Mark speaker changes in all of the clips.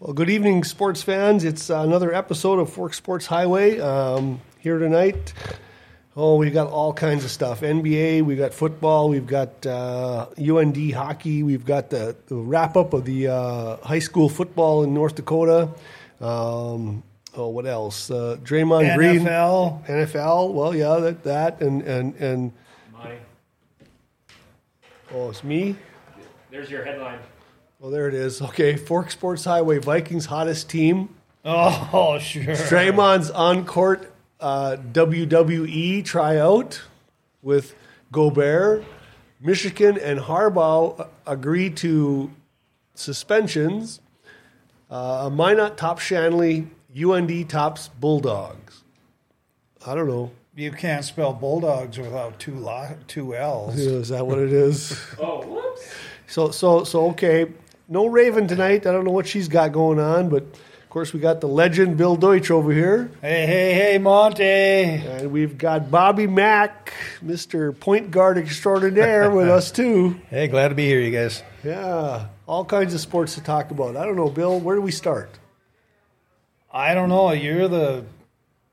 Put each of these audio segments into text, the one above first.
Speaker 1: Well, good evening, sports fans. It's another episode of Fork Sports Highway um, here tonight. Oh, we've got all kinds of stuff NBA, we've got football, we've got uh, UND hockey, we've got the, the wrap up of the uh, high school football in North Dakota. Um, oh, what else? Uh, Draymond Green.
Speaker 2: NFL.
Speaker 1: NFL. Well, yeah, that, that and, and, and,
Speaker 3: My,
Speaker 1: oh, it's me.
Speaker 3: there's your headline.
Speaker 1: Well, there it is. Okay, Fork Sports Highway, Vikings hottest team.
Speaker 2: Oh, sure.
Speaker 1: Draymond's on court uh, WWE tryout with Gobert. Michigan and Harbaugh agree to suspensions. Uh, Minot tops Shanley. UND tops Bulldogs. I don't know.
Speaker 2: You can't spell bulldogs without two lo- two L's.
Speaker 1: Is that what it is?
Speaker 3: Oh, whoops.
Speaker 1: So so so okay. No Raven tonight. I don't know what she's got going on, but of course we got the legend Bill Deutsch over here,
Speaker 2: Hey, hey, hey, Monty.
Speaker 1: and we've got Bobby Mack, Mister Point Guard Extraordinaire, with us too.
Speaker 4: Hey, glad to be here, you guys.
Speaker 1: Yeah, all kinds of sports to talk about. I don't know, Bill. Where do we start?
Speaker 2: I don't know. You're the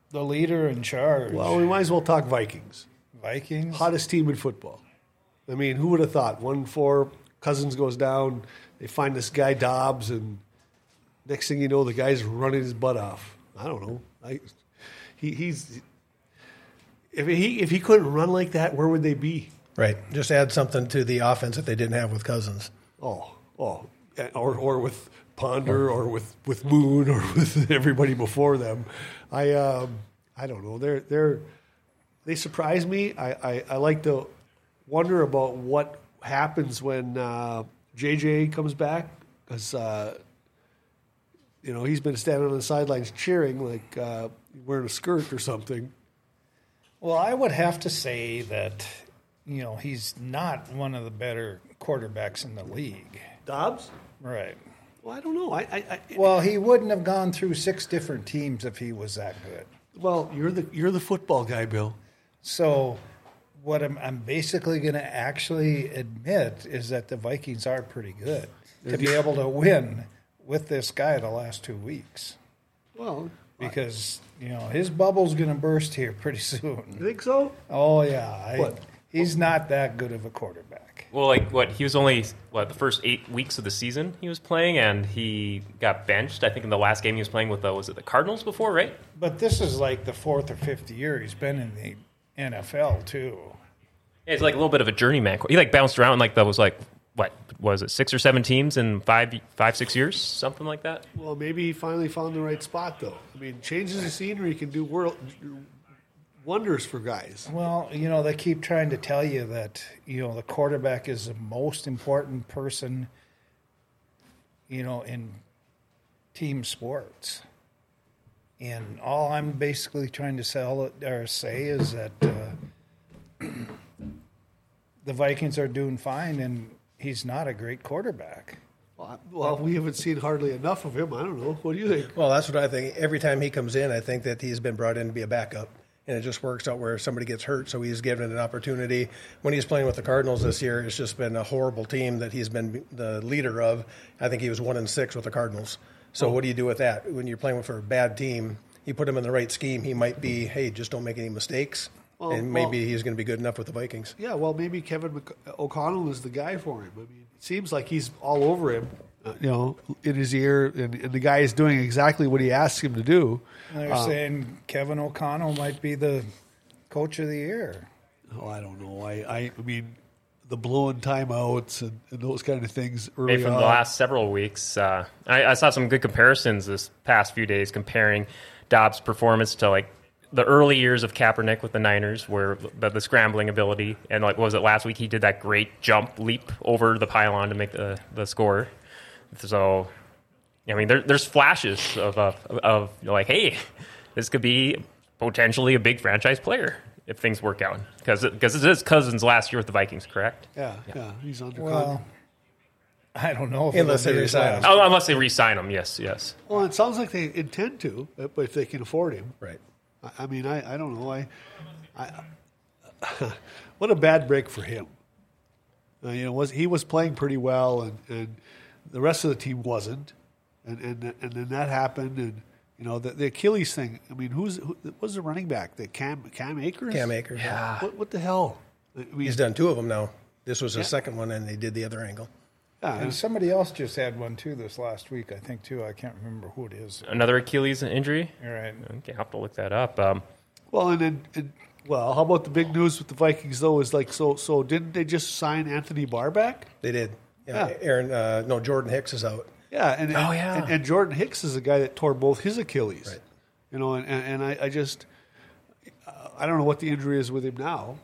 Speaker 2: the leader in charge.
Speaker 1: Well, we might as well talk Vikings,
Speaker 2: Vikings.
Speaker 1: hottest team in football. I mean, who would have thought? One four Cousins goes down. They find this guy Dobbs, and next thing you know, the guy's running his butt off. I don't know. I, he, he's if he if he couldn't run like that, where would they be?
Speaker 4: Right. Just add something to the offense that they didn't have with Cousins.
Speaker 1: Oh, oh, or or with Ponder, or with with Moon, or with everybody before them. I um, I don't know. They're they're they surprise me. I, I, I like to wonder about what happens when uh, JJ comes back because uh, you know he's been standing on the sidelines cheering like uh, wearing a skirt or something.
Speaker 2: Well, I would have to say that you know he's not one of the better quarterbacks in the league.
Speaker 1: Dobbs.
Speaker 2: Right.
Speaker 1: Well, I don't know. I, I, I
Speaker 2: Well, he wouldn't have gone through six different teams if he was that good.
Speaker 1: well, you're the you're the football guy, Bill.
Speaker 2: So, what I'm, I'm basically going to actually admit is that the Vikings are pretty good to be able to win with this guy the last two weeks
Speaker 1: Well,
Speaker 2: because you know his bubble's going to burst here pretty
Speaker 1: you
Speaker 2: soon.
Speaker 1: think so?
Speaker 2: Oh yeah, I,
Speaker 1: What?
Speaker 2: he's not that good of a quarterback.
Speaker 3: Well, like what? He was only what the first eight weeks of the season he was playing, and he got benched. I think in the last game he was playing with the was it the Cardinals before, right?
Speaker 2: But this is like the fourth or fifth year he's been in the NFL too.
Speaker 3: Yeah, it's like a little bit of a journeyman. He like bounced around like that was like what was it six or seven teams in five five six years something like that.
Speaker 1: Well, maybe he finally found the right spot, though. I mean, changes of scenery can do world wonders for guys.
Speaker 2: Well, you know, they keep trying to tell you that, you know, the quarterback is the most important person, you know, in team sports. And all I'm basically trying to sell or say is that uh, the Vikings are doing fine and he's not a great quarterback.
Speaker 1: Well, I- Well, we haven't seen hardly enough of him. I don't know. What do you think?
Speaker 4: Well, that's what I think. Every time he comes in, I think that he's been brought in to be a backup. And it just works out where somebody gets hurt, so he's given an opportunity. When he's playing with the Cardinals this year, it's just been a horrible team that he's been the leader of. I think he was one and six with the Cardinals. So what do you do with that? When you're playing for a bad team, you put him in the right scheme, he might be, hey, just don't make any mistakes.
Speaker 1: Well,
Speaker 4: and maybe
Speaker 1: well-
Speaker 4: he's going to be good enough with the Vikings.
Speaker 1: Yeah, well, maybe Kevin Mc- O'Connell is the guy for him. I mean, it seems like he's all over him, uh, you know, in his ear, and, and the guy is doing exactly what he asks him to do.
Speaker 2: And they're saying Kevin O'Connell might be the coach of the year.
Speaker 1: Oh, I don't know. I, I, I mean, the blowing timeouts and, and those kind of things early
Speaker 3: Hey, from
Speaker 1: on.
Speaker 3: the last several weeks, uh, I, I saw some good comparisons this past few days comparing Dobbs' performance to like the early years of Kaepernick with the Niners, where the, the scrambling ability and like what was it last week? He did that great jump leap over the pylon to make the the score. So, I mean, there, there's flashes of, of of like, hey, this could be potentially a big franchise player if things work out because because it is Cousins last year with the Vikings, correct?
Speaker 1: yeah, yeah, he's under
Speaker 2: Well,
Speaker 1: contract.
Speaker 2: I don't know if
Speaker 4: Unless
Speaker 2: it'll be
Speaker 4: they
Speaker 2: his
Speaker 4: resign
Speaker 2: last.
Speaker 4: him.
Speaker 3: Oh, unless they re-sign him, yes, yes.
Speaker 1: Well, it sounds like they intend to, uh, but if they can afford him.
Speaker 4: Right.
Speaker 1: I- I mean, I, I don't know. I, I what a bad break for him. Uh, you know, was he was playing pretty well, and, and the rest of the team wasn't. and and and then that happened, and you know the, the Achilles thing. I mean, who's who was the running back? The Cam Cam Akers.
Speaker 4: Cam Akers.
Speaker 1: Yeah. What, what the hell? I mean,
Speaker 4: He's done two of them now. This was his second one, and they did the other angle.
Speaker 1: yeah,
Speaker 2: And somebody else just had one too this last week, I think too. I can't remember who it is.
Speaker 3: Another Achilles injury.
Speaker 2: All right.
Speaker 3: Okay, I'll have to look that up. Um,
Speaker 1: Well, and, then and well, how about the big news with the Vikings though? Is like so. So didn't they just sign Anthony Barr back?
Speaker 4: They did. Yeah.
Speaker 1: Yeah.
Speaker 4: Aaron, uh, no, Jordan Hicks is out.
Speaker 1: Yeah, and
Speaker 3: Oh, yeah.
Speaker 1: and, and Jordan Hicks is the guy that tore both his Achilles. You know, and, and, and I, I just I don't know what the injury is with him now.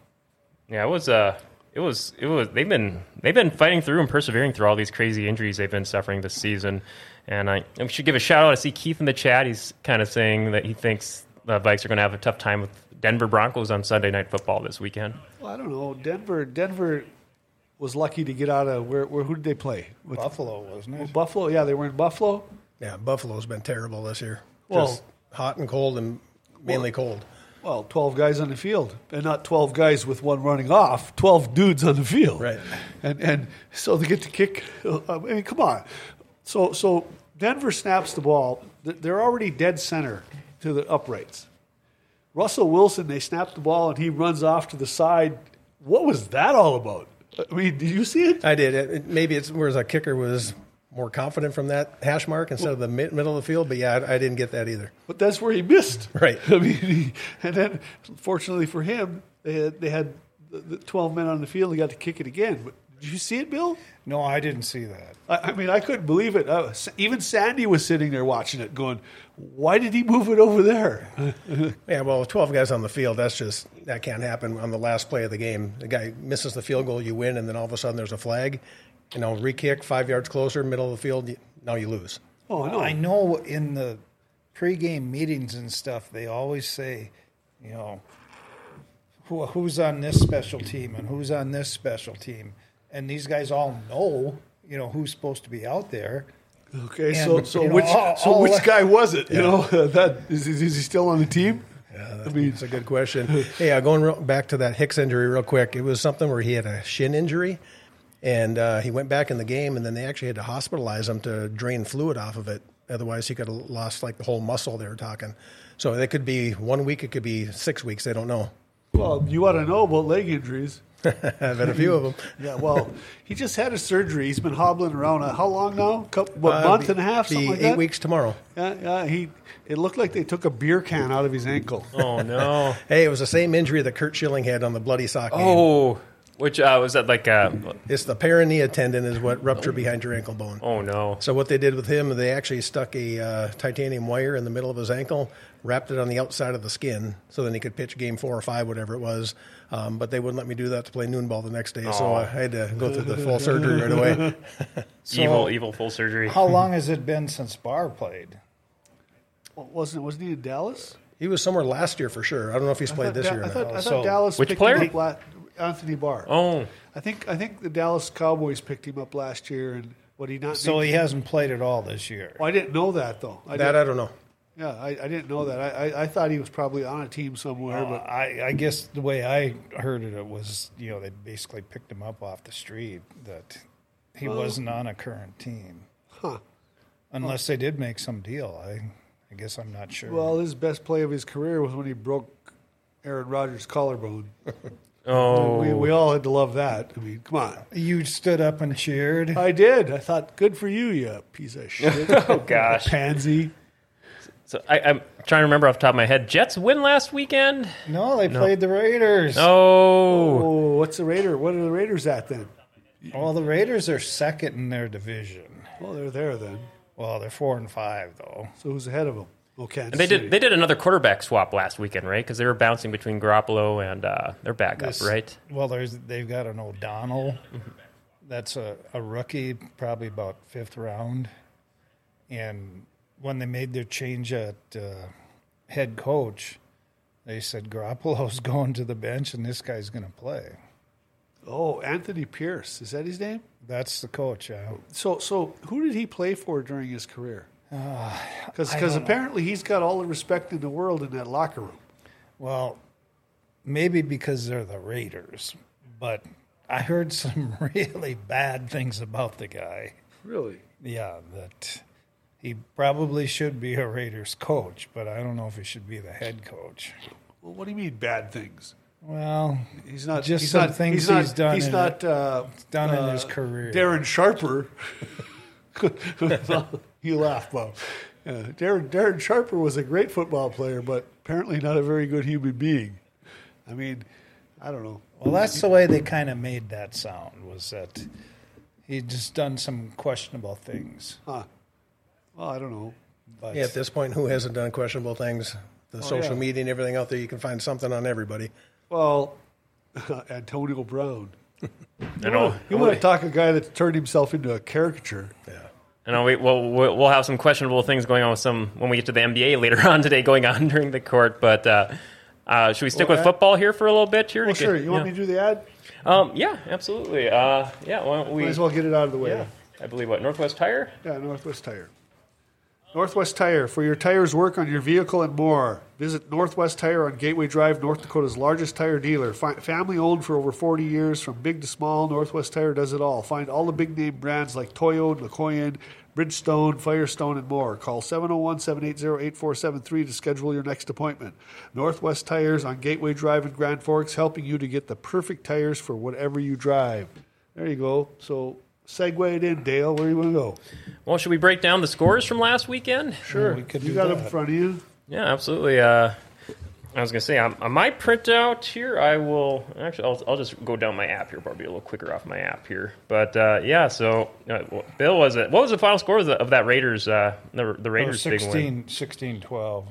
Speaker 3: yeah, it was. Uh, it was. It was. They've been. They've been fighting through and persevering through all these crazy injuries they've been suffering this season. And I, I should give a shout out. I see Keith in the chat. He's kind of saying that he thinks the Vikes are going to have a tough time with Denver Broncos on Sunday Night Football this weekend.
Speaker 1: Well, I don't know. Denver Denver was lucky to get out of where where who did they play? With
Speaker 2: Buffalo, wasn't it?
Speaker 1: Buffalo. Yeah, they were in Buffalo.
Speaker 4: Yeah, Buffalo's been terrible this year.
Speaker 1: Well-
Speaker 4: Just hot and cold, and mainly cold.
Speaker 1: Well, twelve guys on the field, and not twelve guys with one running off. Twelve dudes on the field,
Speaker 4: Right.
Speaker 1: And and so they get to kick. uh, I mean, come on. So so Denver snaps the ball. Th- They're already dead center to the uprights. Russell Wilson, they snap the ball and he runs off to the side. What was that all about? I mean, did you see it?
Speaker 4: I did. It, it- maybe it's whereas a kicker was more confident from that hash mark instead of the mid, middle of the field. But yeah, I, I didn't get that either.
Speaker 1: But that's where he missed.
Speaker 4: Right.
Speaker 1: I mean, he, and then fortunately for him, they had, they had the- the 12 men on the field and got to kick it again. But did you see it, Bill?
Speaker 2: No, I didn't see that.
Speaker 1: I, I mean, I couldn't believe it. I was- even Sandy was sitting there watching it, going, "Why did he move it over there?"
Speaker 4: Yeah, well, with 12 guys on the field, that's just, that can't happen on the last play of the game. The guy misses the field goal, you win, and then all of a sudden there's a flag. You know, re kick, five yards closer, middle of the field, you, now you lose.
Speaker 1: Oh no!
Speaker 2: I know in the pregame meetings and stuff, they always say, you know, who, who's on this special team and who's on this special team, and these guys all know, you know, who's supposed to be out there.
Speaker 1: Okay, so
Speaker 2: And,
Speaker 1: so
Speaker 2: you know,
Speaker 1: which
Speaker 2: all-
Speaker 1: so
Speaker 2: all-
Speaker 1: which guy was it? You know, that is, is, is he still on the team? I mean,
Speaker 4: It's a good question. hey, uh, going real, back to that Hicks injury real quick, it was something where he had a shin injury, and uh, he went back in the game, and then they actually had to hospitalize him to drain fluid off of it. Otherwise, he could have lost like the whole muscle they were talking. So that could be one week, it could be six weeks, they don't know.
Speaker 1: well, you ought to know about leg injuries.
Speaker 4: I've had a few of them.
Speaker 1: Yeah, well, he just had a surgery. He's been hobbling around. Uh, how long now? Couple, what,
Speaker 4: Uh,
Speaker 1: month
Speaker 4: be-
Speaker 1: and a half?
Speaker 4: be
Speaker 1: Something like
Speaker 4: eight
Speaker 1: that.
Speaker 4: weeks tomorrow.
Speaker 1: Yeah, yeah. He. It looked like they took a beer can out of his ankle.
Speaker 3: Oh no.
Speaker 4: Hey, it was the same injury that Kurt Schilling had on the bloody sock game.
Speaker 3: oh, which uh, was that like? Uh,
Speaker 4: It's the perineal tendon is what ruptured behind your ankle bone.
Speaker 3: oh no.
Speaker 4: So what they did with him, they actually stuck a uh, titanium wire in the middle of his ankle, wrapped it on the outside of the skin, so then he could pitch game four or five, whatever it was. Um, but they wouldn't let me do that to play noon ball the next day, so I had to go through the full surgery right away.
Speaker 3: evil, evil full surgery.
Speaker 2: How long has it been since Barr played?
Speaker 1: Well, wasn't it? Wasn't he in Dallas?
Speaker 4: He was somewhere last year for sure. I don't know if he's played this
Speaker 1: Da-
Speaker 4: year. Or
Speaker 1: I
Speaker 4: not.
Speaker 1: thought, I thought
Speaker 2: So-
Speaker 1: Dallas
Speaker 3: Which
Speaker 1: picked
Speaker 3: player?
Speaker 1: him up la- Anthony Barr.
Speaker 3: Oh,
Speaker 1: I think I think the Dallas Cowboys picked him up last year, and what he not.
Speaker 2: So
Speaker 1: So
Speaker 2: he hasn't played at all this year.
Speaker 1: I didn't know that though. I
Speaker 4: that
Speaker 3: uh,
Speaker 1: didn't,
Speaker 4: I don't know.
Speaker 1: yeah, I, I didn't know that. I, I, I thought he was probably on a team somewhere,
Speaker 2: Uh,
Speaker 1: but
Speaker 2: I, I guess the way I heard it, it was you know they basically picked him up off the street that he wasn't on a current team,
Speaker 1: huh.
Speaker 2: unless they did make some deal. I I guess I'm not sure.
Speaker 1: Well, his best play of his career was when he broke Aaron Rodgers' collarbone.
Speaker 3: oh.
Speaker 1: We, we all had to love that. I mean, come on.
Speaker 2: you stood up and cheered.
Speaker 1: I did. I thought, good for you, you piece of shit,
Speaker 3: Oh gosh.
Speaker 1: pansy.
Speaker 3: So I, I'm trying to remember off the top of my head. Jets win last weekend.
Speaker 2: no, they played the Raiders.
Speaker 3: Oh,
Speaker 1: Oh, what's the Raider? What are the Raiders at then?
Speaker 2: Well, the Raiders are second in their division.
Speaker 1: Well, they're there then.
Speaker 2: Well, they're four and five though.
Speaker 1: So who's ahead of them? Well, Kansas
Speaker 3: and they
Speaker 1: City.
Speaker 3: did. They did another quarterback swap last weekend, right? Because they were bouncing between Garoppolo and uh, their backup,
Speaker 2: This-
Speaker 3: right?
Speaker 2: Well, there's they've got an O'Donnell. That's a, a rookie, probably about fifth round. And when they made their change at uh, head coach, they said Garoppolo's going to the bench and this guy's going to play.
Speaker 1: Oh, Anthony Pierce. Is that his name?
Speaker 2: That's the coach. Yeah.
Speaker 1: So, so who did he play for during his career? Because
Speaker 2: Uh, I don't know.
Speaker 1: apparently he's got all the respect in the world in that locker room.
Speaker 2: Well, maybe because they're the Raiders, but I heard some really bad things about the guy.
Speaker 1: Really?
Speaker 2: Yeah, that He probably should be a Raiders coach, but I don't know if he should be the head coach.
Speaker 1: Well, what do you mean bad things?
Speaker 2: Well,
Speaker 1: He's not
Speaker 2: Just
Speaker 1: he's
Speaker 2: some
Speaker 1: not,
Speaker 2: things
Speaker 1: he's not,
Speaker 2: he's done
Speaker 1: He's
Speaker 2: in
Speaker 1: not uh,
Speaker 2: done in his
Speaker 1: uh,
Speaker 2: career.
Speaker 1: Darren Sharper. you laugh, Bob. Yeah, Darren Darren Sharper was a great football player, but apparently not a very good human being. I mean, I don't know.
Speaker 2: well, that's the way they kind of made that sound was that he'd just done some questionable things.
Speaker 1: Huh. Well, I don't know.
Speaker 2: But
Speaker 4: Yeah, at this point, who hasn't done questionable things? The social
Speaker 1: Oh, yeah.
Speaker 4: media and everything out there, you can find something on everybody.
Speaker 1: Well, Antonio Brown.
Speaker 3: And I'll,
Speaker 1: You want to talk a guy that's turned himself into a caricature?
Speaker 4: Yeah.
Speaker 3: and I'll, wait- we'll, we'll we'll have some questionable things going on with some when we get to the NBA later on today, going on during the court. But uh, uh, should we stick
Speaker 1: Well,
Speaker 3: with
Speaker 1: that-
Speaker 3: football here for a little bit? Here,
Speaker 1: Well,
Speaker 3: Okay,
Speaker 1: sure. You want
Speaker 3: yeah.
Speaker 1: me to do the ad?
Speaker 3: Um, yeah, absolutely. Uh, yeah, why don't we?
Speaker 1: Might as well get it out of the way.
Speaker 3: Yeah, I believe what Northwest Tire.
Speaker 1: Yeah, uh, Northwest Tire. Northwest Tire, for your tires work on your vehicle and more. Visit Northwest Tire on Gateway Drive, North Dakota's largest tire dealer. Fi- family owned for over 40 years, from big to small, Northwest Tire does it all. Find all the big name brands like Toyo, Nicoyan, Bridgestone, Firestone, and more. Call 701 780 8473 to schedule your next appointment. Northwest Tires on Gateway Drive in Grand Forks, helping you to get the perfect tires for whatever you drive. There you go. So, segue it in, Dale. Where do you want to go?
Speaker 3: Well, should we break down the scores from last weekend?
Speaker 1: Sure.
Speaker 2: we could
Speaker 1: you
Speaker 2: do
Speaker 1: got
Speaker 2: that.
Speaker 1: it in front of you.
Speaker 3: Yeah, absolutely. Uh, I was gonna say on, on my printout here, I will actually I'll, I'll just go down my app here, probably a little quicker off my app here. But uh, yeah, so uh, wh- Bill was it? What was the final score of the, of that Raiders uh, the, the
Speaker 2: or
Speaker 3: Raiders big win?
Speaker 2: 16, 16 12.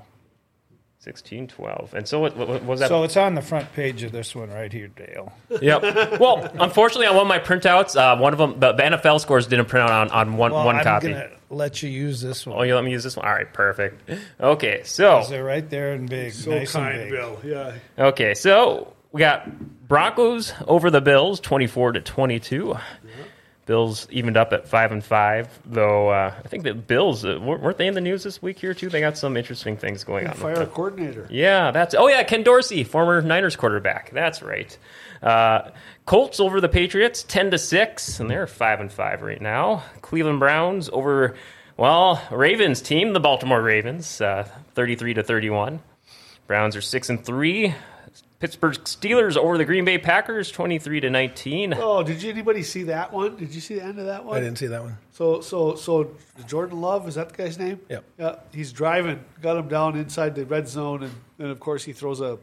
Speaker 3: 16-12. And so what, what, what was that?
Speaker 2: So it's on the front page of this one right here, Dale.
Speaker 3: yep. Well, unfortunately, on one of my printouts, uh, one of them the, the NFL scores didn't print out on, on one
Speaker 2: Well,
Speaker 3: one
Speaker 2: I'm
Speaker 3: copy.
Speaker 2: gonna let you use this one.
Speaker 3: Oh, you let me use this one. All right, perfect. Okay, so
Speaker 2: They're right there in big, nice and big.
Speaker 1: Bill. Yeah.
Speaker 3: Okay, so we got Broncos over the Bills, twenty-four to twenty-two. Bills evened up at five and five, though. Uh, I think the Bills uh, weren't weren't they in the news this week here too? They got some interesting things going on. with
Speaker 1: Fire
Speaker 3: them.
Speaker 1: a coordinator.
Speaker 3: Yeah, that's oh yeah, Ken Dorsey, former Niners quarterback. That's right. Uh, Colts over the Patriots, ten to six, and they're five and five right now. Cleveland Browns over well Ravens team, the Baltimore Ravens, uh, thirty three to thirty one. Browns are six and three. Pittsburgh Steelers over the Green Bay Packers, twenty three to nineteen.
Speaker 1: Oh, did you, anybody see that one? Did you see the end of that one?
Speaker 4: I didn't see that one.
Speaker 1: So, so, so Jordan Love is that the guy's name?
Speaker 4: Yep.
Speaker 1: Yeah. He's driving, got him down inside the red zone, and, and of course he throws a,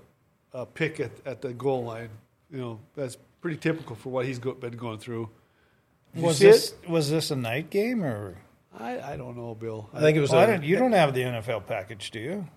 Speaker 1: a pick at, at the goal line. You know that's pretty typical for what he's go, been going through. Did
Speaker 2: Was
Speaker 1: you see
Speaker 2: this
Speaker 1: it?
Speaker 2: was this a night game or?
Speaker 1: I, I don't know, Bill.
Speaker 4: I think it was.
Speaker 2: Well, I
Speaker 4: a-
Speaker 2: don't, you don't have the NFL package, do you?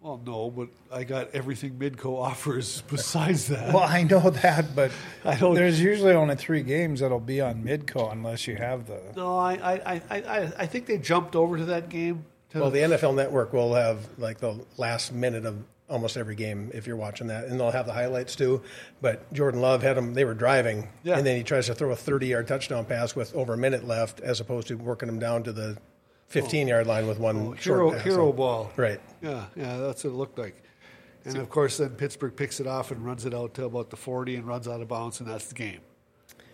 Speaker 1: Well, no, but I got everything Midco offers besides that.
Speaker 2: Well, I know that, but
Speaker 1: I don't-
Speaker 2: There's usually only three games that'll be on Midco unless you have the.
Speaker 1: No, I, I, I- I, I, I think they jumped over to that game. To,
Speaker 4: well, the NFL Network will have like the last minute of almost every game if you're watching that, and they'll have the highlights too. But Jordan Love had them; they were driving,
Speaker 1: Yeah.
Speaker 4: and then he tries to throw a 30-yard touchdown pass with over a minute left, as opposed to working them down to the 15-yard line with one short
Speaker 1: Oh, hero
Speaker 4: pass.
Speaker 1: hero ball.
Speaker 4: Right.
Speaker 1: Yeah, yeah, that's what it looked like. And of course, then Pittsburgh picks it off and runs it out to about the forty and runs out of bounds, and that's the game.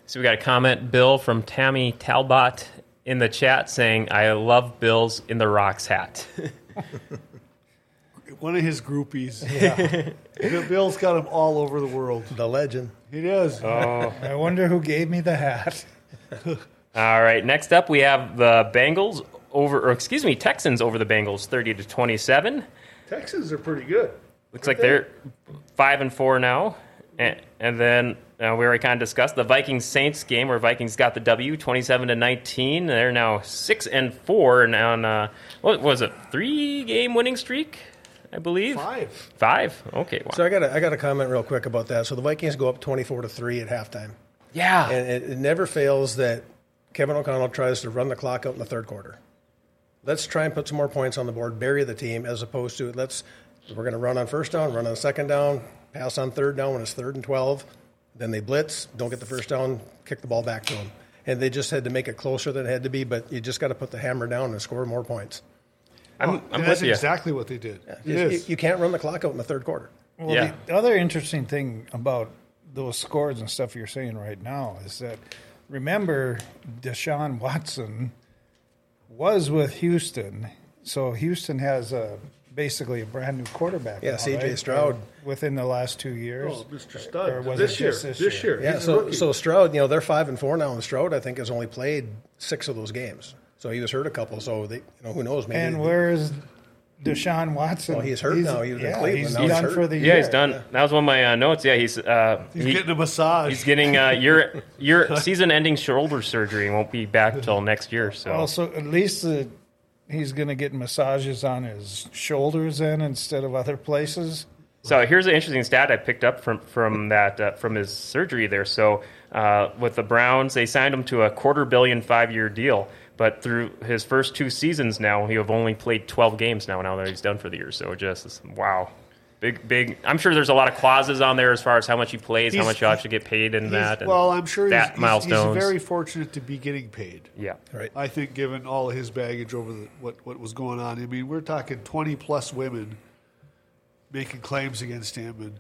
Speaker 3: So we got a comment, Bill, from Tammy Talbot in the chat saying, "I love Bills in the Rocks hat."
Speaker 1: One of his groupies. Yeah, Bill- Bill's got him all over the world.
Speaker 4: The legend.
Speaker 1: He does.
Speaker 2: I wonder who gave me the hat.
Speaker 3: All right. Next up, we have the Bengals over, or excuse me, Texans over the Bengals, thirty to twenty-seven.
Speaker 1: Texans are pretty good.
Speaker 3: Looks like they're five and four now. And, and then uh, we already kind of discussed the Vikings Saints game where Vikings got the W, twenty-seven to nineteen. They're now six and four, and on uh, what was it, three-game winning streak, I believe.
Speaker 1: Five.
Speaker 3: Five. Okay. Wow.
Speaker 4: So I got I got to comment real quick about that. So the Vikings go up 24 to three at halftime,
Speaker 3: yeah.
Speaker 4: and it, it never fails that Kevin O'Connell tries to run the clock out in the third quarter. Let's try and put some more points on the board, bury the team, as opposed to let's we're going to run on first down, run on second down, pass on third down when it's third and 12. Then they blitz, don't get the first down, kick the ball back to them. And they just had to make it closer than it had to be, but you just got to put the hammer down and score more points.
Speaker 3: I'm,
Speaker 1: Oh,
Speaker 3: I'm
Speaker 1: that's
Speaker 3: with you.
Speaker 1: exactly what they did. It
Speaker 4: You, you-
Speaker 1: is.
Speaker 4: you can't run the clock out in the third quarter.
Speaker 2: Well,
Speaker 3: Yeah.
Speaker 2: the other interesting thing about those scores and stuff you're saying right now is that remember Deshaun Watson was with Houston. So Houston has a basically a brand new quarterback.
Speaker 4: Yeah,
Speaker 2: now,
Speaker 4: C.J.
Speaker 2: right?
Speaker 4: Stroud.
Speaker 2: Within the last two years.
Speaker 1: Oh, Mr. Stud.
Speaker 2: Or was
Speaker 1: this,
Speaker 2: it
Speaker 1: year,
Speaker 2: just
Speaker 1: this
Speaker 2: this
Speaker 1: year.
Speaker 2: year?
Speaker 4: Yeah,
Speaker 1: He's a
Speaker 4: so
Speaker 1: rookie.
Speaker 4: so Stroud, you know, they're five and four now, and Stroud I think has only played six of those games. So he was hurt a couple. So they, you know, who knows? Maybe
Speaker 2: And where is Deshaun Watson?
Speaker 4: Well, Oh, he's hurt now. He was in
Speaker 2: yeah,
Speaker 4: Cleveland.
Speaker 2: he's
Speaker 4: Now he's
Speaker 2: done
Speaker 4: hurt.
Speaker 2: for the year.
Speaker 3: Yeah, he's done. That was one of my uh, notes. Yeah, he's uh,
Speaker 1: He's
Speaker 3: he-
Speaker 1: getting a massage.
Speaker 3: he's getting uh, your your season-ending shoulder surgery. and Won't be back till next year. So
Speaker 2: Also, at least the, he's going to get massages on his shoulders then instead of other places.
Speaker 3: So here's an interesting stat I picked up from from that uh, from his surgery there. So uh, with the Browns, they signed him to a quarter billion five year deal, but through his first two seasons now, he have only played 12 games now. Now that he's done for the year, so just wow, big big. I'm sure there's a lot of clauses on there as far as how much he plays, how
Speaker 1: He's-
Speaker 3: much he'll actually get paid, and
Speaker 1: He's-
Speaker 3: that. And
Speaker 1: well, I'm sure he's,
Speaker 3: that
Speaker 1: he's,
Speaker 3: milestones.
Speaker 1: he's very fortunate to be getting paid.
Speaker 3: yeah.
Speaker 4: right.
Speaker 1: I think, given all of his baggage over the, what what was going on, I mean, we're talking twenty plus women making claims against him, and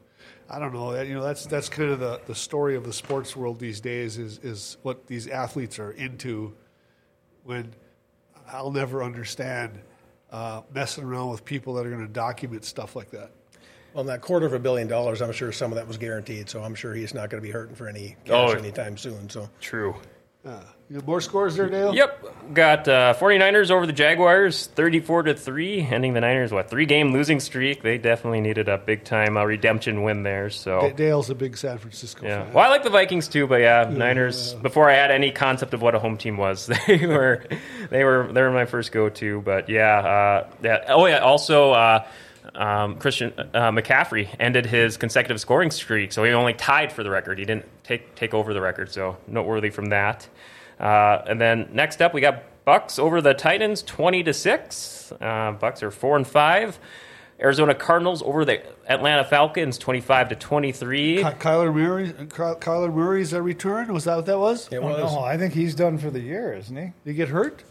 Speaker 1: I don't know. that- You know, that's that's kind of the, the story of the sports world these days is is what these athletes are into. When I'll never understand uh, messing around with people that are going to document stuff like that.
Speaker 4: Well, that quarter of a billion dollars, I'm sure some of that was guaranteed. So I'm sure he's not going to be hurting for any
Speaker 3: Oh.
Speaker 4: cash anytime soon. So
Speaker 3: True.
Speaker 1: Uh, you have more scores there, Dale.
Speaker 3: Yep, got uh, 49ers over the Jaguars, 34 to three, ending the Niners what three game losing streak. They definitely needed a big time uh, redemption win there. So
Speaker 1: Da- Dale's a big San Francisco
Speaker 3: Yeah.
Speaker 1: fan.
Speaker 3: Well, I like the Vikings too, but yeah, Niners. Before I had any concept of what a home team was, they were, they were, they were my first go-to. But yeah, uh, yeah. Oh yeah. Also, uh, um, Christian uh, McCaffrey ended his consecutive scoring streak, so he only tied for the record. He didn't take take over the record, so noteworthy from that. Uh, and then next up, we got Bucks over the Titans, twenty to six. Uh, Bucks are four and five. Arizona Cardinals over the Atlanta Falcons, twenty-five to twenty-three.
Speaker 1: Ky- Kyler Murray, Ky- Kyler Murray's uh, return was that what that was?
Speaker 4: it
Speaker 2: Oh,
Speaker 4: was.
Speaker 2: no, I think he's done for the year, isn't he?
Speaker 1: Did he get hurt?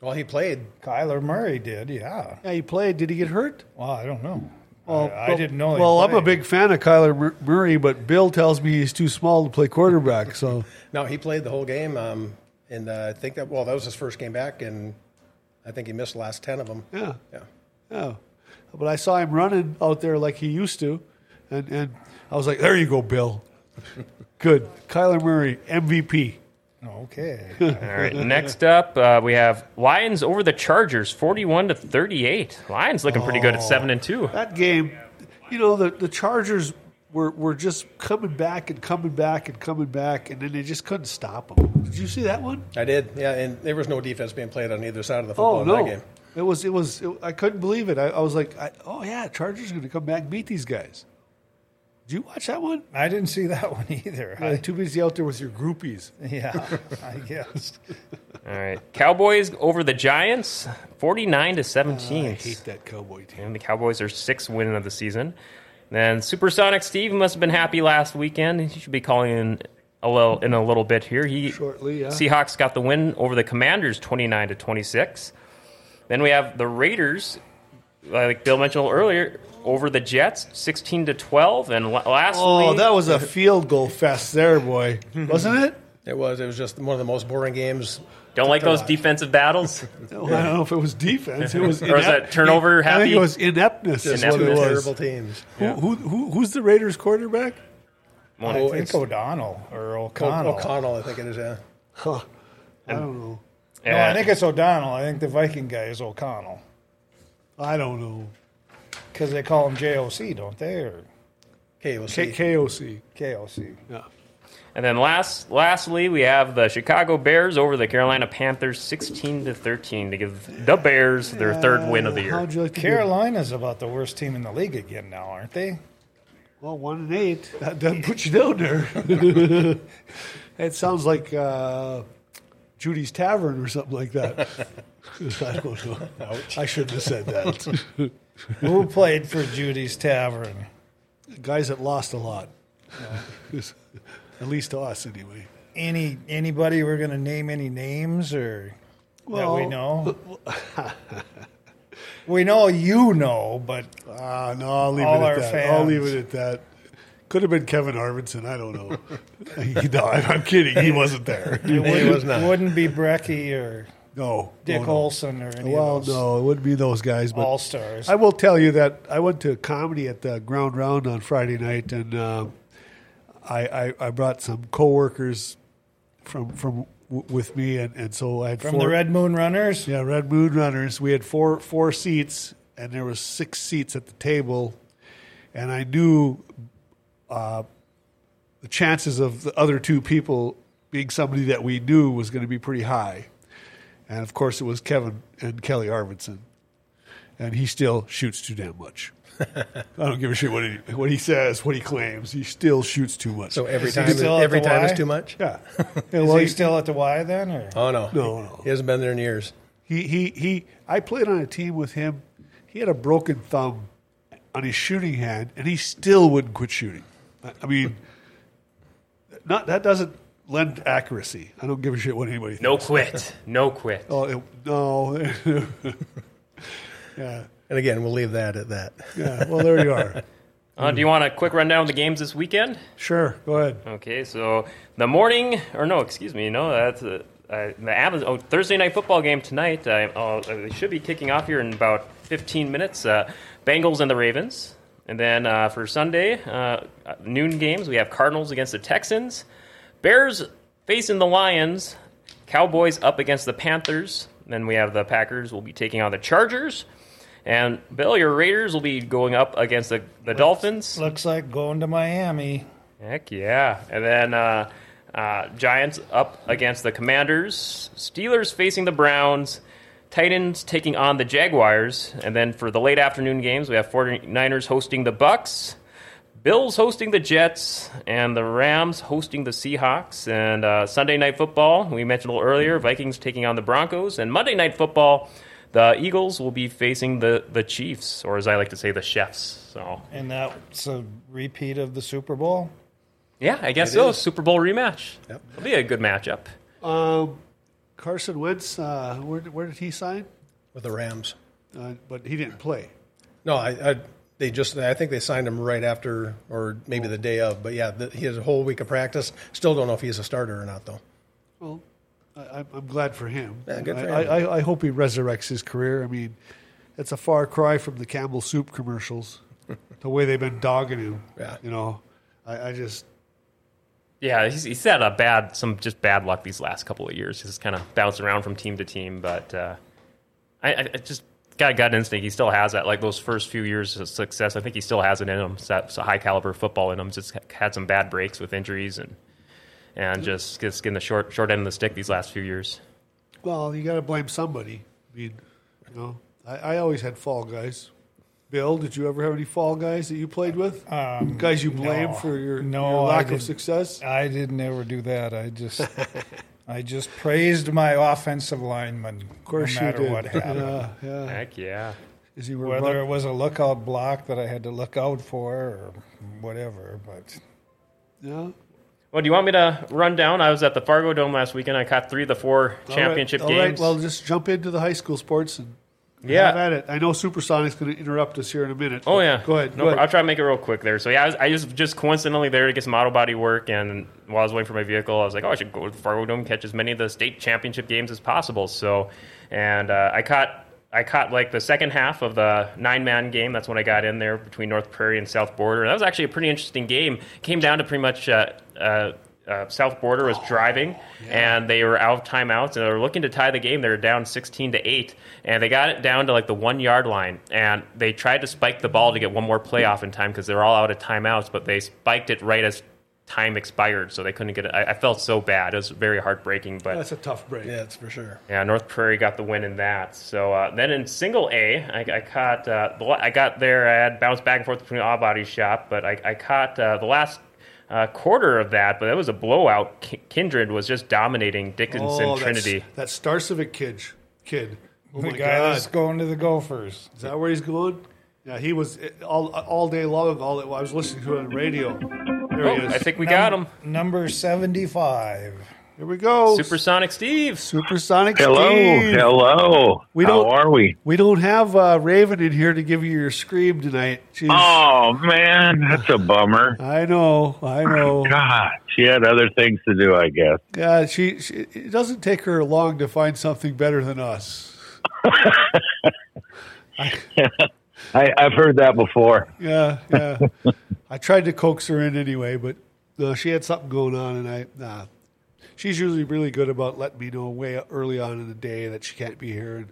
Speaker 4: Well, he played.
Speaker 2: Kyler Murray did, yeah.
Speaker 1: Yeah, he played. Did he get hurt?
Speaker 2: Well, I don't know. Uh, I, I didn't know. he
Speaker 1: Well, I'm a
Speaker 2: played.
Speaker 1: big fan of Kyler Mur- Murray, but Bill tells me he's too small to play quarterback. So
Speaker 4: No, he played the whole game. Um, and uh, I think that well, that was his first game back, and I think he missed the last ten of them.
Speaker 1: yeah,
Speaker 4: Yeah.
Speaker 1: yeah. But I saw him running out there like he used to, and and I was like, there you go, Bill. Good, Kyler Murray MVP.
Speaker 2: Okay.
Speaker 3: All right. Next up, uh, we have Lions over the Chargers, forty-one to thirty-eight. Lions looking pretty good at seven and two.
Speaker 1: That game, you know, the the Chargers were were just coming back and coming back and coming back, and then they just couldn't stop them. Did you see that one?
Speaker 4: I did. Yeah, and there was no defense being played on either side of the football
Speaker 1: Oh
Speaker 4: in
Speaker 1: no!
Speaker 4: that game.
Speaker 1: It was it was it, I couldn't believe it. I, I was like, I, oh yeah, Chargers are going to come back and beat these guys. Did you watch that one?
Speaker 2: I didn't see that one either.
Speaker 1: Uh, too busy out there with your groupies.
Speaker 2: I, yeah, I guess.
Speaker 3: All right. Cowboys over the Giants, forty-nine to seventeen.
Speaker 1: Hate that cowboy team.
Speaker 3: And the Cowboys are sixth win of the season. Then Supersonic Steve must have been happy last weekend. He should be calling in a little in a little bit here. He
Speaker 1: Shortly, yeah.
Speaker 3: Seahawks got the win over the Commanders, twenty-nine to twenty-six. Then we have the Raiders, like Bill mentioned earlier, over the Jets, sixteen to twelve. And la- lastly,
Speaker 1: Oh, that was a field goal fest there, boy, wasn't it?
Speaker 4: It was. It was just one of the most boring games.
Speaker 3: Don't like those
Speaker 4: watch.
Speaker 3: defensive battles.
Speaker 1: No, Oh, I don't know if it was defense. It was
Speaker 3: Or was that turnover
Speaker 1: I think
Speaker 3: happy?
Speaker 1: it was ineptness. Is what
Speaker 4: Two
Speaker 1: it
Speaker 3: Ineptness.
Speaker 1: was.
Speaker 4: terrible teams.
Speaker 3: Yeah.
Speaker 1: Who, who, who, who's the Raiders quarterback?
Speaker 2: I
Speaker 4: Oh,
Speaker 2: think
Speaker 4: it's-
Speaker 2: O'Donnell or O'Connell.
Speaker 4: O'Connell. O'Connell, I think it is. Yeah.
Speaker 1: Huh. I don't know.
Speaker 2: No, I think it's O'Donnell. I think the Viking guy is O'Connell
Speaker 1: I don't know.
Speaker 2: because they call him JOC, don't they, or
Speaker 4: Okay, we'll see.
Speaker 1: K- KOC.
Speaker 2: KOC?
Speaker 1: Yeah.
Speaker 3: And then last, lastly, we have the Chicago Bears over the Carolina Panthers, sixteen to thirteen, to give the Bears their third win of the year.
Speaker 1: Oh, How'd you like to do?
Speaker 2: Carolina's about the worst team in the league again now, aren't they?
Speaker 1: Well, one and eight. That doesn't put you down there. it sounds like uh, Judy's Tavern or something like that. I don't know. I shouldn't have said that.
Speaker 2: Who played for Judy's Tavern?
Speaker 1: Guys that lost a lot. At least to us, anyway.
Speaker 2: Any anybody? We're going to name any names or that we
Speaker 1: Well-
Speaker 2: know. we know you know, but
Speaker 1: Ah, no, I'll leave
Speaker 2: All
Speaker 1: it
Speaker 2: our
Speaker 1: at that. I'll
Speaker 2: fans.
Speaker 1: leave it at that. Could have been Kevin Arvidsson. I don't know. no, I'm kidding. He wasn't there.
Speaker 2: it
Speaker 4: was
Speaker 2: wouldn't,
Speaker 4: not.
Speaker 2: wouldn't be Brecky or
Speaker 1: No,
Speaker 2: Dick
Speaker 1: Oh, no, no.
Speaker 2: Olson or any
Speaker 1: Well,
Speaker 2: of those
Speaker 1: no, it wouldn't be those guys, but
Speaker 2: all stars.
Speaker 1: I will tell you that I went to comedy at the Ground Round on Friday night, and uh, I, I I brought some coworkers from from w- with me, and, and so I had
Speaker 2: From
Speaker 1: four,
Speaker 2: the Red Moon Runners,
Speaker 1: yeah Red Moon Runners. We had four four seats, and there was six seats at the table, and I knew uh, the chances of the other two people being somebody that we knew was going to be pretty high, and of course it was Kevin and Kelly Arvidson and he still shoots too damn much. I don't give a shit what he what he says, what he claims. He still shoots too much.
Speaker 4: So every
Speaker 2: Is he
Speaker 4: time,
Speaker 2: still at
Speaker 4: every
Speaker 2: the
Speaker 4: time
Speaker 2: Y?
Speaker 4: is too much.
Speaker 1: yeah,
Speaker 2: is
Speaker 1: well,
Speaker 2: he
Speaker 1: he, Uh,
Speaker 2: still at the Y then? Or?
Speaker 4: Oh no,
Speaker 1: No, no.
Speaker 4: he hasn't been there in years.
Speaker 1: he he he. I played on a team with him. He had a broken thumb on his shooting hand, and he still wouldn't quit shooting. I, I mean, not that doesn't lend accuracy. I don't give a shit what anybody.
Speaker 3: No quit. No quit.
Speaker 1: Oh it, no. yeah,
Speaker 4: And again, we'll leave that at that.
Speaker 1: yeah. Well, there you are.
Speaker 3: Uh, do you want a quick rundown of the games this weekend?
Speaker 1: Sure, go ahead.
Speaker 3: Okay, so the morning, or no, excuse me, no, that's uh, uh, the Amazon, oh, Thursday night football game tonight. I, I'll- uh, they should be kicking off here in about 15 minutes. Uh, Bengals and the Ravens. And then uh, for Sunday, uh, noon games, we have Cardinals against the Texans, Bears facing the Lions, Cowboys up against the Panthers. Then we have the Packers will be taking on the Chargers. And Bill, your Raiders will be going up against the, the Dolphins.
Speaker 2: Looks like going to Miami.
Speaker 3: Heck yeah. And then uh, uh, Giants up against the Commanders, Steelers facing the Browns, Titans taking on the Jaguars. And then for the late afternoon games, we have 49ers hosting the Bucks, Bills hosting the Jets, and the Rams hosting the Seahawks. And uh, Sunday night football, we mentioned a little earlier, Vikings taking on the Broncos. And Monday night football, the Eagles will be facing the, the Chiefs, or as I like to say, the Chefs. So,
Speaker 2: And that's a repeat of the Super Bowl.
Speaker 3: yeah, I guess so. Super Bowl rematch.
Speaker 4: Yep.
Speaker 3: It'll be a good matchup.
Speaker 1: Um, Carson Wentz, uh, where, where did he sign?
Speaker 4: with the Rams.
Speaker 1: Uh, but he didn't play.
Speaker 4: No, I, I they just I think they signed him right after or maybe the day of. But yeah, the, he has a whole week of practice. Still don't know if he's a starter or not though.
Speaker 1: Well, I, I'm- I'm glad for him.
Speaker 4: Yeah, good for
Speaker 1: I,
Speaker 4: him.
Speaker 1: I, I, I hope he resurrects his career. I mean, it's a far cry from the Campbell Soup commercials, the way they've been dogging him.
Speaker 4: Yeah.
Speaker 1: You know, I, I just,
Speaker 3: Yeah, he's, he's had a bad, some just bad luck these last couple of years. He's kind of bounced around from team to team, but uh, I, I I just got a gut instinct. He still has that, like those first few years of success. I think he still has it in him. It's that- it's a high caliber football in him. Just had some bad breaks with injuries and
Speaker 1: Mm-hmm.
Speaker 3: and just gets getting the short short end of the stick these last few years.
Speaker 1: well, you got to blame somebody. I mean, you know, I, I always had fall guys. Bill, did you ever have any fall guys that you played with?
Speaker 2: Um,
Speaker 1: guys you blame
Speaker 2: no.
Speaker 1: for your,
Speaker 2: No,
Speaker 1: your
Speaker 2: I
Speaker 1: lack of
Speaker 2: didn't.
Speaker 1: success?
Speaker 2: I didn't ever do that. I just, I just praised my offensive lineman.
Speaker 1: Of course
Speaker 2: no
Speaker 1: you
Speaker 2: matter
Speaker 1: did.
Speaker 2: what happened.
Speaker 1: Yeah, yeah.
Speaker 3: Heck yeah.
Speaker 1: Is he were
Speaker 2: Whether it was a lookout block that I had to look out for or whatever, but
Speaker 1: No.
Speaker 3: Well, do you want me to run down? I was at the Fargo Dome last weekend. I caught three of the four championship
Speaker 1: All right.
Speaker 3: games.
Speaker 1: All right. Well, just jump into the high school sports and
Speaker 3: Yeah.
Speaker 1: have at it. I know Supersonic's going to interrupt us here in a minute.
Speaker 3: Oh
Speaker 1: but
Speaker 3: yeah,
Speaker 1: Go ahead.
Speaker 3: No,
Speaker 1: go
Speaker 3: I'll
Speaker 1: ahead.
Speaker 3: try to make it real quick there. So yeah, I was, I was just coincidentally there to get some auto body work, and while I was waiting for my vehicle, I was like, oh, I should go to the Fargo Dome and catch as many of the state championship games as possible. So, and uh, I caught I caught like the second half of the nine man game. That's when I got in there between North Prairie and South Border. That was actually a pretty interesting game. Came down to pretty much. Uh, uh, uh, South Border was driving, and they were out of timeouts, and they were looking to tie the game. They were down sixteen to eight, and they got it down to like the one yard line, and they tried to spike the ball to get one more play off in time because they were all out of timeouts, but they spiked it right as time expired, so they couldn't get it. I, I felt so bad; it was very heartbreaking. But
Speaker 1: That's a tough break.
Speaker 4: Yeah, that's for sure.
Speaker 3: yeah, North Prairie got the win in that. So uh, then in single A, I, I caught uh, the, la- I got there. I had bounced back and forth between All Body Shop, but I, I caught uh, the last uh, quarter of that. But that was a blowout. Ki- Kindred was just dominating Dickinson
Speaker 1: Oh, that's-
Speaker 3: Trinity.
Speaker 1: That Starcevic kid. Kid. Oh
Speaker 2: the
Speaker 1: my
Speaker 2: guy
Speaker 1: God.
Speaker 2: that's going to the Gophers.
Speaker 1: Is that where he's going? Yeah, he was eh, all all day long. All I was listening to it on the radio. There
Speaker 3: Oh,
Speaker 1: he is.
Speaker 3: I think we got him.
Speaker 2: Number seventy-five.
Speaker 1: Here we go.
Speaker 3: Supersonic Steve.
Speaker 1: Supersonic
Speaker 5: Hello,
Speaker 1: Steve.
Speaker 5: hello.
Speaker 1: We
Speaker 5: How
Speaker 1: don't-
Speaker 5: are we?
Speaker 1: We don't have uh, Raven in here to give you your scream tonight. Jeez.
Speaker 5: Oh man, that's a bummer.
Speaker 1: I know, I know.
Speaker 5: God, she had other things to do, I guess.
Speaker 1: God, she, she it doesn't take her long to find something better than us.
Speaker 5: I, I've heard that before.
Speaker 1: Yeah, yeah. I tried to coax her in anyway, but no, she had something going on, and I nah. She's usually really good about letting me know way early on in the day that she can't be here, and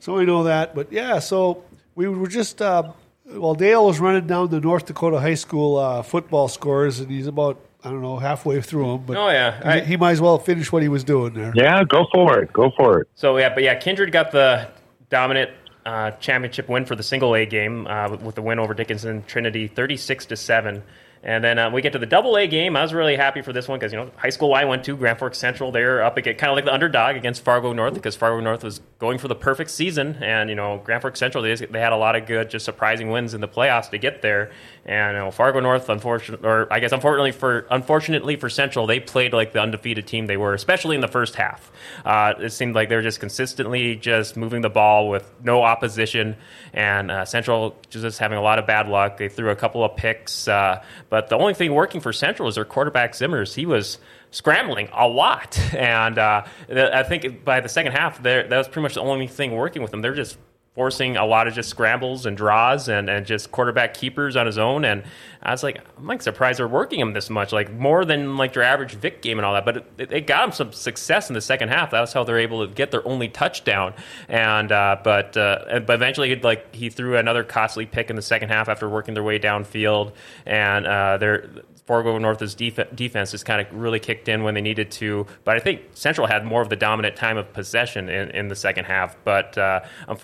Speaker 1: so I know that. But yeah, so we were just uh, well, Dale was running down the North Dakota high school uh, football scores, and he's about I don't know halfway through them, but
Speaker 3: Oh, yeah.
Speaker 1: he,
Speaker 3: I-
Speaker 1: he might as well finish what he was doing there.
Speaker 5: Yeah, go for it. Go for it.
Speaker 3: So yeah, but yeah, Kindred got the dominant uh, championship win for the single A game uh, with the win over Dickinson Trinity, thirty-six to seven. And then uh, we get to the double A game. I was really happy for this one because you know high school I went to Grand Forks Central. They're up against kind of like the underdog against Fargo North because Fargo North was going for the perfect season, and you know Grand Forks Central they, they had a lot of good, just surprising wins in the playoffs to get there. And you know, Fargo North, unfortunately, or I guess unfortunately for unfortunately for Central, they played like the undefeated team they were, especially in the first half. Uh, it seemed like they were just consistently just moving the ball with no opposition, and uh, Central just having a lot of bad luck. They threw a couple of picks, uh, but the only thing working for Central is their quarterback Zimmers. He was scrambling a lot, and uh, th- I think by the second half, there that was pretty much the only thing working with them. They're just forcing a lot of just scrambles and draws and, and just quarterback keepers on his own. And I was like, I'm like surprised they're working him this much, like more than like your average Vic game and all that. But it, it got him some success in the second half. That was how they're able to get their only touchdown. And uh, but uh, and- but eventually, he'd, like he threw another costly pick in the second half after working their way downfield. And uh, they're Fargo North's def- defense just kind of really kicked in when they needed to. But I think Central had more of the dominant time of possession in, in the second half. But uh,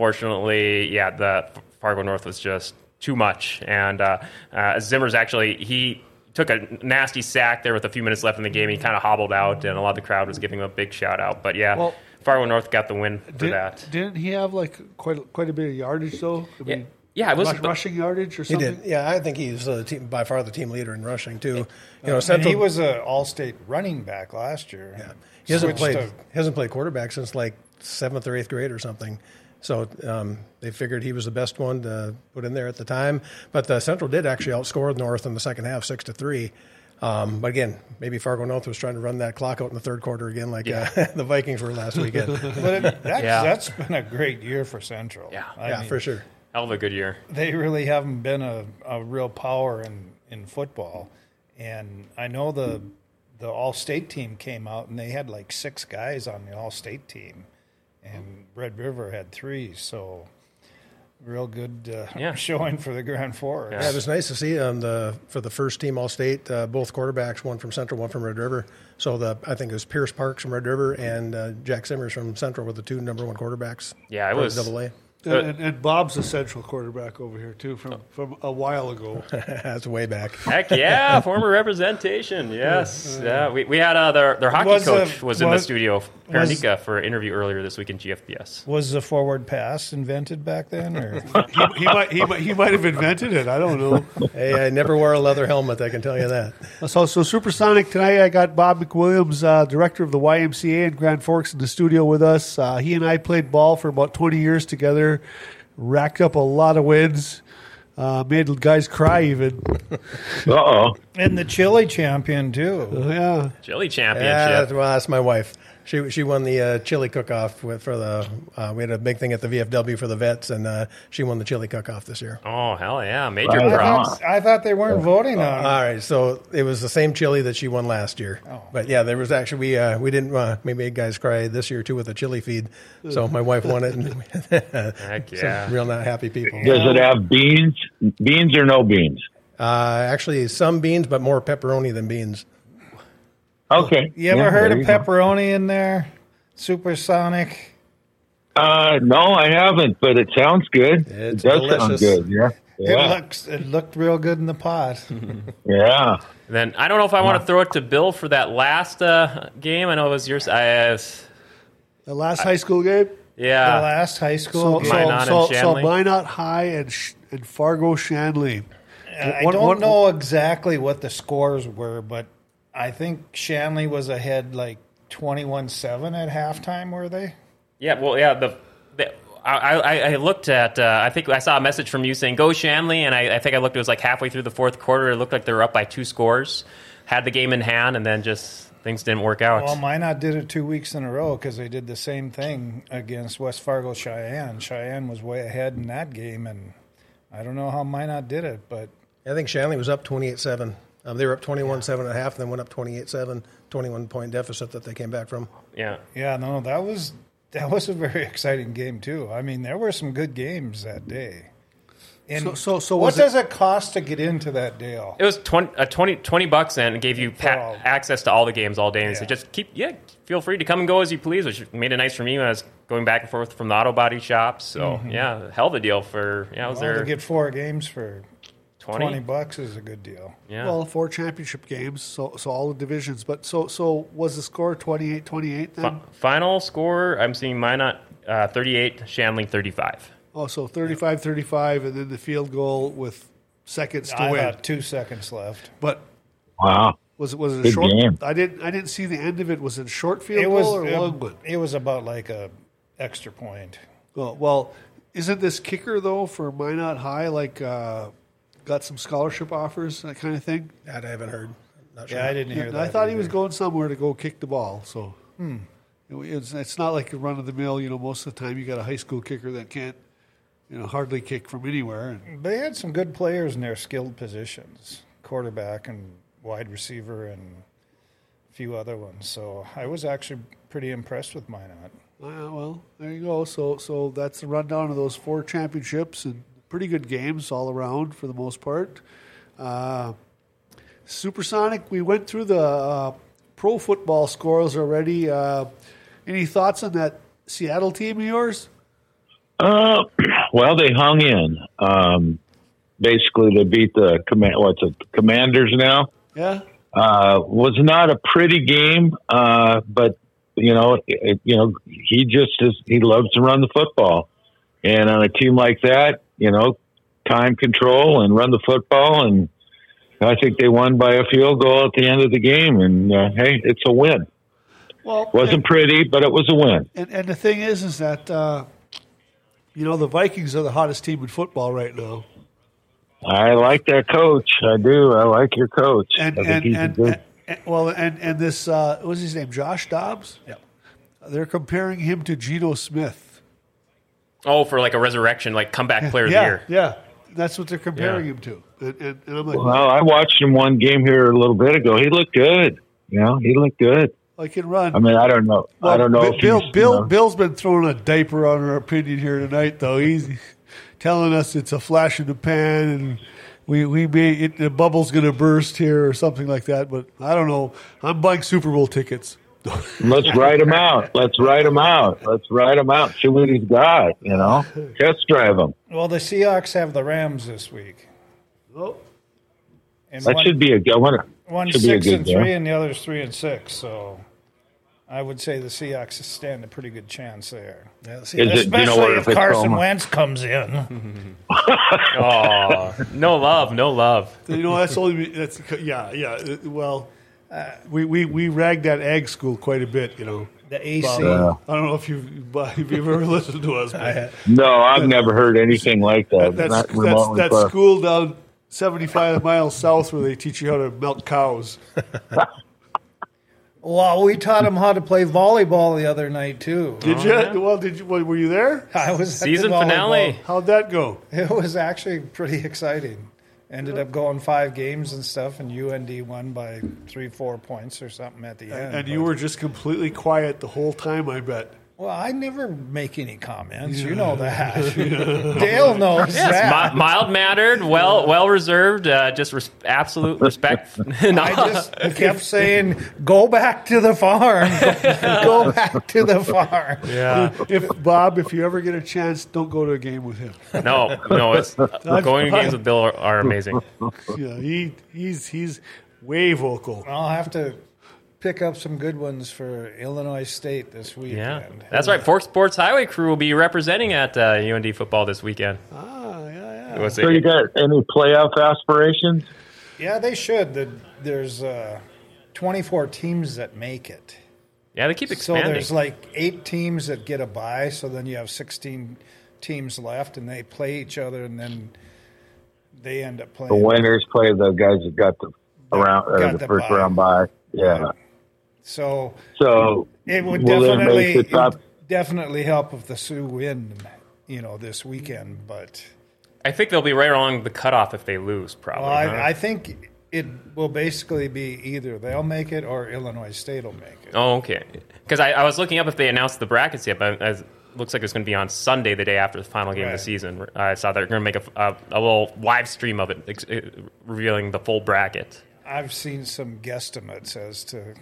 Speaker 3: unfortunately, yeah, the Fargo North was just too much. And uh, uh, Zimmer's actually he took a nasty sack there with a few minutes left in the game. He kind of hobbled out, and a lot of the crowd was giving him a big shout out. But yeah,
Speaker 1: Well-
Speaker 3: Fargo North got the win for
Speaker 1: Did,
Speaker 3: that.
Speaker 1: Didn't he have like quite quite a bit of yardage though? I
Speaker 3: Yeah,
Speaker 1: mean,
Speaker 3: yeah, it was
Speaker 1: rush- rushing yardage or
Speaker 4: He
Speaker 1: something.
Speaker 4: did. Yeah, I think he's the team, by far the team leader in rushing too. You know,
Speaker 2: Uh, And
Speaker 4: Central,
Speaker 2: he was an all-state running back last year. Yeah.
Speaker 4: he hasn't played he hasn't played quarterback since like seventh or eighth grade or something. So um, they figured he was the best one to put in there at the time. But the Central did actually outscore North in the second half, six to three. Um, but again, maybe Fargo North was trying to run that clock out in the third quarter again, like uh, the Vikings were last weekend.
Speaker 2: But it, that's,
Speaker 3: Yeah.
Speaker 2: that's been a great year for Central.
Speaker 3: Yeah.
Speaker 2: I
Speaker 4: yeah,
Speaker 2: mean,
Speaker 4: for sure.
Speaker 3: hell of a good year.
Speaker 2: they really haven't been a, a real power in, in football. And I know the the All State team came out and they had like six guys on the All State team, and Red River had three. So real good uh,
Speaker 3: Yeah.
Speaker 2: showing for the Grand Forks.
Speaker 4: Yeah, it was nice to see um, the for the first team All State, uh, both quarterbacks, one from Central, one from Red River. So the I think it was Pierce Parks from Red River and uh, Jack Simmers from Central were the two number one quarterbacks.
Speaker 3: Yeah, it
Speaker 4: for
Speaker 3: was-
Speaker 4: Double A.
Speaker 3: Uh,
Speaker 1: And, and, and Bob's a central quarterback over here too
Speaker 3: Oh.
Speaker 1: from from a while ago.
Speaker 4: That's way back.
Speaker 3: Heck yeah, former representation. Yes, yeah. We, we had uh, their their hockey
Speaker 2: Was, uh,
Speaker 3: coach was in the
Speaker 2: was-
Speaker 3: studio,
Speaker 2: was-
Speaker 3: Peronika, for an interview earlier this week in GFBS.
Speaker 2: Was the forward pass invented back then? Or?
Speaker 1: He, he might he might he might have invented it. I don't know.
Speaker 4: Hey, I never wore a leather helmet. I can tell you that.
Speaker 1: So so supersonic tonight. I got Bob McWilliams, uh, director of the YMCA in Grand Forks, in the studio with us. Uh, he and I played ball for about twenty years together, racked up a lot of wins, uh, made guys cry even.
Speaker 5: Uh oh.
Speaker 2: and the Chile champion, too.
Speaker 1: Yeah.
Speaker 3: Chili
Speaker 4: Yeah, that's,
Speaker 3: championship.
Speaker 4: Ah, well, that's my wife. She she won the uh, chili cook off for the. Uh, we had a big thing at the VFW for the vets, and uh, she won the chili cook off this year.
Speaker 3: Oh hell yeah, major
Speaker 5: Wow.
Speaker 2: I
Speaker 3: props.
Speaker 2: thought, I thought they weren't voting on it.
Speaker 4: All right, so it was the same chili that she won last year. But yeah, there was actually we uh, we didn't uh, we made guys cry this year too with a chili feed. So my wife won it, and
Speaker 3: Heck
Speaker 4: some
Speaker 3: yeah.
Speaker 4: real not happy people.
Speaker 5: Does it have beans? Beans or no beans?
Speaker 4: Uh, actually, some beans, but more pepperoni than beans.
Speaker 5: Okay.
Speaker 2: You ever
Speaker 5: Yeah,
Speaker 2: heard
Speaker 5: there
Speaker 2: of
Speaker 5: you go.
Speaker 2: pepperoni in there? Supersonic.
Speaker 5: Uh, no, I haven't, but it sounds good.
Speaker 4: It's
Speaker 5: it does
Speaker 4: delicious.
Speaker 5: sound good. Yeah.
Speaker 2: It
Speaker 5: Yeah.
Speaker 2: looks it looked real good in the pot.
Speaker 5: Yeah.
Speaker 3: Then I don't know if I want to throw it to Bill for that last uh, game. I know it was yours. I, uh,
Speaker 1: The last high school game.
Speaker 2: the
Speaker 3: yeah.
Speaker 2: last high
Speaker 1: So, so,
Speaker 2: school game.
Speaker 3: Minot and
Speaker 1: so, so
Speaker 3: Shanley?
Speaker 1: Minot High and, Sh- and Fargo Shanley.
Speaker 2: I
Speaker 1: What-
Speaker 2: don't
Speaker 1: what-
Speaker 2: know exactly what the scores were, but I think Shanley was ahead like 21-7 at halftime, were they?
Speaker 3: Yeah, well, yeah. The, the I, I, I looked at. Uh, I think I saw a message from you saying go Shamley, and I, I think I looked. It was like halfway through the fourth quarter. It looked like they were up by two scores, had the game in hand, and then just things didn't work out.
Speaker 2: Well, Minot did it two weeks in a row because they did the same thing against West Fargo Cheyenne. Cheyenne was way ahead in that game, and I don't know how Minot did it, but
Speaker 4: I think Shanley was up 28 7. Um, they were up 21 7 and a half, and then went up 28 7, 21 point deficit that they came back from.
Speaker 3: yeah,
Speaker 2: yeah, no, that was that was a very exciting game too. I mean, there were some good games that day. And
Speaker 4: So- so- so
Speaker 2: what
Speaker 4: was it-
Speaker 2: does it cost to get into that deal?
Speaker 3: it was 20, uh, 20, 20 bucks, and it gave you
Speaker 2: For
Speaker 3: pa-
Speaker 2: all.
Speaker 3: access to all the games all day. And so
Speaker 2: Yeah.
Speaker 3: just keep, yeah, feel free to come and go as you please, which made it nice for me when I was going back and forth from the auto body shop. So yeah, hell of a deal for yeah, I was
Speaker 2: Well,
Speaker 3: there
Speaker 2: to get four games for
Speaker 3: 20?
Speaker 2: 20 bucks is a good deal.
Speaker 3: Yeah.
Speaker 1: Well, four championship games, so so all the divisions. But so so was the score 28-28 then?
Speaker 3: Fi- final score, I'm seeing Minot uh, 38, Shanling 35.
Speaker 1: Oh, so 35-35, and then the field goal with seconds to
Speaker 2: I
Speaker 1: win.
Speaker 2: had two seconds left.
Speaker 1: But
Speaker 5: Wow.
Speaker 1: was it was it a
Speaker 5: Good
Speaker 1: short?
Speaker 5: game.
Speaker 1: I didn't I didn't see the end of it. Was it short field
Speaker 2: It
Speaker 1: goal
Speaker 2: was
Speaker 1: or long
Speaker 2: it,
Speaker 1: one?
Speaker 2: it was about like a extra point.
Speaker 1: Well, well, isn't this kicker though for Minot High like uh, got some scholarship offers that kind of thing?
Speaker 4: That I haven't heard. Not sure.
Speaker 2: Yeah, I didn't hear that.
Speaker 1: I thought he
Speaker 2: either.
Speaker 1: was going somewhere to go kick the ball. So hmm. It wa- it's, it's not like a run of the mill. You know, most of the time you got a high school kicker that can't, you know, hardly kick from anywhere. And
Speaker 2: They had some good players in their skilled positions, quarterback and wide receiver and a few other ones. So I was actually pretty impressed with Minot.
Speaker 1: uh, well, there you go. So so that's the rundown of those four championships and pretty good games all around for the most part. Uh, Supersonic, we went through the uh, pro football scores already. Uh, any thoughts on that Seattle team of yours?
Speaker 5: Uh, well, they hung in. Um, basically, they beat the command. What's it? Commanders now.
Speaker 1: Yeah.
Speaker 5: uh, was not a pretty game, uh, but you know, it, you know, he just is, he loves to run the football, and on a team like that, you know, time control and run the football, and I think they won by a field goal at the end of the game, and uh, hey, it's a win.
Speaker 1: Well,
Speaker 5: wasn't pretty, but it was a win.
Speaker 1: And, and the thing is, is that uh, you know the Vikings are the hottest team in football right now,
Speaker 5: I like that coach. I do. I like your coach.
Speaker 1: and
Speaker 5: I think
Speaker 1: and,
Speaker 5: he's
Speaker 1: and,
Speaker 5: a good.
Speaker 1: and, and- well, and and this uh, what was his name, Josh Dobbs.
Speaker 4: Yep.
Speaker 1: They're comparing him to Geno Smith.
Speaker 3: Oh, for like a resurrection, like comeback player
Speaker 1: yeah,
Speaker 3: of the year.
Speaker 1: yeah, that's what they're comparing
Speaker 3: Yeah.
Speaker 1: him to. And, and, and I'm like,
Speaker 5: well, I watched him one game here a little bit ago. He looked good. You know, he looked good.
Speaker 1: I can run.
Speaker 5: I mean, I don't know. I don't know.
Speaker 1: Well,
Speaker 5: if
Speaker 1: Bill,
Speaker 5: he's,
Speaker 1: Bill,
Speaker 5: you know-
Speaker 1: Bill's been throwing a diaper on our opinion here tonight, though. He's telling us it's a flash in the pan, and we we may it, the bubble's going to burst here or something like that. But I don't know. I'm buying Super Bowl tickets.
Speaker 5: Let's write him out. Let's write him out. Let's write him out. See what he's got. You know, test drive him.
Speaker 2: Well, the Seahawks have the Rams this week.
Speaker 1: Oh,
Speaker 2: And
Speaker 5: That
Speaker 2: one,
Speaker 5: should be a good one.
Speaker 2: one's
Speaker 5: Should be a
Speaker 2: six
Speaker 5: good
Speaker 2: and three,
Speaker 5: game.
Speaker 2: and the other's three and six. So I would say the Seahawks stand a pretty good chance there.
Speaker 4: Yeah, see,
Speaker 5: Is it?
Speaker 2: Especially
Speaker 5: do You know what?
Speaker 2: if
Speaker 5: it's
Speaker 2: Carson
Speaker 5: Roma-
Speaker 2: Wentz comes in.
Speaker 3: Oh, no love, no love.
Speaker 1: you know that's only that's yeah yeah. uh, Well, uh, we we we ragged that ag school quite a bit, you know.
Speaker 2: The AC.
Speaker 1: Bob. I don't know if you if you've ever listened to us, but
Speaker 5: No, I've never heard anything like that.
Speaker 1: that's
Speaker 5: Not
Speaker 1: that's,
Speaker 5: remotely
Speaker 1: that's
Speaker 5: close.
Speaker 1: school down 75 miles south where they teach you how to milk cows.
Speaker 2: Well, we taught him how to play volleyball the other night, too.
Speaker 1: Did you? Well, did you? Were you there?
Speaker 2: I was at the
Speaker 3: Season
Speaker 2: volleyball-
Speaker 3: finale.
Speaker 1: How'd that go?
Speaker 2: It was actually pretty exciting. Ended up going five games and stuff, and UND won by three, four points or something at the end.
Speaker 1: And you were just completely quiet the whole time, I bet.
Speaker 2: well, I never make any comments. You know that. Dale knows
Speaker 3: Yes,
Speaker 2: that.
Speaker 3: mi- mild mannered, well well reserved, uh, just res- absolute respect. and
Speaker 2: I just kept saying, "Go back to the farm. Go back to the farm."
Speaker 3: yeah.
Speaker 1: If Bob, if you ever get a chance, don't go to a game with him.
Speaker 3: No, no, it's going to games with Bill are, are amazing.
Speaker 1: Yeah, he he's he's way vocal.
Speaker 2: I'll have to pick up some good ones for Illinois State this
Speaker 3: Yeah,
Speaker 2: weekend.
Speaker 3: that's right. Fork Sports Highway Crew will be representing at uh, UND football this weekend.
Speaker 2: Uh,
Speaker 1: Ah, yeah,
Speaker 3: It
Speaker 1: yeah.
Speaker 3: was
Speaker 5: So you
Speaker 3: a-
Speaker 5: got any playoff aspirations?
Speaker 2: Yeah, they should. The, there's uh, 24 teams that make it.
Speaker 3: Yeah, they keep
Speaker 2: So
Speaker 3: expanding.
Speaker 2: there's like eight teams that get a bye, so then you have 16 teams left, and they play each other, and then they end up playing.
Speaker 5: The winners play the guys that got the round or
Speaker 2: Got
Speaker 5: the,
Speaker 2: the
Speaker 5: first
Speaker 2: bye.
Speaker 5: round bye. Yeah.
Speaker 2: So
Speaker 5: So
Speaker 2: it would
Speaker 5: will that
Speaker 2: definitely
Speaker 5: make the top?
Speaker 2: it would definitely help if the Sioux win, you know, this weekend. But
Speaker 3: I think they'll be right along the cutoff if they lose, probably.
Speaker 2: well,
Speaker 3: huh?
Speaker 2: I, I think it will basically be either they'll make it or Illinois State will make it.
Speaker 3: Oh, okay. Because I, I was looking up if they announced the brackets yet, but it looks like it's going to be on Sunday, the day after the final game of
Speaker 2: Right.
Speaker 3: the season. I saw they're going to make a, a, a little live stream of it, ex- eh, revealing the full bracket.
Speaker 2: I've seen some guesstimates as to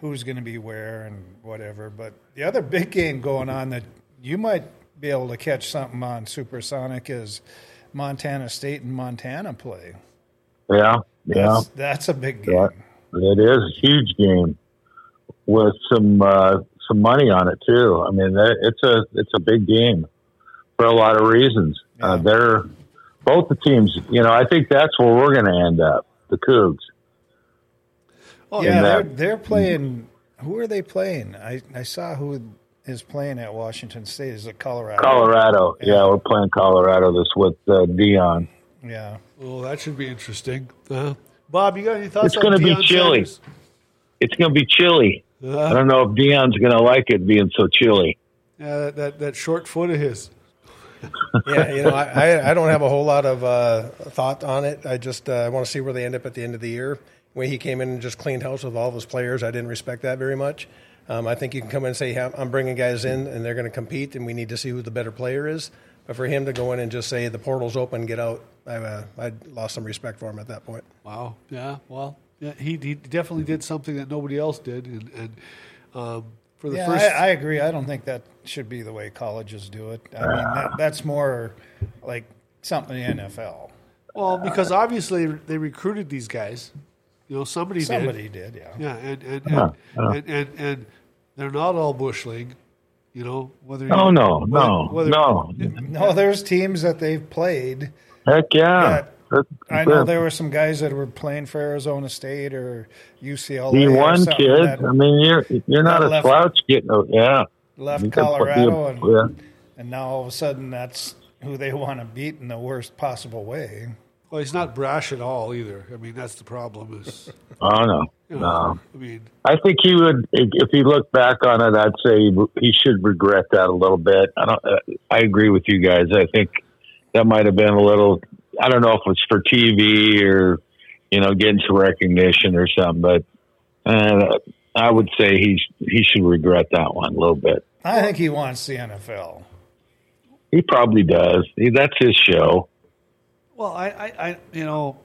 Speaker 2: who's going to be where and whatever. But the other big game going on that you might be able to catch something on Supersonic is Montana State and Montana play.
Speaker 5: Yeah. Yeah.
Speaker 2: That's, that's a big game.
Speaker 5: Yeah. It is a huge game with some uh, some money on it too. I mean, that, it's a it's a big game for a lot of reasons. Uh, they're both the teams. You know, I think that's where we're going to end up. The Cougs.
Speaker 2: Oh, yeah,
Speaker 5: And
Speaker 2: they're,
Speaker 5: that-
Speaker 2: they're playing. Who are they playing? I, I saw who is playing at Washington State. Is it Colorado?
Speaker 5: Colorado. Yeah, we're playing Colorado this with uh, Dion.
Speaker 2: Yeah.
Speaker 1: Well, that should be interesting. Uh, Bob, you got any thoughts?
Speaker 5: It's
Speaker 1: on
Speaker 5: gonna be
Speaker 1: Deion
Speaker 5: chilly.
Speaker 1: Sanders?
Speaker 5: It's going to be chilly. I
Speaker 1: Uh,
Speaker 5: don't know if Dion's going to like it being so chilly.
Speaker 1: uh, that that short foot of his.
Speaker 4: yeah, you know, I, I- I don't have a whole lot of uh, thought on it. I just uh, want to see where they end up at the end of the year. When he came in and just cleaned house with all of his players, I didn't respect that very much. Um, I think you can come in and say, "Yeah, I'm bringing guys in and they're going to compete, and we need to see who the better player is. But for him to go in and just say, the portal's open, get out, I, uh, I lost some respect for him at that point.
Speaker 1: Wow. Yeah. Well, yeah, he he definitely did something that nobody else did, and and um, for the
Speaker 2: Yeah,
Speaker 1: first.
Speaker 2: I, I agree. I don't think that should be the way colleges do it. I mean, that, that's more like something in the NFL.
Speaker 1: well, because obviously they recruited these guys. You know, somebody did.
Speaker 2: Somebody did, yeah.
Speaker 1: Yeah, and and and, and, and and they're not all bush league. You know, whether you,
Speaker 5: Oh no, no,
Speaker 1: whether-
Speaker 5: no.
Speaker 2: No, there's teams that they've played.
Speaker 5: Heck yeah.
Speaker 2: I know there were some guys that were playing for Arizona State or UCLA.
Speaker 5: He
Speaker 2: or
Speaker 5: won,
Speaker 2: something
Speaker 5: kid.
Speaker 2: that
Speaker 5: I mean, you're you're not
Speaker 2: that
Speaker 5: a
Speaker 2: left-
Speaker 5: slouch, getting. Oh, yeah.
Speaker 2: left
Speaker 5: You could-
Speaker 2: Colorado, and,
Speaker 5: yeah.
Speaker 2: and now all of a sudden that's who they want to beat in the worst possible way.
Speaker 1: Well, he's not brash at all either. I mean, that's the problem. Is
Speaker 5: Oh no,
Speaker 1: you
Speaker 5: no.
Speaker 1: know, I mean,
Speaker 5: I think he would. If he looked back on it, I'd say he, he should regret that a little bit. I don't. uh, I agree with you guys. I think that might have been a little. I don't know if it's for TV or you know getting some recognition or something, but uh, I would say he he should regret that one a little bit.
Speaker 2: I think he wants the NFL.
Speaker 5: He probably does. He, that's his show.
Speaker 1: well, I, I, I you know,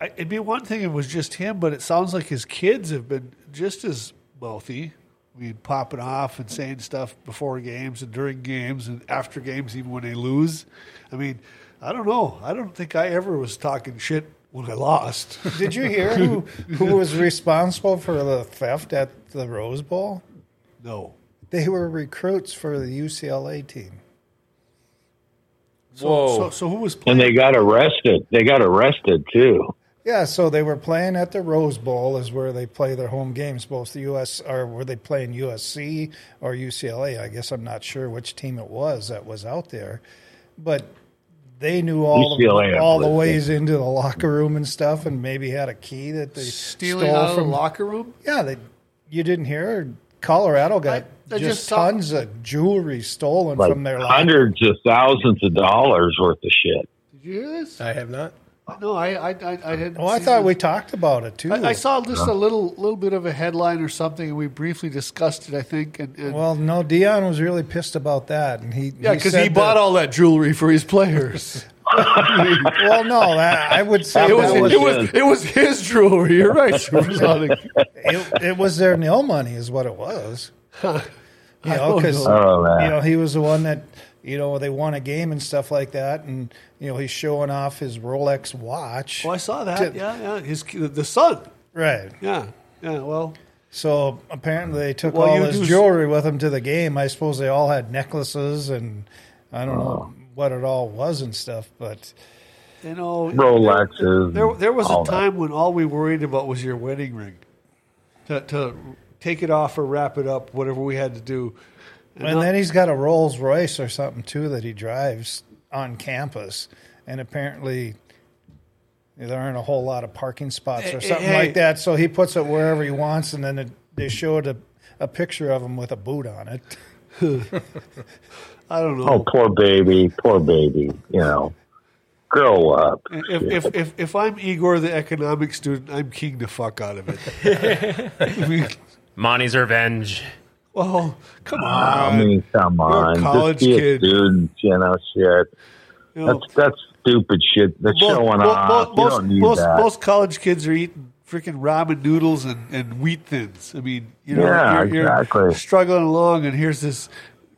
Speaker 1: I, it'd be one thing if it was just him, but it sounds like his kids have been just as mouthy. I mean, popping off and saying stuff before games and during games and after games, even when they lose. I mean, I don't know. I don't think I ever was talking shit when I lost.
Speaker 2: Did you hear who, who was responsible for the theft at the Rose Bowl?
Speaker 1: no.
Speaker 2: They were recruits for the UCLA team.
Speaker 1: So,
Speaker 3: Whoa.
Speaker 1: So, so who was playing?
Speaker 5: And they got arrested. They got arrested too.
Speaker 2: Yeah, so they were playing at the Rose Bowl, is where they play their home games. Both the U.S. or were they playing USC or UCLA? I guess I'm not sure which team it was that was out there, but they knew all
Speaker 5: UCLA,
Speaker 2: the,
Speaker 5: I
Speaker 2: all the
Speaker 5: believe,
Speaker 2: ways into the locker room and stuff, and maybe had a key that they
Speaker 1: stealing
Speaker 2: stole
Speaker 1: out of the
Speaker 2: from.
Speaker 1: locker room?
Speaker 2: yeah, they, you didn't hear Colorado got
Speaker 1: I
Speaker 2: just,
Speaker 1: just saw-
Speaker 2: tons of jewelry stolen
Speaker 5: Like
Speaker 2: from their locker.
Speaker 5: hundreds of thousands of dollars worth of shit.
Speaker 1: Did you hear this?
Speaker 4: I have not.
Speaker 1: Uh, No, I, I, I, I didn't.
Speaker 2: Oh, I
Speaker 1: see
Speaker 2: thought
Speaker 1: this.
Speaker 2: we talked about it too.
Speaker 1: I, I saw just a little, little bit of a headline or something, and we briefly discussed it. I think, and, and
Speaker 2: Well, no, Dion was really pissed about that, and he
Speaker 1: yeah, because he,
Speaker 2: said
Speaker 1: bought
Speaker 2: that-
Speaker 1: all that jewelry for his players.
Speaker 2: Well, no, that, I would say
Speaker 1: it was,
Speaker 2: that was,
Speaker 1: it was, it was his jewelry. You're right, Supersonic.
Speaker 2: it, it was their nil money, is what it was. You know,
Speaker 1: don't
Speaker 2: because
Speaker 1: know.
Speaker 5: Oh man.
Speaker 2: you know he was the one that you know they won a game and stuff like that, and you know he's showing off his Rolex watch,
Speaker 1: Well, I saw that. Yeah, yeah. His the son.
Speaker 2: right?
Speaker 1: Yeah, yeah. Well,
Speaker 2: So apparently they took
Speaker 1: Well,
Speaker 2: all
Speaker 1: you
Speaker 2: his
Speaker 1: do s-
Speaker 2: jewelry with them to the game. I suppose they all had necklaces and I don't
Speaker 5: Oh.
Speaker 2: know what it all was and stuff, but
Speaker 1: you know,
Speaker 5: Rolexes,
Speaker 1: There, there was
Speaker 5: all
Speaker 1: a
Speaker 5: that.
Speaker 1: time when all we worried about was your wedding ring. To, to take it off or wrap it up, whatever we had to do.
Speaker 2: And then he's got a Rolls Royce or something too that he drives on campus, and apparently there aren't a whole lot of parking spots or something
Speaker 1: Hey.
Speaker 2: like that. So he puts it wherever he wants, and then it, they showed a, a picture of him with a boot on it.
Speaker 1: I don't know.
Speaker 5: Oh, poor baby, poor baby. You know, grow up.
Speaker 1: If, if, if, if I'm Igor, the economic student, I'm king the fuck out of it. I mean,
Speaker 3: Monty's revenge.
Speaker 1: well, come
Speaker 5: I
Speaker 1: on.
Speaker 5: mean, come on,
Speaker 1: uh, college
Speaker 5: just be a
Speaker 1: kid.
Speaker 5: student. You know, shit.
Speaker 1: You know,
Speaker 5: That's that's stupid shit. That's
Speaker 1: mo-
Speaker 5: showing
Speaker 1: mo- mo-
Speaker 5: off. you
Speaker 1: most,
Speaker 5: don't need
Speaker 1: most,
Speaker 5: that.
Speaker 1: most college kids are eating freaking ramen noodles and, and wheat thins. I mean, you know,
Speaker 5: Yeah,
Speaker 1: you're, you're
Speaker 5: exactly.
Speaker 1: struggling along, and here's this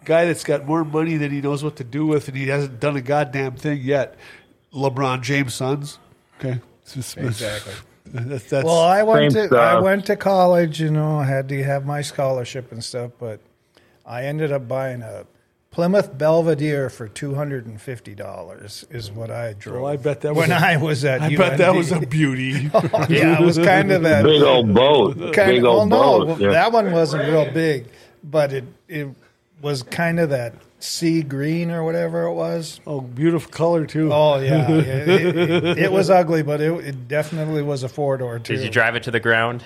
Speaker 1: guy that's got more money than he knows what to do with, and he hasn't done a goddamn thing yet. LeBron James sons. Okay. Exactly. That's, that's,
Speaker 2: Well, I went
Speaker 5: Same
Speaker 2: to I
Speaker 5: stuff.
Speaker 2: went to college, you know, I had to have my scholarship and stuff, but I ended up buying a Plymouth Belvedere for two hundred and fifty dollars is what I drove.
Speaker 1: Well, I bet that was
Speaker 2: when
Speaker 1: a-
Speaker 2: I was at
Speaker 1: I bet that
Speaker 2: UND.
Speaker 1: was a beauty.
Speaker 2: yeah, it was kind of that
Speaker 5: big old boat.
Speaker 2: kind
Speaker 5: big
Speaker 2: of,
Speaker 5: old
Speaker 2: well, no,
Speaker 5: boat.
Speaker 2: well,
Speaker 5: yeah.
Speaker 2: that one wasn't real big, but it it was kind of that sea green or whatever it was.
Speaker 1: Oh, beautiful color too.
Speaker 2: Oh yeah, it, it- it- it was ugly, but it, it definitely was a four door too.
Speaker 3: Did you drive it to the ground?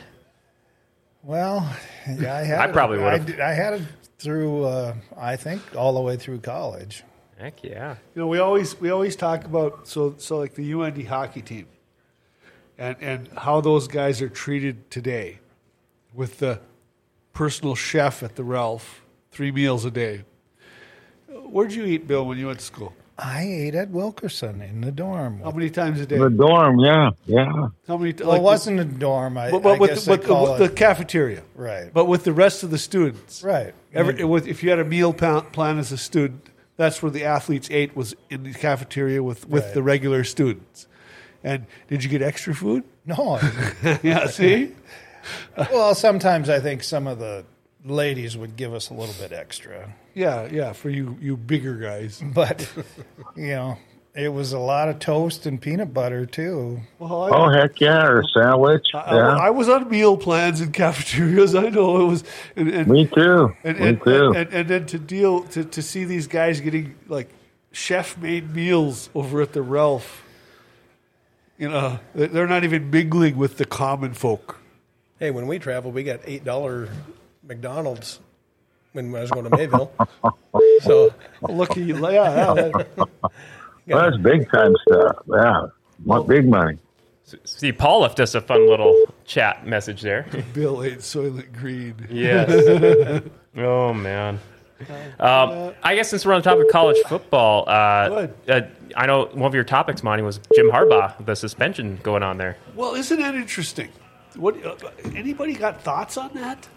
Speaker 2: Well, yeah, I had.
Speaker 3: I
Speaker 2: it-
Speaker 3: probably would've.
Speaker 2: I, did- I had it through. Uh, I think all the way through college.
Speaker 3: Heck yeah.
Speaker 1: You know, we always we always talk about so so like the UND hockey team, and and how those guys are treated today, with the personal chef at the Ralph, three meals a day. Where'd you eat, Bill, when you went to school?
Speaker 2: I ate at Wilkerson in the dorm.
Speaker 1: How
Speaker 2: Well,
Speaker 1: many times a day?
Speaker 5: the dorm. Yeah, yeah.
Speaker 1: How many?
Speaker 2: it wasn't a dorm. I,
Speaker 1: But, but
Speaker 2: I
Speaker 1: with,
Speaker 2: guess
Speaker 1: the-
Speaker 2: they
Speaker 1: with, the-
Speaker 2: call
Speaker 1: with the
Speaker 2: it
Speaker 1: cafeteria,
Speaker 2: right.
Speaker 1: but with the rest of the students,
Speaker 2: right.
Speaker 1: Every, with, if you had a meal pa- plan as a student, that's where the athletes ate was in the cafeteria with, with
Speaker 2: Right.
Speaker 1: the regular students. And did you get extra food?
Speaker 2: no.
Speaker 1: yeah, see?
Speaker 2: well, sometimes I think some of the ladies would give us a little bit extra,
Speaker 1: Yeah, yeah, for you you bigger guys.
Speaker 2: but you know, it was a lot of toast and peanut butter too.
Speaker 1: Well,
Speaker 5: Oh heck yeah, or a sandwich.
Speaker 1: I,
Speaker 5: yeah.
Speaker 1: I was on meal plans in cafeterias. I know it was, and and,
Speaker 5: me too.
Speaker 1: and,
Speaker 5: me
Speaker 1: and,
Speaker 5: too.
Speaker 1: and, and then to deal to, to see these guys getting like chef made meals over at the Ralph. You know, they- they're not even mingling with the common folk.
Speaker 4: Hey, when we traveled, we got eight dollar McDonald's when I was going to Mayville. so
Speaker 1: Lucky, yeah, yeah, that-
Speaker 5: Well, that's big time stuff. Yeah, Mo- big money.
Speaker 3: See, Paul left us a fun little chat message there.
Speaker 1: Bill ate Soylent Green.
Speaker 3: Yes. oh man. Um, I guess since we're on the topic of college football, uh,
Speaker 1: Good.
Speaker 3: uh, I know one of your topics, Monty, was Jim Harbaugh, the suspension going on there.
Speaker 1: Well, isn't that interesting? What? Uh, anybody got thoughts on that?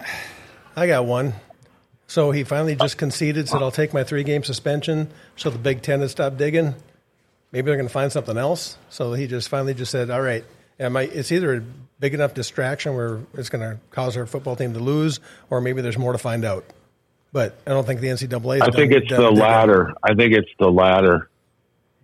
Speaker 4: I got one. So he finally just conceded, said, I'll take my three game suspension. So the Big Ten has stopped digging. Maybe they're going to find something else. So he just finally just said, All right, am I, it's either a big enough distraction where it's going to cause our football team to lose, or maybe there's more to find out. But I don't think the NCAA is
Speaker 5: I think it's the latter. I think it's the latter.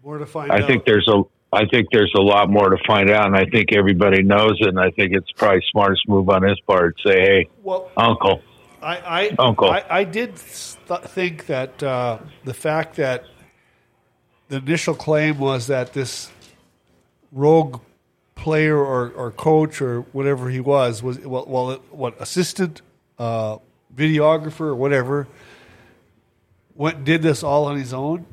Speaker 1: More to find out.
Speaker 5: I think there's a I think there's a lot more to find out, and I think everybody knows it. And I think it's probably smartest move on his part. Say, hey,
Speaker 1: Well,
Speaker 5: Uncle,
Speaker 1: I, I,
Speaker 5: Uncle.
Speaker 1: I, I did th- think that uh, the fact that the initial claim was that this rogue player or, or coach or whatever he was was well, well it- what assistant uh, videographer or whatever went and did this all on his own,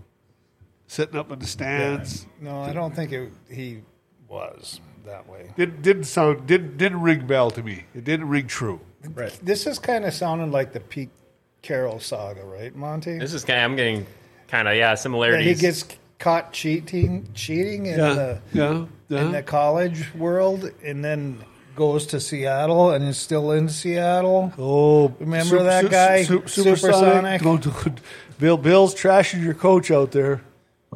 Speaker 1: sitting up in the stands.
Speaker 2: No, I don't think it, he was that way.
Speaker 1: Didn't didn't sound didn't didn't ring bell to me. It didn't ring true.
Speaker 4: Right.
Speaker 2: This is kind of sounding like the Pete Carroll saga, right, Monty?
Speaker 3: This is kind of, I'm getting kind of, yeah,
Speaker 2: That he
Speaker 3: similarities.
Speaker 2: gets caught cheating, cheating in the
Speaker 1: yeah, yeah.
Speaker 2: in the college world, and then goes to Seattle and is still in Seattle.
Speaker 1: Oh,
Speaker 2: Remember that guy, Supersonic?
Speaker 1: No, dude. Bill, Bill's trashing your coach out there.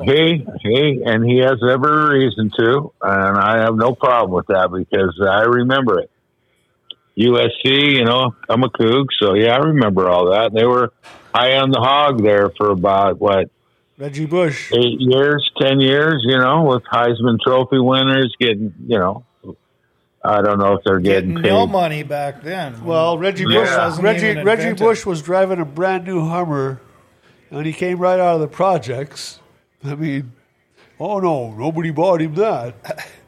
Speaker 5: hey, hey, and he has every reason to, and I have no problem with that because I remember it. USC, you know, I'm a kook, so yeah, I remember all that. They were high on the hog there for about what
Speaker 1: Reggie Bush.
Speaker 5: eight years, ten years, you know, with Heisman Trophy winners getting, you know, I don't know if they're getting,
Speaker 2: Getting
Speaker 5: paid.
Speaker 2: no money back then.
Speaker 1: Well, Reggie
Speaker 5: Yeah.
Speaker 1: Bush,
Speaker 5: Wasn't
Speaker 1: Reggie
Speaker 2: even
Speaker 1: Reggie
Speaker 2: invented.
Speaker 1: Bush was driving a brand new Hummer, and he came right out of the projects. I mean, oh no, nobody bought him that.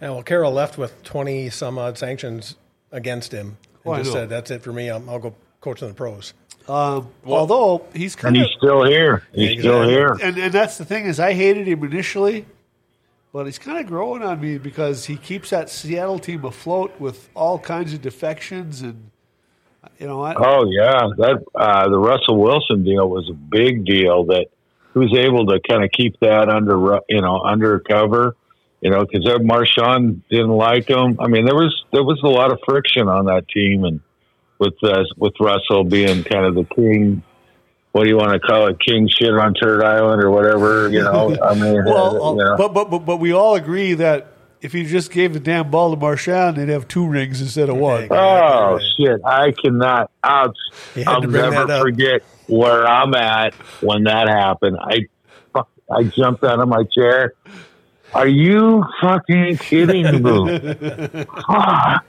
Speaker 4: Yeah, well, Carroll left with 20 some odd sanctions against him. And
Speaker 1: Oh, I
Speaker 4: just
Speaker 1: know.
Speaker 4: said, that's it for me. I'm, I'll go coach in the pros.
Speaker 1: Um, although he's
Speaker 5: and
Speaker 1: kind of,
Speaker 5: he's still here. He's still
Speaker 4: Exactly.
Speaker 5: here.
Speaker 1: and, and that's the thing is, I hated him initially, but he's kind of growing on me because he keeps that Seattle team afloat with all kinds of defections and you know, I,
Speaker 5: Oh yeah, that uh, the Russell Wilson deal was a big deal. That he was able to kind of keep that under ru- you know under cover, you know, because Marshawn didn't like him. I mean, there was there was a lot of friction on that team, and with uh, with Russell being kind of the king. What do you want to call it? King shit on Turd Island or whatever, you know. I mean,
Speaker 1: well,
Speaker 5: you know.
Speaker 1: uh, but, but but but we all agree that if you just gave the damn ball to Marchand, they'd have two rings instead of one.
Speaker 5: Oh shit! I cannot. I'll,
Speaker 4: You had
Speaker 5: I'll
Speaker 4: to bring that
Speaker 5: never
Speaker 4: up.
Speaker 5: forget where I'm at when that happened. I, fuck- I jumped out of my chair. Are you fucking kidding me? fuck.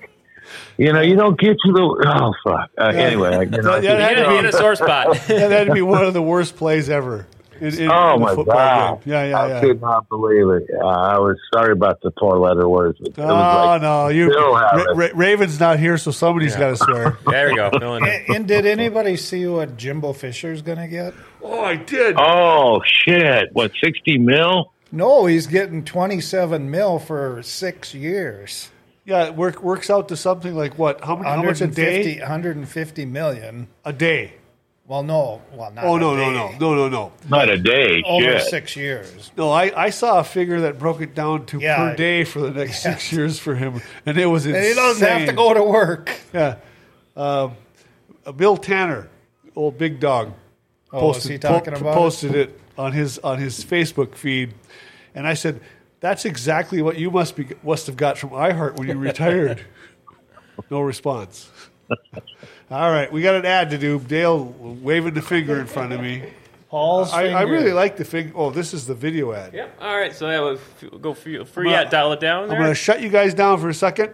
Speaker 5: You know, you don't get to the. Oh fuck. Uh, anyway, I, you know,
Speaker 1: Yeah, that-
Speaker 3: in, a, in a sore spot.
Speaker 1: Yeah, that'd be one of the worst plays ever. in- in-
Speaker 5: oh
Speaker 1: in a
Speaker 5: my
Speaker 1: football
Speaker 5: god.
Speaker 1: game. Yeah, yeah,
Speaker 5: I
Speaker 1: yeah.
Speaker 5: could not believe it. Yeah, I was sorry about the four letter words. But it
Speaker 1: Oh
Speaker 5: was like,
Speaker 1: no, you
Speaker 5: still have
Speaker 1: Ra- Ra- Raven's not here, so somebody's got to swear.
Speaker 3: There you go. No one-
Speaker 2: and, and did anybody see what Jimbo Fisher's going to get?
Speaker 1: oh, I did.
Speaker 5: Oh shit! What sixty mil?
Speaker 2: No, he's getting 27 mil for six years.
Speaker 1: Yeah, it work, works out to something like what? How, mu- how much a
Speaker 2: 150,
Speaker 1: day?
Speaker 2: 150 million.
Speaker 1: A day.
Speaker 2: Well, no, well not.
Speaker 1: Oh
Speaker 2: a
Speaker 1: no, no,
Speaker 2: day.
Speaker 1: no, no, no, no.
Speaker 5: Not a day.
Speaker 2: Over
Speaker 5: shit.
Speaker 2: six years.
Speaker 1: No, I, I saw a figure that broke it down to
Speaker 2: Yeah.
Speaker 1: per day for the next six years for him, and it was insane.
Speaker 2: And he doesn't have to go to work.
Speaker 1: Yeah. Um, uh, Bill Tanner, old big dog,
Speaker 2: Oh, is he talking
Speaker 1: po-
Speaker 2: about it?
Speaker 1: posted it? on his on his Facebook feed, and I said, "That's exactly what you must be must have got from iHeart when you retired." no response. All right, we got an ad to do. Dale waving the finger in front of me.
Speaker 2: Paul's
Speaker 1: I, I
Speaker 2: finger.
Speaker 1: really like the finger. Oh, this is the video ad.
Speaker 3: Yep. All right. So that was go free, free
Speaker 1: I'm gonna-
Speaker 3: at dial it down.
Speaker 1: I'm
Speaker 3: There.
Speaker 1: going to shut you guys down for a second.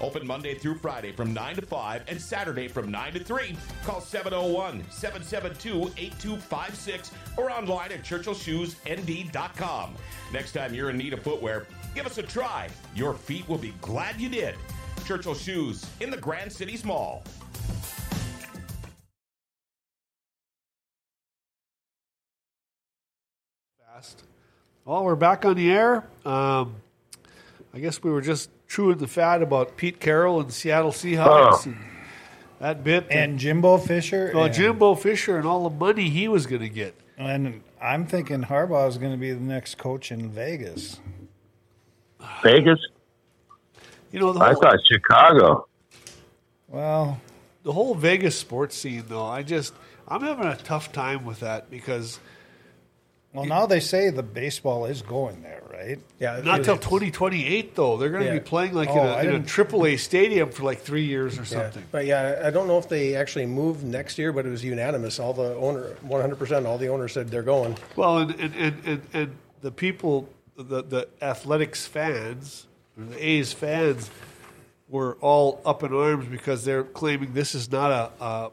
Speaker 6: Open Monday through Friday from 9 to 5 and Saturday from 9 to 3. Call 701 772 8256 or online at ChurchillShoesND.com. Next time you're in need of footwear, give us a try. Your feet will be glad you did. Churchill Shoes in the Grand Cities Mall.
Speaker 1: Well, we're back on the air. Um, I guess we were just chewing the fat about Pete Carroll and Seattle Seahawks and that bit.
Speaker 2: And Jimbo Fisher.
Speaker 1: uh,
Speaker 2: and,
Speaker 1: Jimbo Fisher and all the money he was going to get.
Speaker 2: and I'm thinking Harbaugh is going to be the next coach in Vegas.
Speaker 5: Vegas?
Speaker 1: You know, the
Speaker 5: I
Speaker 1: whole,
Speaker 5: thought Chicago.
Speaker 2: Well,
Speaker 1: the whole Vegas sports scene, though, I just, I'm having a tough time with that because
Speaker 2: well, now they say the baseball is going there, right?
Speaker 4: Yeah,
Speaker 1: not
Speaker 4: it-
Speaker 1: till 2028, though. They're going to
Speaker 4: Yeah.
Speaker 1: be playing like
Speaker 2: Oh, I
Speaker 1: in, a, in a
Speaker 2: didn't-
Speaker 1: AAA stadium for like three years or
Speaker 4: yeah.
Speaker 1: something.
Speaker 4: But yeah, I don't know if they actually moved next year, but it was unanimous. All the owner, 100%, all the owners said they're going.
Speaker 1: Well, and and, and, and, and the people, the, the athletics fans, or the A's fans, were all up in arms because they're claiming this is not a, a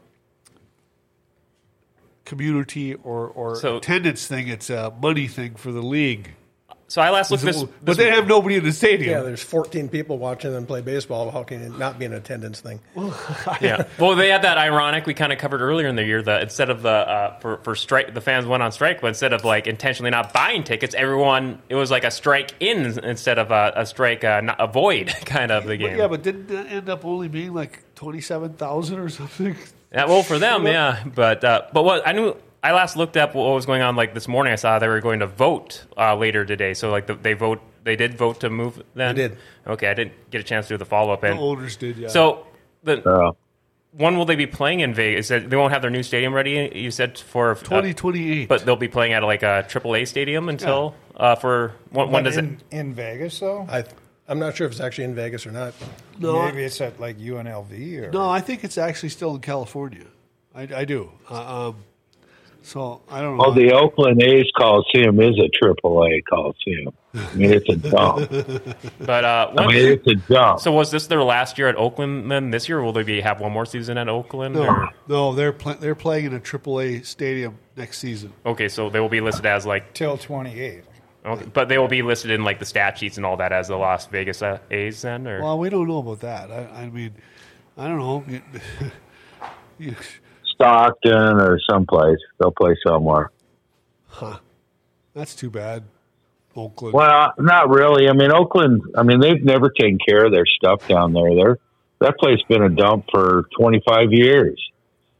Speaker 1: community or, or
Speaker 3: So-
Speaker 1: attendance thing, it's a money thing for the league.
Speaker 3: so I last looked this.
Speaker 1: but they have nobody in the
Speaker 4: Yeah,
Speaker 1: stadium.
Speaker 4: there's 14 people watching them play baseball. How can it not be an attendance thing?
Speaker 3: yeah. Well, they had that ironic we kind of covered earlier in the year that instead of the uh, for for strike the fans went on strike, but instead of like intentionally not buying tickets, everyone it was like a strike in instead of a, a strike uh, not, avoid kind of the game.
Speaker 1: yeah, but didn't that end up only being like 27,000 or something?
Speaker 3: Yeah, well, for them, yeah. But uh, but what I knew, I last looked up what was going on. Like this morning, I saw they were going to vote uh, later today. So like the, they vote they did vote to move then?
Speaker 4: They did.
Speaker 3: Okay, I didn't get a chance to do the follow up.
Speaker 1: The
Speaker 3: And
Speaker 1: owners did, yeah.
Speaker 3: so the
Speaker 5: Uh,
Speaker 3: when will they be playing in Vegas? They won't have their new stadium ready. You said for uh,
Speaker 1: 2028.
Speaker 3: but they'll be playing at like a AAA stadium until uh, for when, when
Speaker 2: But
Speaker 3: does
Speaker 2: in,
Speaker 3: it?
Speaker 2: in Vegas though?
Speaker 4: I, I'm not sure if it's actually in Vegas or not.
Speaker 1: no,
Speaker 2: Maybe it's at like UNLV or
Speaker 1: no, I think it's actually still in California. I, I do. Uh, um, so I don't know.
Speaker 5: oh, the Oakland A's Coliseum is a triple A Coliseum. I mean, it's a dump.
Speaker 3: But uh,
Speaker 5: I
Speaker 3: when-
Speaker 5: mean, it's a dump.
Speaker 3: so was this their last year at Oakland then this year? Or will they be have one more season at Oakland?
Speaker 1: no,
Speaker 3: Or?
Speaker 1: no, they're pl- they're playing in a AAA stadium next season.
Speaker 3: Okay, so they will be listed as like
Speaker 2: till twenty eight.
Speaker 3: Okay, but they will be listed in like the stat sheets and all that as the Las Vegas uh, A's then, or
Speaker 1: Well, we don't know about that. I, I mean, I don't know. You- you-
Speaker 5: Stockton or someplace. They'll play somewhere.
Speaker 1: That's too bad. Oakland.
Speaker 5: Well, not really. I mean, Oakland. I mean, they've never taken care of their stuff down there. They're, that place been a dump for 25 years.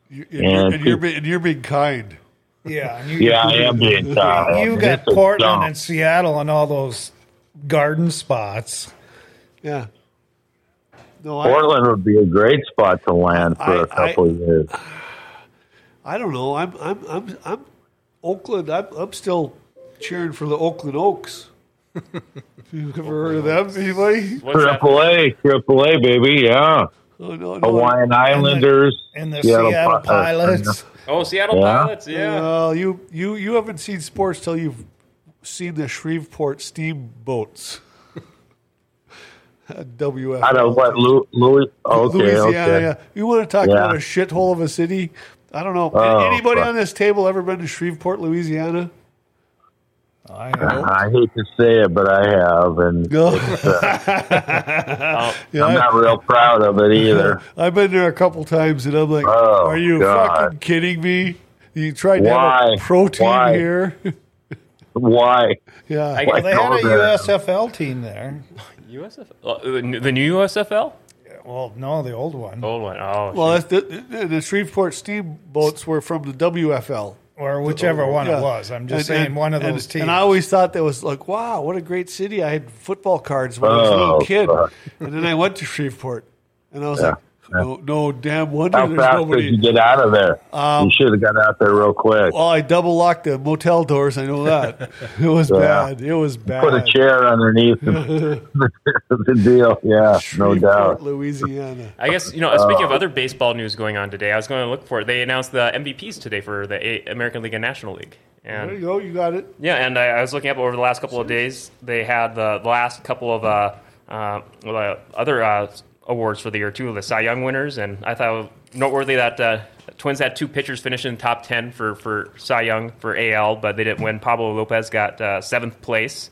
Speaker 1: You- and, you're,
Speaker 5: Yeah.
Speaker 1: and, you're, be- and you're being kind.
Speaker 2: Yeah, and you,
Speaker 5: Yeah, I am being tired.
Speaker 2: You got Portland and Seattle and all those garden spots.
Speaker 1: Yeah. No, I,
Speaker 5: Portland would be a great spot to land for a
Speaker 1: I- I-
Speaker 5: couple of years.
Speaker 1: I don't know. I'm I'm I'm I'm Oakland. I'm I'm still cheering for the Oakland Oaks. You've ever heard of them, anybody?
Speaker 3: what's that?
Speaker 5: Triple A, Triple A, baby, yeah.
Speaker 1: Oh, no, no.
Speaker 5: Hawaiian Islanders
Speaker 2: And the
Speaker 5: Seattle
Speaker 2: Seattle,
Speaker 5: Pi- uh,
Speaker 2: Pilots.
Speaker 3: Oh, Seattle
Speaker 5: Yeah.
Speaker 3: Pilots, yeah.
Speaker 1: Well, you you you haven't seen sports till you've seen the Shreveport steamboats. WF.
Speaker 5: out of what Louis? Louis okay,
Speaker 1: Louisiana.
Speaker 5: okay.
Speaker 1: Yeah. You want to talk
Speaker 5: Yeah.
Speaker 1: about a shithole of a city? I don't know.
Speaker 5: Oh,
Speaker 1: Anybody
Speaker 5: fuck.
Speaker 1: on this table ever been to Shreveport, Louisiana?
Speaker 2: I know.
Speaker 5: I hate to say it, but I have, and
Speaker 1: No. Yeah,
Speaker 5: I'm
Speaker 1: I-
Speaker 5: not real proud of it either.
Speaker 1: I've been there a couple times, and I'm like,
Speaker 5: Oh,
Speaker 1: "Are you
Speaker 5: God.
Speaker 1: fucking kidding me? You tried to have
Speaker 5: Why?
Speaker 1: a protein
Speaker 5: Why?
Speaker 1: here,
Speaker 5: Why?
Speaker 1: yeah."
Speaker 3: I-
Speaker 2: Well, they had
Speaker 5: Like
Speaker 2: a
Speaker 5: all that.
Speaker 2: USFL team there.
Speaker 3: USFL, Uh, the new- the new USFL,
Speaker 2: Well, no, the old one.
Speaker 3: old one. Oh,
Speaker 1: well, that's the, the, the Shreveport steamboats were from the WFL.
Speaker 2: Or whichever one
Speaker 1: Oh, Yeah.
Speaker 2: it was. I'm just
Speaker 1: And-
Speaker 2: saying one of
Speaker 1: and-
Speaker 2: those teams.
Speaker 1: And I always thought that was like, wow, what a great city. I had football cards when I was a
Speaker 5: Oh,
Speaker 1: little kid.
Speaker 5: fuck.
Speaker 1: And then I went to Shreveport, and I was
Speaker 5: Yeah,
Speaker 1: like, no, no damn wonder
Speaker 5: How
Speaker 1: there's
Speaker 5: fast
Speaker 1: nobody. Um,
Speaker 5: did you get out of there? you should have got out there real quick.
Speaker 1: well, I double locked the motel doors. I know that. it was bad. It was bad.
Speaker 5: Put a chair underneath the, the deal. Yeah, no
Speaker 1: Shreveport,
Speaker 5: doubt.
Speaker 1: Louisiana.
Speaker 3: I guess you know. speaking
Speaker 5: uh,
Speaker 3: of other baseball news going on today, I was going to look for it. They announced the MVPs today for the A- American League and National League,
Speaker 1: There
Speaker 3: and
Speaker 1: you go. You got it.
Speaker 3: yeah, and I, I was looking up over the last couple of days. They had the, the last couple of uh, uh, well, uh, other uh, awards for the year too, the Cy Young winners, and I thought it was noteworthy that uh, Twins had two pitchers finish in the top ten for for Cy Young for AL, but they didn't win. Pablo Lopez got uh, seventh place.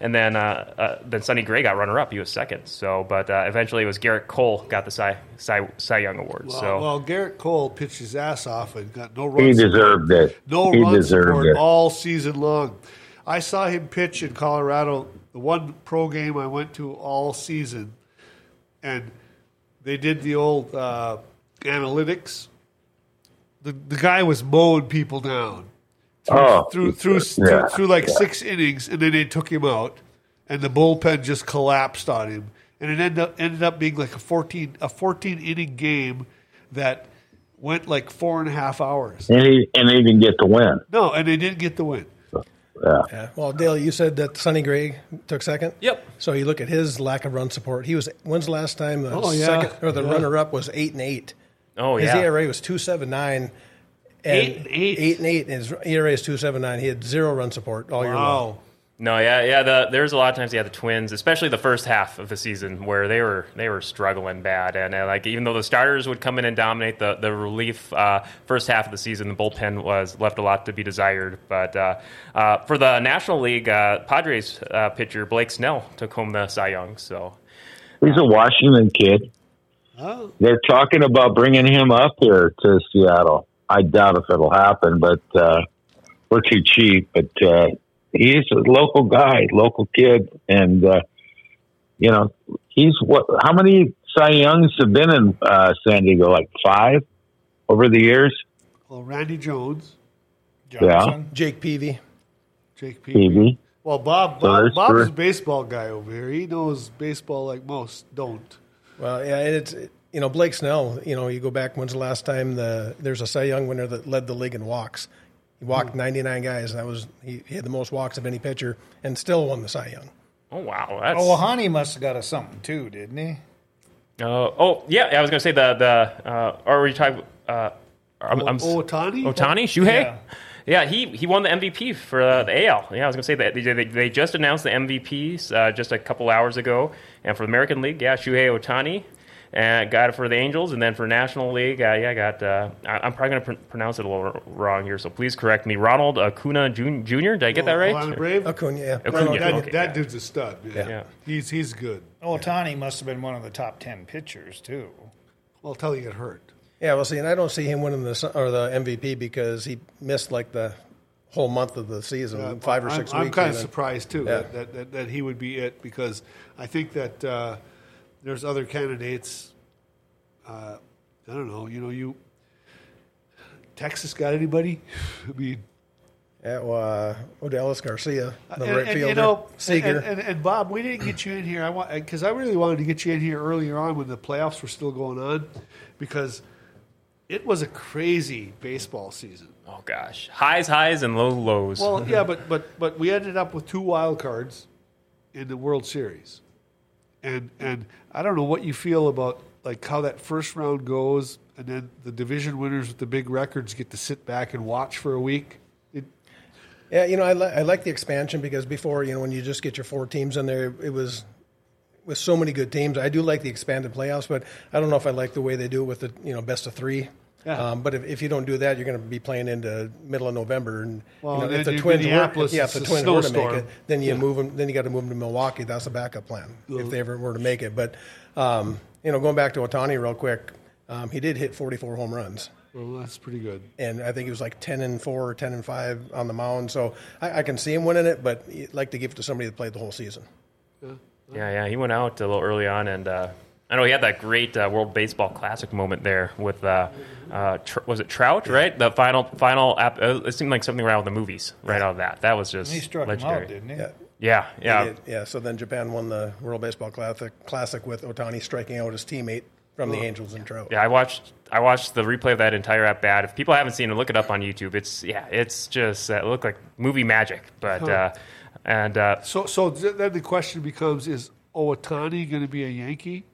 Speaker 3: And then, uh, uh, then Sonny Gray got runner-up. He was second. So, but uh, eventually, it was Garrett Cole got the Cy, Cy, Cy Young award.
Speaker 1: Well,
Speaker 3: so,
Speaker 1: well, Garrett Cole pitched his ass off and got no
Speaker 5: He
Speaker 1: runs.
Speaker 5: deserved it.
Speaker 1: no
Speaker 5: he
Speaker 1: run
Speaker 5: deserved
Speaker 1: support
Speaker 5: it.
Speaker 1: all season long. I saw him pitch in Colorado, the one pro game I went to all season, and they did the old uh, analytics. The, the guy was mowing people down through
Speaker 5: Oh,
Speaker 1: through through,
Speaker 5: yeah,
Speaker 1: through, through like
Speaker 5: yeah.
Speaker 1: six innings, and then they took him out, and the bullpen just collapsed on him, and it ended up ended up being like a fourteen a fourteen inning game that went like four and a half hours.
Speaker 5: And he and he didn't get the win.
Speaker 1: No, and they didn't get the win.
Speaker 5: Yeah.
Speaker 4: Yeah. Well, Dale, you said that Sonny Gray took second.
Speaker 3: Yep.
Speaker 4: So you look at his lack of run support. He was when's the last time the
Speaker 1: Oh, yeah.
Speaker 4: second or the
Speaker 1: Yeah.
Speaker 4: runner-up was eight and eight.
Speaker 3: oh
Speaker 4: His
Speaker 3: yeah,
Speaker 4: ERA was two seven nine.
Speaker 1: Eight and eight.
Speaker 4: Eight and eight. and His ERA is two seven nine. He had zero run support all year long.
Speaker 5: Oh.
Speaker 1: Wow.
Speaker 3: No, yeah, yeah. The, there's a lot of times, yeah, the Twins, especially the first half of the season, where they were they were struggling bad, and uh, like even though the starters would come in and dominate the the relief uh, first half of the season, the bullpen was left a lot to be desired. But uh, uh, for the National League, uh, Padres uh, pitcher Blake Snell took home the Cy Young. So
Speaker 5: He's a Washington kid.
Speaker 1: Oh.
Speaker 5: They're talking about bringing him up here to Seattle. I doubt if it'll happen, but uh, we're too cheap. But uh, he's a local guy, local kid, and uh, you know he's what? How many Cy Youngs have been in uh, San Diego? Like five over the years.
Speaker 1: Well, Randy Jones,
Speaker 2: Johnson.
Speaker 4: Jake Peavy.
Speaker 1: Jake P.
Speaker 5: Peavy,
Speaker 1: Well, Bob,
Speaker 5: So
Speaker 1: Bob
Speaker 5: there's
Speaker 1: Bob's
Speaker 5: three.
Speaker 1: a baseball guy over here. He knows baseball like most don't.
Speaker 4: Well, yeah, and it's you know Blake Snell. You know, you go back. When's the last time the there's a Cy Young winner that led the league in walks? He walked
Speaker 1: Hmm.
Speaker 4: 99 guys, and that was he, he had the most walks of any pitcher, and still won the Cy Young.
Speaker 3: Oh wow, that's
Speaker 2: Oh, well, Hani must have got us something too, didn't he?
Speaker 3: Uh, oh yeah, I was gonna say the the uh, are we talking? Uh, I'm, I'm,
Speaker 1: O- Ohtani?
Speaker 3: Otani Shuhei.
Speaker 2: Yeah.
Speaker 3: Yeah. he he won the MVP for uh, the AL. Yeah, I was gonna say that they, they, they just announced the MVPs uh, just a couple hours ago, and for the American League, yeah, Shuhei Otani. And got it for the Angels, and then for National League, uh, yeah, I got. Uh, I- I'm probably going to pr- pronounce it a little wrong here, so please correct me. Ronald Acuna Jun- Jr. Did I get that right?
Speaker 1: Atlanta Brave?
Speaker 4: Acuna, yeah.
Speaker 3: Acuna,
Speaker 1: No, that,
Speaker 3: okay,
Speaker 1: that
Speaker 3: yeah.
Speaker 1: dude's a stud. Man.
Speaker 4: Yeah.
Speaker 3: Yeah.
Speaker 1: He's he's good.
Speaker 2: Otani must have been one of the top ten pitchers too.
Speaker 1: Well, tell he got hurt.
Speaker 4: Yeah, well, see, and I don't see him winning the Cy- or the MVP because he missed like the whole month of the season, five or
Speaker 1: I'm-
Speaker 4: 6
Speaker 1: I'm,
Speaker 4: weeks.
Speaker 1: kind of
Speaker 4: even.
Speaker 1: surprised too
Speaker 4: Yeah.
Speaker 1: that, that, that, that he would be it because I think that uh, there's other candidates. Uh, I don't know. You know, you Texas got anybody? I mean,
Speaker 4: Yeah, well, uh, Odalis Garcia, the
Speaker 1: and,
Speaker 4: right
Speaker 1: and,
Speaker 4: fielder,
Speaker 1: you know,
Speaker 4: Seager.
Speaker 1: And, and, and Bob, we didn't get you in here. I want because I really wanted to get you in here earlier on when the playoffs were still going on because it was a crazy baseball season.
Speaker 3: Oh gosh, highs, highs, and low lows.
Speaker 1: Well, yeah, but but but we ended up with two wild cards in the World Series, and and I don't know what you feel about like how that first round goes, and then the division winners with the big records get to sit back and watch for a week. It,
Speaker 4: Yeah, you know, I, li- I like the expansion because before, you know, when you just get your four teams in there, it was with so many good teams. I do like the expanded playoffs, but I don't know if I like the way they do it with the you know best of three.
Speaker 1: Yeah.
Speaker 4: Um, but if, if you don't do that, you're going to be playing into middle of November, and
Speaker 1: Well,
Speaker 4: you know,
Speaker 1: and
Speaker 4: if
Speaker 1: then
Speaker 4: the
Speaker 1: in
Speaker 4: Twins were,
Speaker 1: Minneapolis,
Speaker 4: yeah, if the
Speaker 1: it's a
Speaker 4: Twins were to make
Speaker 1: snowstorm.
Speaker 4: it, then you move 'em- Then you got to move them to Milwaukee. That's a backup plan if they ever were to make it. But um, you know, going back to Otani real quick, um, he did hit 44 home runs
Speaker 1: well, that's pretty good.
Speaker 4: and I think he was like ten and four or ten and five on the mound. So I, I can see him winning it, but I'd like to give it to somebody that played the whole season.
Speaker 3: Yeah, yeah, he went out a little early on, and uh, I know he had that great uh, World Baseball Classic moment there with uh, uh, tr- was it Trout, right? The final final. Ap- uh, it seemed like something around with the movies right out of that. That was just
Speaker 2: He struck
Speaker 3: legendary.
Speaker 2: him out, didn't he?
Speaker 4: Yeah,
Speaker 3: Yeah, yeah.
Speaker 4: It- yeah. So then Japan won the World Baseball Classic, classic with Otani striking out his teammate from the Angels and Trout.
Speaker 3: Yeah, I watched I watched the replay of that entire at bat. If people haven't seen it, look it up on YouTube. It's yeah, it's just uh, it looked like movie magic. But uh, and uh,
Speaker 1: So so th- then the question becomes: Is Owatani going to be a Yankee?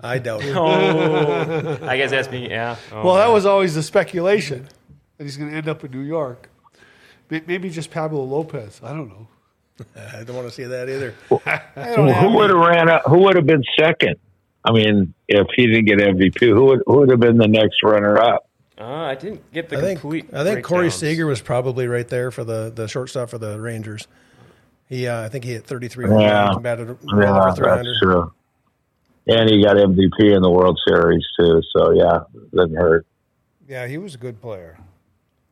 Speaker 4: I doubt it.
Speaker 3: oh, I guess that's me. Yeah. Oh.
Speaker 1: Well, that was always the speculation that he's going to end up in New York. May- Maybe just Pablo Lopez. I don't know.
Speaker 4: I don't want to see that either.
Speaker 5: Who, would have ran out? Who would have been second? I mean, if he didn't get MVP, who would who would have been the next runner up?
Speaker 3: Uh, I didn't get the
Speaker 4: I think
Speaker 3: complete.
Speaker 4: I think Corey
Speaker 3: breakdowns.
Speaker 4: Seager was probably right there for the the shortstop for the Rangers. He, uh, I think he hit 33 home
Speaker 5: Yeah.
Speaker 4: runs and batted well
Speaker 5: Yeah,
Speaker 4: over 300.
Speaker 5: that's true. And he got MVP in the World Series too, so yeah, doesn't hurt.
Speaker 2: Yeah, he was a good player.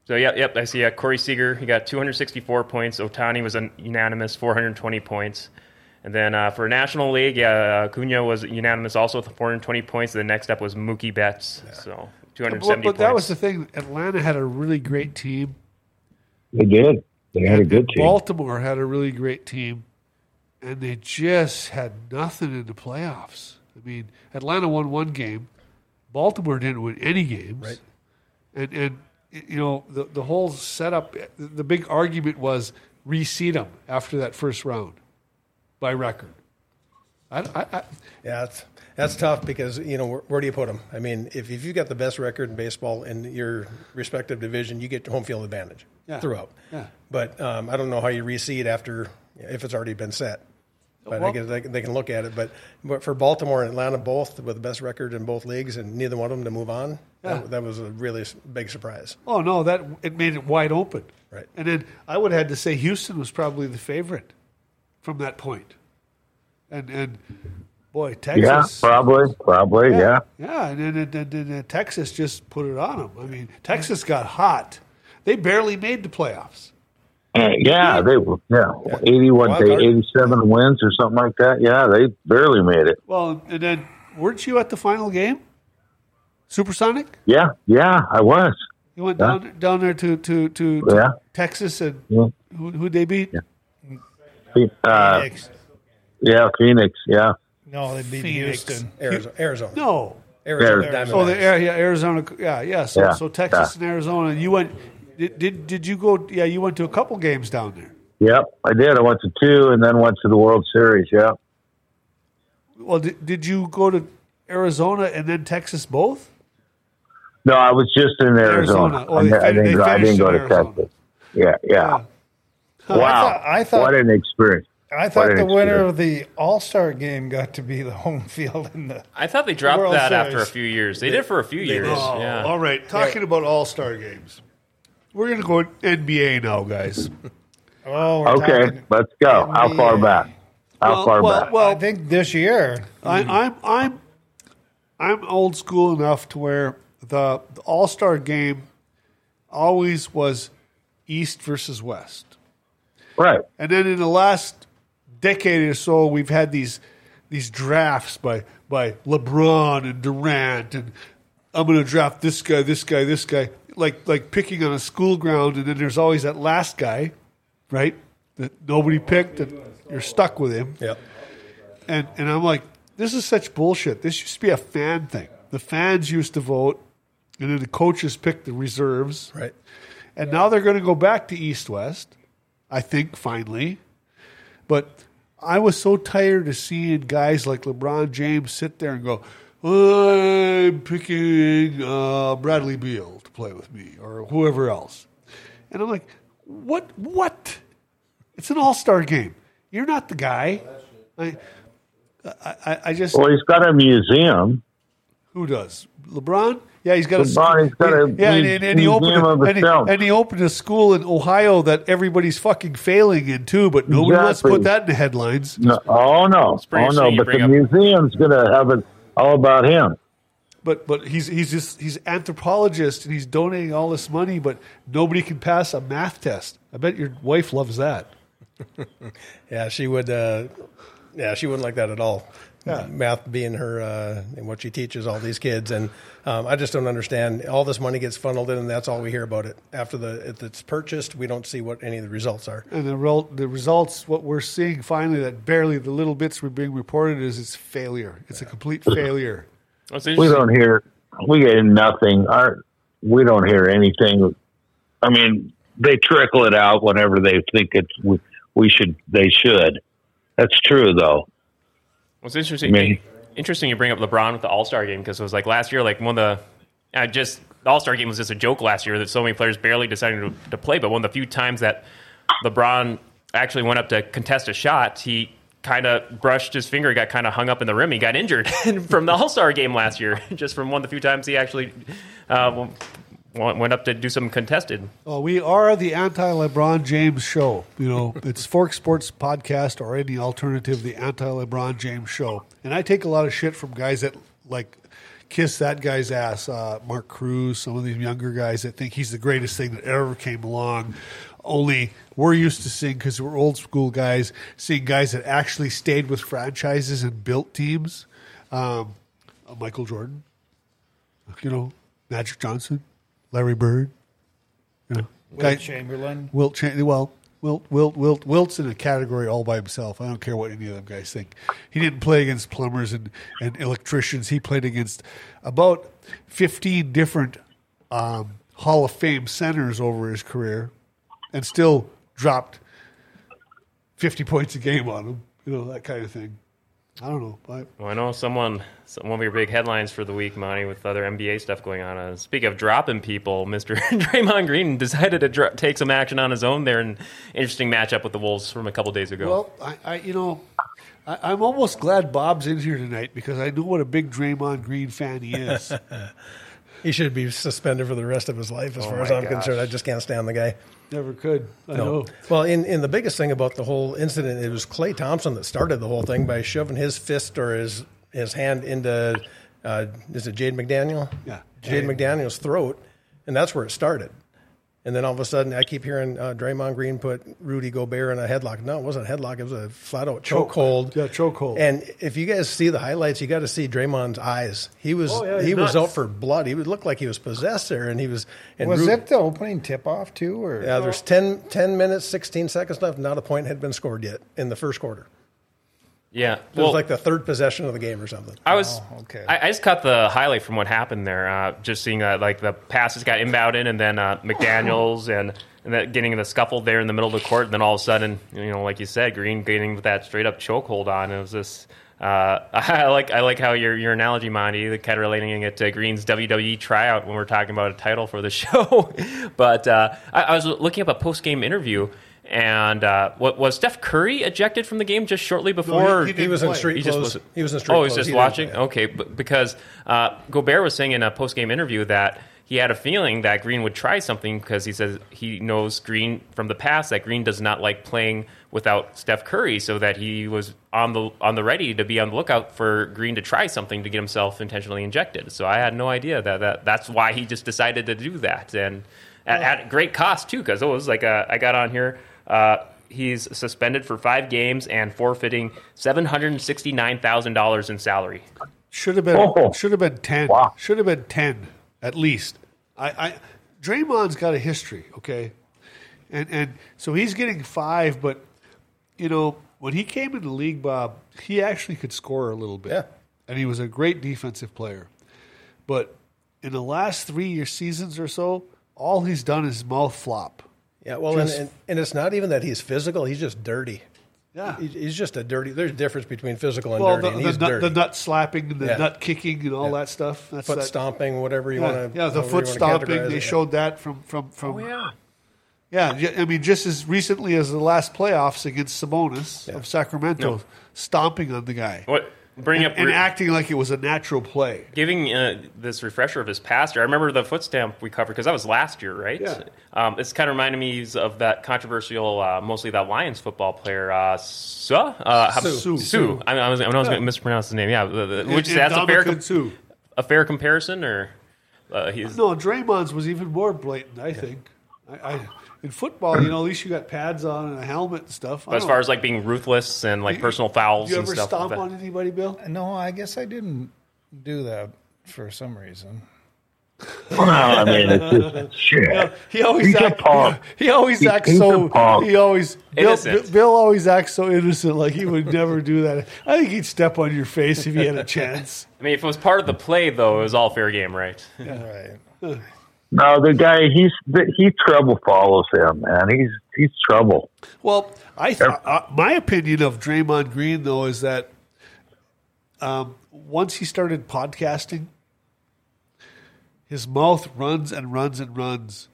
Speaker 3: So yeah, yep, I see. Yeah, Corey Seager, he got 264 points. Otani was un- unanimous, 420 points. And then uh, for National League, yeah, uh, Cunha was unanimous also with 420 points. The next up was Mookie Betts, so 270
Speaker 1: But, but that was
Speaker 3: points.
Speaker 1: the thing. Atlanta had a really great team.
Speaker 5: They did. They had a good team.
Speaker 1: Baltimore had a really great team, and they just had nothing in the playoffs. I mean, Atlanta won one game. Baltimore didn't win any games.
Speaker 4: Right.
Speaker 1: And and you know the the whole setup. The big argument was reseed them after that first round by record. I, I, I,
Speaker 4: Yeah, that's, that's tough because you know where, where do you put them? I mean, if if you got the best record in baseball in your respective division, you get home field advantage
Speaker 1: Yeah.
Speaker 4: throughout.
Speaker 1: Yeah.
Speaker 4: But um, I don't know how you reseed after if it's already been set. But I
Speaker 1: Well-
Speaker 4: guess they, can- they can look at it. But but for Baltimore and Atlanta, both with the best record in both leagues, and neither one of them to move on, that, that was a really s- big surprise.
Speaker 1: oh no, that it made it wide open.
Speaker 4: Right.
Speaker 1: And then I would have had to say Houston was probably the favorite from that point. And and boy,
Speaker 5: yeah,
Speaker 1: Texas.
Speaker 5: probably, probably, yeah.
Speaker 1: Yeah, and then, and then, and then Texas just put it on them. I mean, Texas got hot. They barely made the playoffs.
Speaker 5: Uh, yeah, they were. Yeah, eighty-one,
Speaker 4: Wild
Speaker 5: they
Speaker 4: card.
Speaker 5: eighty-seven wins or something like that. Yeah, they barely made it.
Speaker 1: Well, and then weren't you at the final game? Supersonic?
Speaker 5: Yeah, yeah, I was.
Speaker 1: You went
Speaker 5: Yeah.
Speaker 1: down down there to to to, to
Speaker 5: Yeah.
Speaker 1: Texas and
Speaker 5: Yeah.
Speaker 1: who who they beat?
Speaker 5: Uh,
Speaker 2: Phoenix.
Speaker 5: yeah, Phoenix. Yeah,
Speaker 2: No, they'd be
Speaker 1: Phoenix.
Speaker 2: Houston.
Speaker 4: Arizona. Arizona.
Speaker 1: No.
Speaker 4: Arizona.
Speaker 5: Arizona.
Speaker 4: Diamondbacks.
Speaker 1: Oh, the, yeah, yeah, Arizona. Yeah, yeah. So,
Speaker 5: Yeah,
Speaker 1: so Texas
Speaker 5: yeah.
Speaker 1: and Arizona. You went. Did, did did you go? Yeah, you went to a couple games down there.
Speaker 5: yep. I did. I went to two, and then went to the World Series. Yeah.
Speaker 1: Well, did, did you go to Arizona and then Texas both?
Speaker 5: No, I was just in Arizona.
Speaker 1: Arizona. Oh, they
Speaker 5: I, I
Speaker 1: fin-
Speaker 5: didn't.
Speaker 1: they
Speaker 5: I didn't
Speaker 1: finished
Speaker 5: go
Speaker 1: in
Speaker 5: to
Speaker 1: Arizona.
Speaker 5: Texas. Yeah, yeah. Wow!
Speaker 2: I thought-
Speaker 5: what an experience.
Speaker 2: I thought
Speaker 5: an
Speaker 2: the winner
Speaker 5: experience.
Speaker 2: of the All Star game got to be the home field in the.
Speaker 3: I thought they dropped
Speaker 2: World
Speaker 3: that
Speaker 2: Series.
Speaker 3: after a few years. They, did for a few years.
Speaker 1: Oh,
Speaker 3: yeah.
Speaker 1: All right. Talking about All Star games. We're gonna go NBA now, guys.
Speaker 2: Oh, we're
Speaker 5: Okay,
Speaker 2: talking-
Speaker 5: let's go. How far
Speaker 2: NBA.
Speaker 5: back? How far back?
Speaker 2: I think this year.
Speaker 1: I, I'm I'm I'm old school enough to where the, the All Star game always was East versus West,
Speaker 5: right.
Speaker 1: and then in the last decade or so, we've had these these drafts by by LeBron and Durant, and I'm going to draft this guy, this guy, this guy, like like picking on a school ground, and then there's always that last guy, right? That nobody picked, that you're stuck with him
Speaker 4: Yep.
Speaker 1: and and I'm like, this is such bullshit. This used to be a fan thing. The fans used to vote, and then the coaches picked the reserves,
Speaker 4: Right.
Speaker 1: and now they're going to go back to East West, I think finally. But I was so tired of seeing guys like LeBron James sit there and go, "I'm picking uh, Bradley Beal to play with me or whoever else," and I'm like, "What? What? It's an All Star game. You're not the guy." I, I, I- I just
Speaker 5: Well, he's got a museum.
Speaker 1: who does LeBron? Yeah, he's got
Speaker 5: LeBron,
Speaker 1: a
Speaker 5: he's got a
Speaker 1: yeah, and,
Speaker 5: mu-
Speaker 1: and, and he
Speaker 5: museum
Speaker 1: opened a,
Speaker 5: of
Speaker 1: and, he,
Speaker 5: itself.
Speaker 1: and he opened a school in Ohio that everybody's fucking failing in too, but nobody wants to
Speaker 5: Exactly.
Speaker 1: put that in the headlines.
Speaker 5: No, oh no,
Speaker 3: pretty
Speaker 5: oh
Speaker 3: interesting
Speaker 5: no!
Speaker 3: you
Speaker 5: But
Speaker 3: bring
Speaker 5: the
Speaker 3: up-
Speaker 5: museum's going to have it all about him.
Speaker 1: But but he's he's just he's anthropologist and he's donating all this money, but nobody can pass a math test. I bet your wife loves that.
Speaker 4: Yeah, she would. Uh, yeah, she wouldn't like that at all.
Speaker 1: Yeah.
Speaker 4: Math being her uh, and what she teaches all these kids, and um, I just don't understand. All this money gets funneled in, and that's all we hear about it. After the if it's purchased, we don't see what any of the results are.
Speaker 1: And the rel- the results, what we're seeing finally, that barely the little bits were being reported is it's failure. It's a complete failure.
Speaker 3: What's
Speaker 5: We
Speaker 3: interesting-
Speaker 5: don't hear. We get nothing. Our, we don't hear anything. I mean, they trickle it out whenever they think it's we, we should. They should. That's true, though.
Speaker 3: What's interesting,
Speaker 5: Maybe.
Speaker 3: interesting you bring up LeBron with the All Star game because it was like last year, like one of the, I just the All Star game was just a joke last year that so many players barely decided to, to play. But one of the few times that LeBron actually went up to contest a shot, he kind of brushed his finger, got kind of hung up in the rim, he got injured from the All Star game last year, just from one of the few times he actually uh, went went up to do something contested.
Speaker 1: Well, we are the anti LeBron James show. You know, it's Fork Sports Podcast or any alternative, the anti LeBron James show. And I take a lot of shit from guys that like kiss that guy's ass. Uh, Mark Cruz, some of these younger guys that think he's the greatest thing that ever came along. Only we're used to seeing, because we're old school guys, seeing guys that actually stayed with franchises and built teams. Um, uh, Michael Jordan, you know, Magic Johnson, Larry Bird. You know,
Speaker 2: Wilt
Speaker 1: guy-
Speaker 2: Chamberlain.
Speaker 1: Wilt Chan- well, Wilt, Wilt, Wilt, Wilt's in a category all by himself. I don't care what any of them guys think. He didn't play against plumbers and, and electricians. He played against about 15 different um, Hall of Fame centers over his career and still dropped 50 points a game on them, you know, that kind of thing. I don't know. I,
Speaker 3: Well, I know someone, some- one of your big headlines for the week, Monty, with other NBA stuff going on. Uh, speak of dropping people, Mr. Draymond Green decided to dro- take some action on his own there in interesting matchup with the Wolves from a couple days ago.
Speaker 1: Well, I, I you know, I, I'm almost glad Bob's in here tonight because I know what a big Draymond Green fan he is.
Speaker 4: He should be suspended for the rest of his life, as far as
Speaker 3: Oh my
Speaker 4: I'm
Speaker 3: gosh.
Speaker 4: concerned. I just can't stand the guy.
Speaker 1: Never could. I know.
Speaker 4: Well, in, in the biggest thing about the whole incident, it was Clay Thompson that started the whole thing by shoving his fist or his his hand into uh, is it Jade McDaniel?
Speaker 1: Yeah.
Speaker 4: Jade McDaniel's throat, and that's where it started. And then all of a sudden, I keep hearing uh, Draymond Green put Rudy Gobert in a headlock. No, it wasn't a headlock. It was a flat out
Speaker 1: Choke.
Speaker 4: chokehold.
Speaker 1: Yeah, chokehold.
Speaker 4: And if you guys see the highlights, you got to see Draymond's eyes. He was
Speaker 1: Oh, yeah,
Speaker 4: he
Speaker 1: he's
Speaker 4: was
Speaker 1: nuts.
Speaker 4: out for blood. He would look like he was possessed there, and he was. And
Speaker 2: Was
Speaker 4: Rudy-
Speaker 2: it the opening tip off too, or
Speaker 4: Yeah, Uh, there's 10, 10 minutes, sixteen seconds left. Not a point had been scored yet in the first quarter.
Speaker 3: Yeah.
Speaker 4: It was like the third possession of the game or something.
Speaker 3: I was
Speaker 2: Oh, okay.
Speaker 3: okay. I, I just caught the highlight from what happened there. Uh, just seeing that like the passes got inbounded, and then uh, McDaniel's and and that getting in the scuffle there in the middle of the court, and then all of a sudden, you know, like you said, Green getting with that straight up chokehold on. It was this. Uh, I like I like how your your analogy, Monty, the kind of relating it to uh, Green's WWE tryout when we're talking about a title for the show. but uh, I, I was looking up a post game interview, and uh, what was Steph Curry ejected from the game just shortly before
Speaker 1: he
Speaker 4: He was in
Speaker 1: play.
Speaker 4: street
Speaker 3: he just
Speaker 4: clothes.
Speaker 3: was
Speaker 4: He was in street
Speaker 3: Oh, he was
Speaker 4: clothes.
Speaker 3: just
Speaker 4: He didn't
Speaker 3: watching.
Speaker 4: play.
Speaker 3: Okay, but because uh, Gobert was saying in a post game interview that he had a feeling that Green would try something because he says he knows Green from the past that Green does not like playing without Steph Curry, so that he was on the on the ready to be on the lookout for Green to try something to get himself intentionally injected. So I had no idea that, that that's why he just decided to do that and at, at great cost too because it was like uh, I got on here. Uh, he's suspended for five games and forfeiting seven hundred and sixty nine thousand dollars in salary.
Speaker 1: Should have been
Speaker 5: Oh.
Speaker 1: should have been ten.
Speaker 5: Wow.
Speaker 1: Should have been ten at least. I, I Draymond's got a history, okay, and and so he's getting five. But you know when he came into the league, Bob, he actually could score a little bit,
Speaker 4: Yeah.
Speaker 1: and he was a great defensive player. But in the last three year seasons or so, all he's done is mouth flop.
Speaker 4: Yeah, well, and,
Speaker 1: Just-
Speaker 4: and, and it's not even that he's physical. He's just dirty.
Speaker 1: Yeah.
Speaker 4: He- He's just a dirty. There's a difference between physical and
Speaker 1: Well,
Speaker 4: dirty.
Speaker 1: the,
Speaker 4: and
Speaker 1: the,
Speaker 4: he's
Speaker 1: nut,
Speaker 4: dirty.
Speaker 1: the nut slapping and the
Speaker 4: Yeah.
Speaker 1: nut kicking and all that stuff. That's
Speaker 4: foot
Speaker 1: that,
Speaker 4: stomping, whatever you
Speaker 1: Yeah,
Speaker 4: want to.
Speaker 1: yeah, the foot stomping. They showed that from from from. yeah, yeah. I mean, just as recently as the last playoffs against Sabonis of Sacramento, stomping on the guy
Speaker 3: What bring
Speaker 1: and,
Speaker 3: up
Speaker 1: and acting like it was a natural play.
Speaker 3: giving uh, this refresher of his past year. I remember the foot stamp we covered because that was last year, right?
Speaker 1: Yeah.
Speaker 3: Um, it's kind of reminded me of that controversial, uh, mostly that Lions football player, uh, Su- uh, how-
Speaker 1: Sue.
Speaker 3: Sue. I, I was, I was going to mispronounce his name. Yeah, the- the- which
Speaker 1: And-
Speaker 3: that's
Speaker 1: and
Speaker 3: a fair,
Speaker 1: Dominican
Speaker 3: com-
Speaker 1: too.
Speaker 3: a fair comparison, or uh, he's
Speaker 1: No, Draymond's was even more blatant. I think. I, I, in football, you know, at least you got pads on and a helmet and stuff. I
Speaker 3: as
Speaker 1: don't-
Speaker 3: far as like being ruthless and like personal fouls
Speaker 1: Oh. you
Speaker 3: and
Speaker 1: ever
Speaker 3: stuff. like
Speaker 1: stomp
Speaker 3: that.
Speaker 1: on anybody, Bill?
Speaker 2: no? I guess I didn't do that for some reason.
Speaker 5: Well, I mean, it's just shit.
Speaker 1: He always
Speaker 5: He's a
Speaker 1: act,
Speaker 5: punk.
Speaker 1: He always
Speaker 5: He's-
Speaker 1: acts
Speaker 5: he's
Speaker 1: so.
Speaker 5: a punk.
Speaker 1: He always Bill,
Speaker 3: Innocent.
Speaker 1: Bill always acts so innocent, like he would never do that. I think he'd step on your face if he had a chance.
Speaker 3: I mean, if it was part of the play, though, it was all fair game, right?
Speaker 2: Right.
Speaker 5: No, the guy he's the, he trouble follows him, man. He's he's trouble.
Speaker 1: Well, I th- uh, my opinion of Draymond Green though is that um, once he started podcasting, his mouth runs and runs and runs,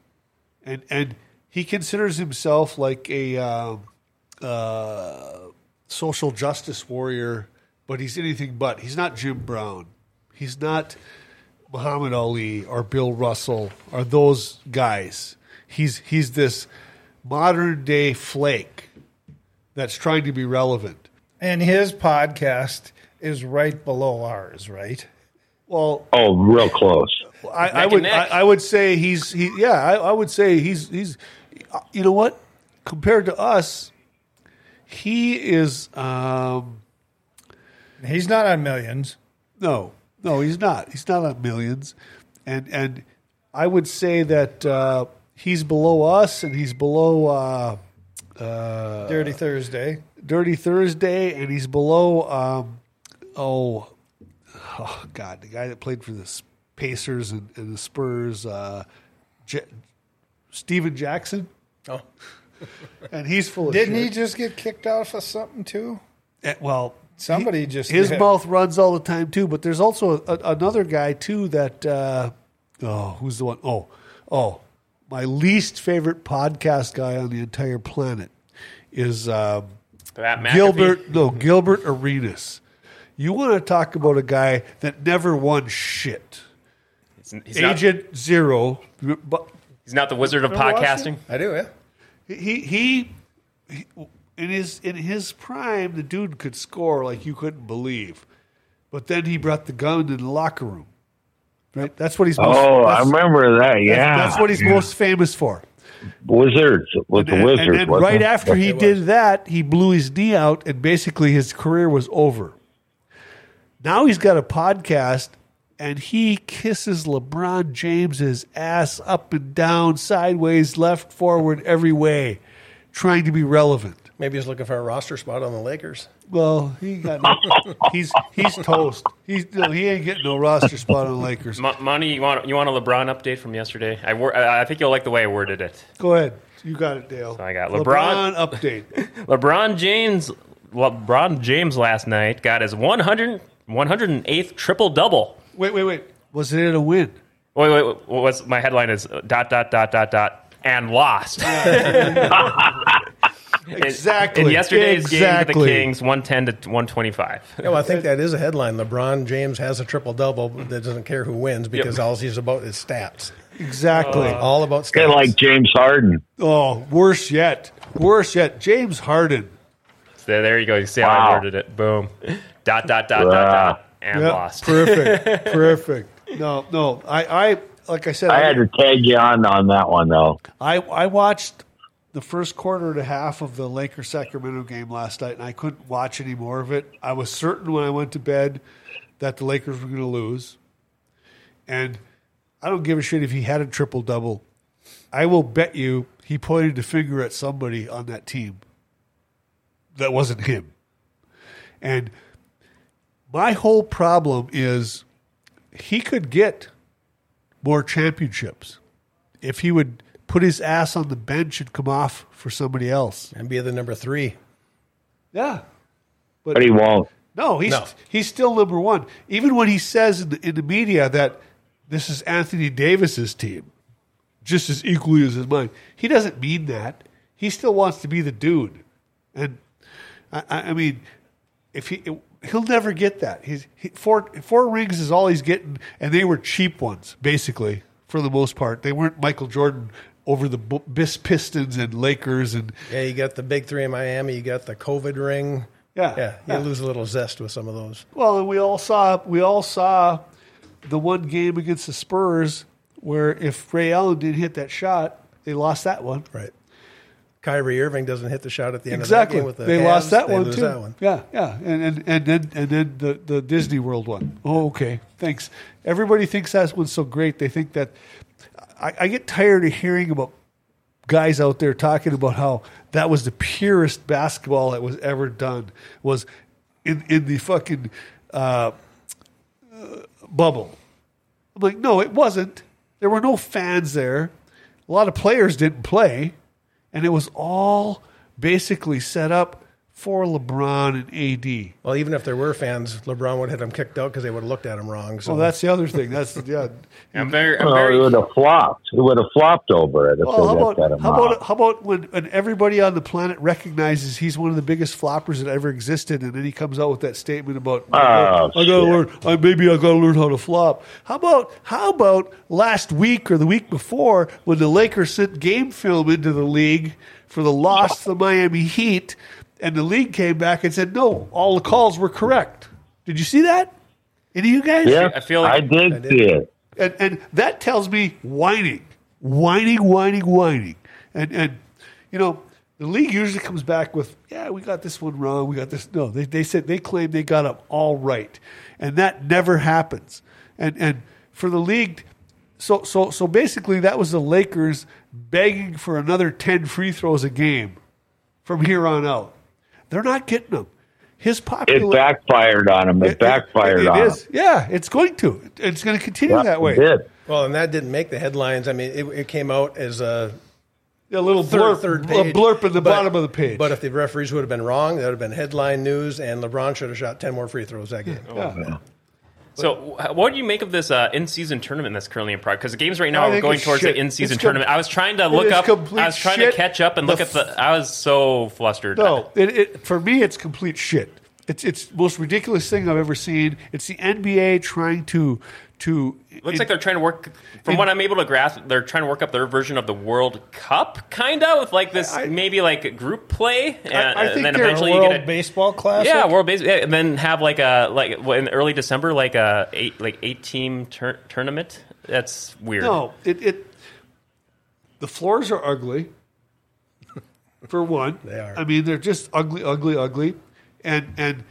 Speaker 1: and and he considers himself like a um uh, social justice warrior, but he's anything but. He's not Jim Brown. He's not Muhammad Ali or Bill Russell or those guys. He's he's this modern day flake that's trying to be relevant.
Speaker 2: And his podcast is right below ours, right?
Speaker 1: Well,
Speaker 5: Oh, real close.
Speaker 1: I, I
Speaker 3: and
Speaker 1: would I,
Speaker 3: neck.
Speaker 1: I would say he's he yeah I, I would say he's he's you know what compared to us he is um
Speaker 2: He's not on millions.
Speaker 1: no no he's not he's not on millions and and I would say that uh, he's below us and he's below uh,
Speaker 2: Dirty Thursday.
Speaker 1: Dirty Thursday and he's below um oh oh god the guy that played for the S- Pacers and, and the Spurs uh J- Steven Jackson
Speaker 4: Oh,
Speaker 1: and he's full of
Speaker 2: Didn't
Speaker 1: shit.
Speaker 2: he just get kicked off of something too?
Speaker 1: Eh, well,
Speaker 2: Somebody just
Speaker 1: his
Speaker 2: did.
Speaker 1: mouth runs all the time too. But there's also a, another guy too that uh, oh, who's the one? Oh, oh, my least favorite podcast guy on the entire planet is um,
Speaker 3: Pat McAfee.
Speaker 1: Gilbert. No, Gilbert Arenas. You want to talk about a guy that never won shit?
Speaker 3: He's, he's not,
Speaker 1: Agent zero, but
Speaker 3: he's not the wizard of podcasting.
Speaker 4: I do. Yeah.
Speaker 1: he he he- in his in his prime the dude could score like you couldn't believe but then he brought the gun in the locker room right that's what he's most,
Speaker 5: Oh, I
Speaker 1: that's,
Speaker 5: remember that.
Speaker 1: that's-
Speaker 5: Yeah,
Speaker 1: that's what he's
Speaker 5: Yeah.
Speaker 1: most famous for
Speaker 5: Wizards with the
Speaker 1: And-
Speaker 5: Wizards.
Speaker 1: And then
Speaker 5: wasn't
Speaker 1: right
Speaker 5: it?
Speaker 1: after he did that, he blew his knee out, and basically his career was over. Now he's got a podcast, and he kisses LeBron James's ass up and down, sideways, left, forward, every way, trying to be relevant.
Speaker 4: Maybe he's looking for a roster spot on the Lakers.
Speaker 1: Well, he got he's he's toast. He's no, he ain't getting no roster spot on the Lakers.
Speaker 3: Mo- Monty, you want you want a LeBron update from yesterday? I wor- I I think you'll like the way I worded it.
Speaker 1: Go ahead, you got it, Dale.
Speaker 3: I got LeBron.
Speaker 1: update.
Speaker 3: LeBron James, LeBron James last night got his 100, 108th triple double.
Speaker 1: Wait, wait, wait. Was it a win?
Speaker 3: Wait, wait, wait, what's my headline is uh, dot dot dot dot dot and lost.
Speaker 1: Exactly.
Speaker 3: In yesterday's game
Speaker 1: Exactly.
Speaker 3: with the Kings, one ten to one twenty five.
Speaker 4: No, Oh, I think that is a headline. LeBron James has a triple double that doesn't care who wins because all he's about is stats.
Speaker 1: Exactly.
Speaker 3: Uh,
Speaker 4: All about stats.
Speaker 5: Kind of like James Harden.
Speaker 1: Oh, worse yet. Worse yet. James Harden.
Speaker 3: So there you go. You see how I
Speaker 5: Wow.
Speaker 3: worded it. Boom. Dot dot dot dot
Speaker 5: Wow.
Speaker 3: dot and
Speaker 1: Yep,
Speaker 3: lost.
Speaker 1: Perfect. Perfect. No, no. I, I like I said,
Speaker 5: I
Speaker 1: I,
Speaker 5: had to tag you on on that one though.
Speaker 1: I, I watched the first quarter and a half of the Lakers Sacramento game last night, and I couldn't watch any more of it. I was certain when I went to bed that the Lakers were going to lose, and I don't give a shit if he had a triple double. I will bet you he pointed a finger at somebody on that team that wasn't him. And my whole problem is he could get more championships if he would put his ass on the bench and come off for somebody else.
Speaker 4: and be the number three.
Speaker 1: Yeah.
Speaker 5: But he won't.
Speaker 1: No, he's
Speaker 4: No.
Speaker 1: he's still number one. Even when he says in the, in the media that this is Anthony Davis's team, just as equally as his mine, he doesn't mean that. He still wants to be the dude, and I, I I mean, if he he'll never get that. He's he, four four rings is all he's getting, and they were cheap ones basically for the most part. They weren't Michael Jordan over the B- Bis- Pistons and Lakers and
Speaker 4: Yeah, you got the big three in Miami. You got the COVID ring.
Speaker 1: Yeah,
Speaker 4: yeah, you
Speaker 1: yeah.
Speaker 4: lose a little zest with some of those.
Speaker 1: Well, and we all saw we all saw the one game against the Spurs where if Ray Allen didn't hit that shot, they lost that one.
Speaker 4: Right. Kyrie Irving doesn't hit the shot at the end
Speaker 1: Exactly.
Speaker 4: of that game with the
Speaker 1: they
Speaker 4: Cavs,
Speaker 1: lost that
Speaker 4: they
Speaker 1: one
Speaker 4: lose
Speaker 1: too.
Speaker 4: That one.
Speaker 1: Yeah, yeah. And, and and then and then the, the Disney World one. Oh, okay. Thanks. Everybody thinks that one's so great. They think that I, I get tired of hearing about guys out there talking about how that was the purest basketball that was ever done was in in the fucking uh, uh, bubble. I'm like, no, it wasn't. There were no fans there. A lot of players didn't play, and it was all basically set up for LeBron and AD.
Speaker 4: Well, even if there were fans, LeBron would have had them kicked out because they would have looked at him wrong. So
Speaker 1: Well, that's the other thing. That's yeah.
Speaker 3: I'm very, I'm
Speaker 5: Well,
Speaker 3: very
Speaker 5: Oh, he would have flopped. He would have flopped over it if
Speaker 1: Well,
Speaker 5: they
Speaker 1: how
Speaker 5: just got him
Speaker 1: about how
Speaker 5: out.
Speaker 1: about how about when, when everybody on the planet recognizes he's one of the biggest floppers that ever existed, and then he comes out with that statement about
Speaker 5: Oh,
Speaker 1: I gotta
Speaker 5: shit.
Speaker 1: learn, I, maybe I gotta learn how to flop. How about how about last week or the week before when the Lakers sent game film into the league for the loss to the Miami Heat, and the league came back and said no, all the calls were correct. Did you see that? Any of you guys?
Speaker 5: yeah,
Speaker 3: I feel like-
Speaker 5: I did, see it.
Speaker 1: and, and that tells me whining, whining, whining, whining, and and you know the league usually comes back with yeah we got this one wrong we got this no they they said they claim they got them all right and that never happens and and for the league so so so basically that was the Lakers begging for another ten free throws a game from here on out they're not getting them his popular
Speaker 5: It backfired on him. It, backfired
Speaker 1: it, it
Speaker 5: on
Speaker 1: is.
Speaker 5: him.
Speaker 1: Yeah, it's going to. It's going to continue
Speaker 5: Yeah,
Speaker 1: that way.
Speaker 5: It did.
Speaker 4: well, and that didn't make the headlines. I mean, it, it came out as a
Speaker 1: A little
Speaker 4: third,
Speaker 1: blurb,
Speaker 4: third
Speaker 1: a
Speaker 4: page,
Speaker 1: blurb at the
Speaker 4: But-
Speaker 1: bottom of the page.
Speaker 4: But if the referees would have been wrong, that would have been headline news, and LeBron should have shot ten more free throws
Speaker 3: Hmm.
Speaker 4: that
Speaker 3: Oh,
Speaker 4: game.
Speaker 1: Yeah.
Speaker 3: So, wh- what do you make of this uh, in-season tournament that's currently in progress? Because the games right
Speaker 1: I
Speaker 3: now are
Speaker 1: think
Speaker 3: going
Speaker 1: it's
Speaker 3: towards
Speaker 1: shit.
Speaker 3: the in-season
Speaker 1: It's com-
Speaker 3: tournament. I was trying to look
Speaker 1: is
Speaker 3: up.
Speaker 1: complete
Speaker 3: I was trying
Speaker 1: shit.
Speaker 3: to catch up and
Speaker 1: The
Speaker 3: look at the. I was so flustered.
Speaker 1: No, it, it, for me, it's complete shit. It's it's the most ridiculous thing I've ever seen. It's the NBA trying to to
Speaker 3: Looks
Speaker 1: it-
Speaker 3: like they're trying to work. From what I'm able to grasp, they're trying to work up their version of the World Cup, kind of with like this
Speaker 1: I-
Speaker 3: maybe like group play, and,
Speaker 1: I think
Speaker 3: and then
Speaker 1: they're
Speaker 3: eventually you
Speaker 2: World
Speaker 3: get a
Speaker 2: Baseball Classic.
Speaker 3: yeah World Base, yeah, and then have like a like what, in early December like a eight like eight team tur- tournament. That's weird.
Speaker 1: no, it it The floors are ugly. For one,
Speaker 4: They are.
Speaker 1: I mean, they're just ugly, ugly, ugly, and and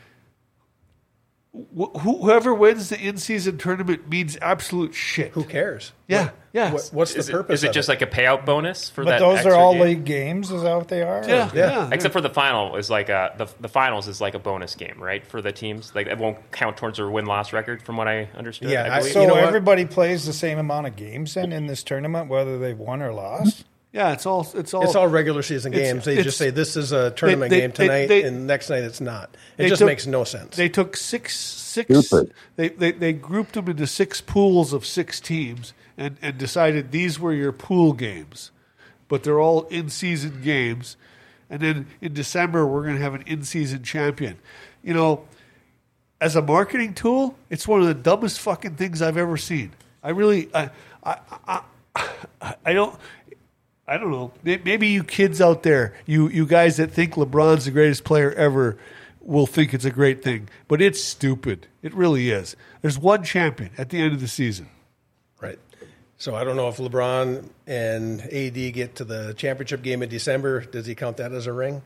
Speaker 1: wh- wh- whoever wins the in-season tournament means absolute shit.
Speaker 4: Who cares?
Speaker 1: Yeah, yeah,
Speaker 4: What, what's the
Speaker 3: Is it,
Speaker 4: purpose?
Speaker 3: is it
Speaker 4: of
Speaker 3: just like a payout bonus for
Speaker 2: But
Speaker 3: that?
Speaker 2: those are
Speaker 3: extra
Speaker 2: all
Speaker 3: game?
Speaker 2: league games, is that what they are?
Speaker 1: yeah, Oh, yeah.
Speaker 3: Except for the final is like a, the the finals is like a bonus game, right? For the teams, like it won't count towards their win loss record, from what I understood.
Speaker 4: Yeah,
Speaker 3: I
Speaker 4: I-
Speaker 3: believe.
Speaker 2: So
Speaker 4: You know what?
Speaker 2: everybody plays the same amount of games then in this tournament, whether they won or lost.
Speaker 1: yeah. It's all, it's all,
Speaker 4: It's all regular season
Speaker 1: Oh. It's-
Speaker 4: games. They
Speaker 1: it's-
Speaker 4: just say this is a tournament
Speaker 1: they-
Speaker 4: game
Speaker 1: they-
Speaker 4: tonight,
Speaker 1: they-
Speaker 4: and next night it's not. It
Speaker 1: they
Speaker 4: just
Speaker 1: took-
Speaker 4: makes no sense.
Speaker 1: They took six, six.
Speaker 5: Stupid.
Speaker 1: They, they they grouped them into six pools of six teams, and and decided these were your pool games, but they're all in season games, and then in December we're going to have an in season champion. You know, as a marketing tool, it's one of the dumbest fucking things I've ever seen. I really, I, I, I, I don't. I don't know. May- Maybe you kids out there, you you guys that think LeBron's the greatest player ever, will think it's a great thing, but it's stupid. It really is. There's one champion at the end of the season.
Speaker 4: Right. So I don't know if LeBron and AD get to the championship game in December. Does he count that as a ring?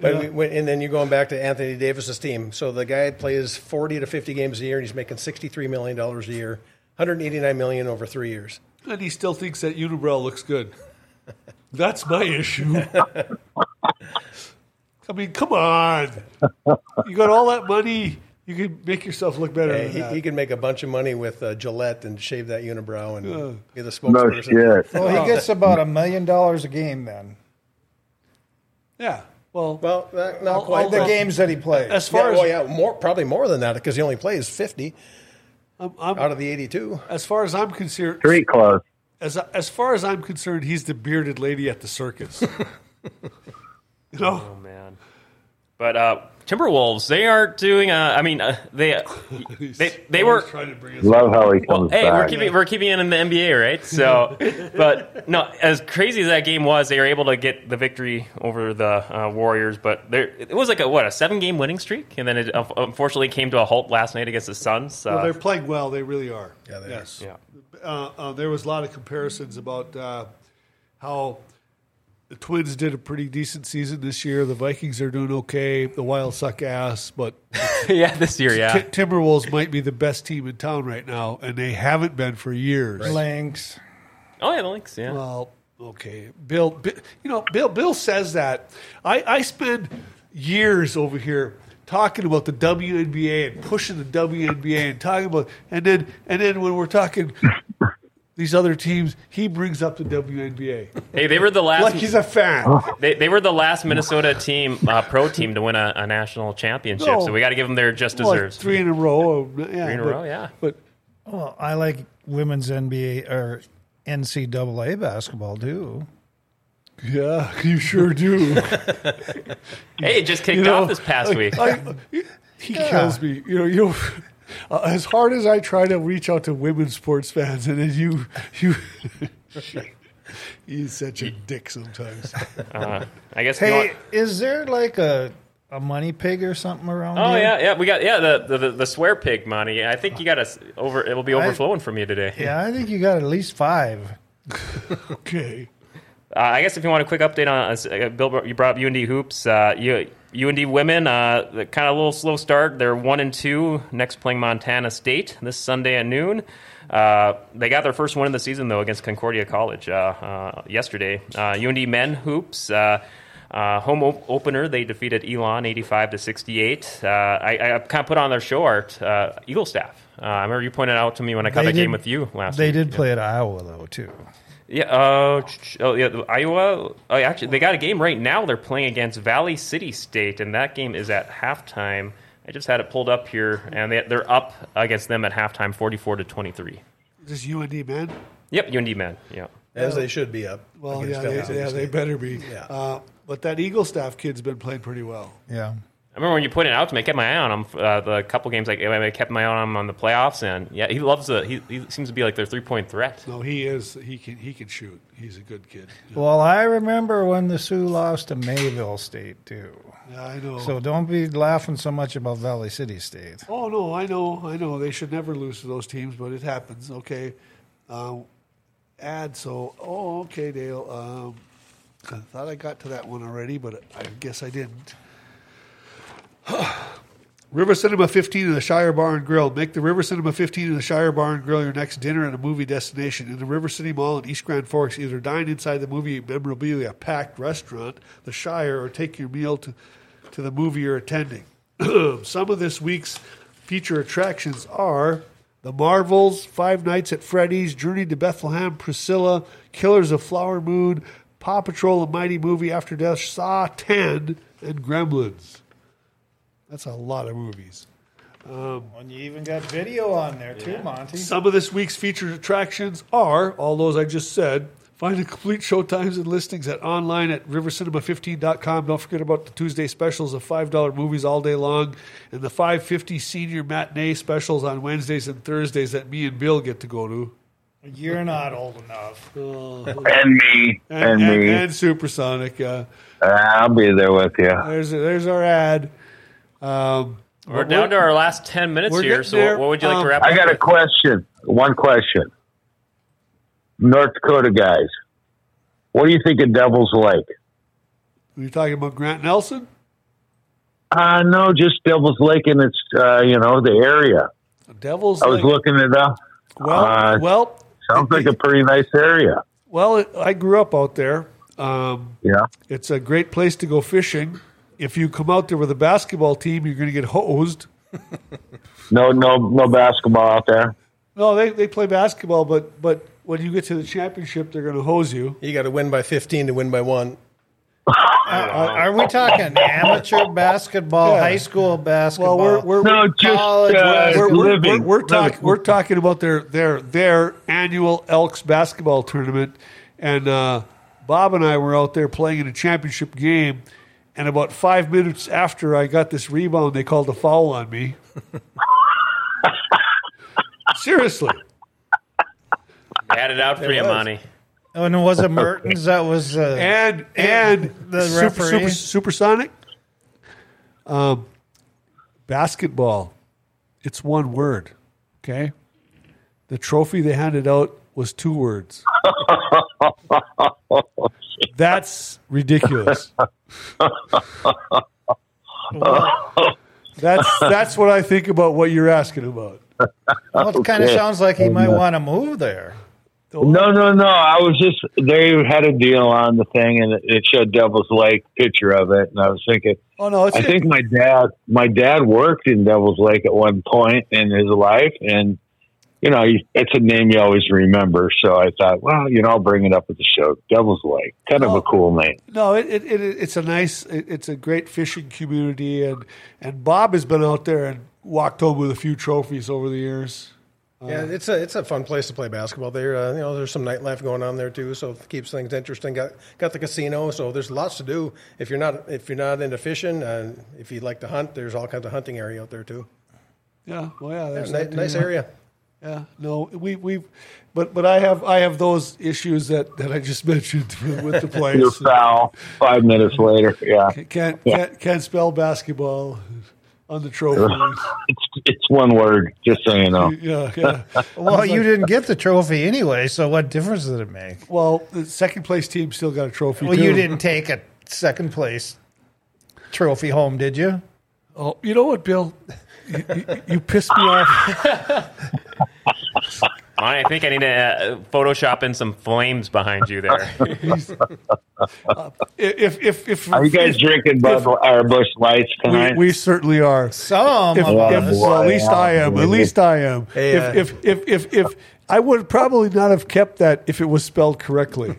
Speaker 4: but we, when- and then you're going back to Anthony Davis's team. So the guy plays 40 to 50 games a year, and he's making 63 million dollars a year, 189 million over three years.
Speaker 1: And he still thinks that unibrow looks good. That's my issue. I mean, come on. You got all that money. You can make yourself look better.
Speaker 4: Hey,
Speaker 1: than that.
Speaker 4: he, he can make a bunch of money with uh, Gillette and shave that unibrow and be the
Speaker 5: No
Speaker 4: spokesperson.
Speaker 5: shit.
Speaker 2: Well, he gets about a million dollars a game then.
Speaker 1: yeah. Well,
Speaker 4: Well, not,
Speaker 1: All-
Speaker 4: not
Speaker 1: all
Speaker 4: quite.
Speaker 2: The
Speaker 1: Well,
Speaker 2: games that he plays.
Speaker 1: as far
Speaker 4: yeah, well,
Speaker 1: as
Speaker 4: yeah, more probably more than that because he only plays 50
Speaker 1: I'm, I'm,
Speaker 4: out of the 82.
Speaker 1: as far as I'm concerned,
Speaker 5: Street clothes.
Speaker 1: as as far as I'm concerned, he's the bearded lady at the circus. you know,
Speaker 3: Oh man. But uh, Timberwolves, they are doing. Uh, I mean, uh, they they they
Speaker 1: Always
Speaker 3: were.
Speaker 1: trying to bring us.
Speaker 5: Love how he comes
Speaker 3: Hey, we're
Speaker 5: back.
Speaker 3: keeping we're keeping it in the NBA, right? So, but no, as crazy as that game was, they were able to get the victory over the uh, Warriors. But there, it was like a what a seven game winning streak, and then it uh, unfortunately came to a halt last night against the Suns. Uh,
Speaker 1: Well, they're playing well. They really are.
Speaker 4: Yeah, they are.
Speaker 1: yes.
Speaker 3: yeah.
Speaker 1: Uh, uh, there was a lot of comparisons about uh, how the Twins did a pretty decent season this year. The Vikings are doing okay. The Wild suck ass, but
Speaker 3: yeah, this year, yeah.
Speaker 1: Ti- Timberwolves might be the best team in town right now, and they haven't been for years.
Speaker 2: Lynx.
Speaker 3: Oh yeah, the Lynx, yeah.
Speaker 1: Well, okay, Bill. Bi- You know, Bill. Bill says that. I, I spend years over here talking about the WNBA and pushing the WNBA and talking about, and then and then when we're talking these other teams, he brings up the WNBA
Speaker 3: hey, they were the last.
Speaker 1: like he's a fan.
Speaker 3: They, they were the last Minnesota team, uh, pro team, to win a, a national championship.
Speaker 1: No.
Speaker 3: So we got to give them their just
Speaker 1: Well, like
Speaker 3: deserves.
Speaker 1: three in a row. Yeah, three
Speaker 3: in a row, yeah.
Speaker 1: But
Speaker 2: Well, I like women's NBA or NCAA basketball too.
Speaker 1: yeah, you sure do.
Speaker 3: hey, it just kicked
Speaker 1: You know,
Speaker 3: off this past
Speaker 1: like,
Speaker 3: week.
Speaker 1: I- he kills me. You know, you. Uh, as hard as I try to reach out to women sports fans, and then you, you, he's such a dick sometimes.
Speaker 3: Uh, I guess. we
Speaker 2: Hey,
Speaker 3: want-
Speaker 2: is there like a a money pig or something around
Speaker 3: oh
Speaker 2: here?
Speaker 3: yeah, yeah. We got yeah the the, the, the swear pig money. I think you got to over. It'll be overflowing from you today.
Speaker 2: Yeah, I think you got at least five.
Speaker 1: Okay,
Speaker 3: Uh, I guess if you want a quick update on uh, Bill, you brought up UND hoops. Uh, you. UND women, uh, kind of a little slow start. They're one and two. Next, playing Montana State this Sunday at noon. Uh, they got their first win of the season though against Concordia College uh, uh, yesterday. Uh, UND men hoops. Uh, uh, home op- opener, they defeated Elon 85 to 68. Uh, I, I kind of put on their show art, uh, Eagle staff. Uh, I remember you pointed out to me when I caught
Speaker 2: They
Speaker 3: that game
Speaker 2: did-
Speaker 3: with you last.
Speaker 2: They
Speaker 3: week.
Speaker 2: did play at Iowa though too.
Speaker 3: Yeah. Uh, ch- ch- oh, yeah. Iowa. Oh, yeah, actually, they got a game right now. They're playing against Valley City State, and that game is at halftime. I just had it pulled up here, and they, they're up against them at halftime, forty-four to twenty-three.
Speaker 1: this UND man.
Speaker 3: Yep, UND man. Yeah.
Speaker 4: As they should be up.
Speaker 1: Well, yeah, they,
Speaker 4: against Valley
Speaker 1: yeah,
Speaker 4: City
Speaker 1: they
Speaker 4: State.
Speaker 1: better be.
Speaker 4: Yeah.
Speaker 1: Uh, but that Eagle staff kid's been playing pretty well.
Speaker 2: Yeah.
Speaker 3: I remember when you pointed out to me, I kept my eye on him. Uh, the couple games I, I kept my eye on him on the playoffs, and yeah, he loves the. He, he seems to be like their three-point threat.
Speaker 1: No, he is. He can. He can shoot. He's a good kid.
Speaker 2: Well, I remember when the Sioux lost to Mayville State too.
Speaker 1: Yeah, I know.
Speaker 2: So don't be laughing so much about Valley City State.
Speaker 1: Oh no, I know, I know. They should never lose to those teams, but it happens. Okay, uh, ad. So, oh, okay, Dale. Um, I thought I got to that one already, but I guess I didn't. River Cinema 15 and the Shire Barn Grill. Make the River Cinema 15 and the Shire Barn Grill your next dinner and a movie destination. In the River City Mall in East Grand Forks, either dine inside the movie memorabilia packed restaurant, the Shire, or take your meal to, to the movie you're attending. Some of this week's feature attractions are The Marvels, Five Nights at Freddy's, Journey to Bethlehem, Priscilla, Killers of Flower Moon, Paw Patrol, A Mighty Movie After Death, Saw 10, and Gremlins. That's a lot of movies.
Speaker 2: And you even got video on there too, Monty.
Speaker 1: Some of this week's featured attractions are all those I just said. Find the complete show times and listings at online at rivercinema15.com. Don't forget about the Tuesday specials of $5 movies all day long and the 550 senior matinee specials on Wednesdays and Thursdays that me and Bill get to go to.
Speaker 2: You're not old enough.
Speaker 5: And me.
Speaker 1: And,
Speaker 5: And,
Speaker 1: and,
Speaker 5: me.
Speaker 1: and Supersonic. Uh,
Speaker 5: I'll be there with you.
Speaker 1: there's, there's our ad. Um,
Speaker 3: We're down to our last 10 minutes
Speaker 1: we're
Speaker 3: here.
Speaker 1: getting
Speaker 3: So, what-
Speaker 1: there.
Speaker 3: what would you like
Speaker 1: Um,
Speaker 3: to wrap up?
Speaker 5: I got a
Speaker 3: with?
Speaker 5: question. One question. North Dakota guys, what do you think of Devil's Lake?
Speaker 1: are you talking about Grant Nelson?
Speaker 5: Uh, no, just Devil's Lake and it's, uh, you know, the area.
Speaker 1: Devil's
Speaker 5: I was
Speaker 1: Lake.
Speaker 5: looking it up.
Speaker 1: Well,
Speaker 5: uh,
Speaker 1: well,
Speaker 5: sounds like a pretty nice area.
Speaker 1: well, I grew up out there. Um,
Speaker 5: Yeah.
Speaker 1: It's a great place to go fishing. If you come out there with a basketball team, you're going to get hosed.
Speaker 5: No, no, no basketball out there.
Speaker 1: No, they, they play basketball, but but when you get to the championship, they're going to hose you.
Speaker 4: You got to win by 15 to win by one.
Speaker 2: Are we talking amateur basketball,
Speaker 1: Oh. Yeah.
Speaker 2: high school basketball?
Speaker 1: Well, we're we're
Speaker 5: No, just
Speaker 2: College,
Speaker 5: uh,
Speaker 1: we're, we're, we're,
Speaker 5: living.
Speaker 1: we're talk, we're talking about their their their annual Elks basketball tournament, and uh, Bob and I were out there playing in a championship game. And about five minutes after I got this rebound, they called a foul on me. Seriously.
Speaker 3: Had it out for you,
Speaker 4: was.
Speaker 3: Monty.
Speaker 2: Oh, and was it Mertens that was? Uh,
Speaker 1: and and
Speaker 2: The
Speaker 1: super,
Speaker 2: referee.
Speaker 1: super, supersonic um, basketball. It's one word. Okay, the trophy they handed out was two words. That's ridiculous. that's that's what I think about what you're asking about.
Speaker 2: well, it kind of
Speaker 5: Okay.
Speaker 2: sounds like he might want to move there.
Speaker 5: No, no, no. I was just they had a deal on the thing, and it- it showed Devil's Lake picture of it, and I was thinking,
Speaker 1: Oh no, it's
Speaker 5: I think my dad, my dad worked in Devil's Lake at one point in his life, and you know, you- it's a name you always remember. So I thought, well, you know, I'll bring it up at the show. Devil's Lake, kind
Speaker 1: Oh.
Speaker 5: of a cool name.
Speaker 1: No, it, it, it it's a nice, it, it's a great fishing community, and and Bob has been out there and walked home with a few trophies over the years. Uh.
Speaker 4: Yeah, it's a it's a fun place to play basketball. There, uh, you know, there's some nightlife going on there too, so it keeps things interesting. Got got the casino, so there's lots to do. If you're not if you're not into fishing, uh, if you like to hunt, there's all kinds of hunting area out there too.
Speaker 1: Yeah, well, yeah, there's
Speaker 4: Ni-
Speaker 1: that too.
Speaker 4: nice area.
Speaker 1: Yeah, no, we we, but but I have I have those issues that that I just mentioned with the
Speaker 5: You're
Speaker 1: place.
Speaker 5: foul. Five minutes later, yeah,
Speaker 1: Can't can't can't spell basketball on the trophies.
Speaker 5: it's it's one word. Just so you know.
Speaker 1: yeah, yeah.
Speaker 2: Well, you didn't get the trophy anyway, so what difference did it make?
Speaker 1: Well, the second place team still got a trophy.
Speaker 2: Well,
Speaker 1: too.
Speaker 2: you didn't take a second place trophy home, did you?
Speaker 1: Oh, you know what, Bill? You, you, you pissed me off.
Speaker 3: Monty, I think I need to uh, Photoshop in some flames behind you there.
Speaker 1: If if if
Speaker 5: Are you guys
Speaker 1: if-
Speaker 5: drinking Bud or Bush Lights
Speaker 1: we,
Speaker 5: tonight?
Speaker 1: we certainly are.
Speaker 2: Some
Speaker 1: if,
Speaker 2: of
Speaker 1: if-
Speaker 2: us.
Speaker 5: boy,
Speaker 1: well, at least I am. At least I am.
Speaker 4: Hey, uh,
Speaker 1: if, if, if, if, if I would probably not have kept that if it was spelled correctly.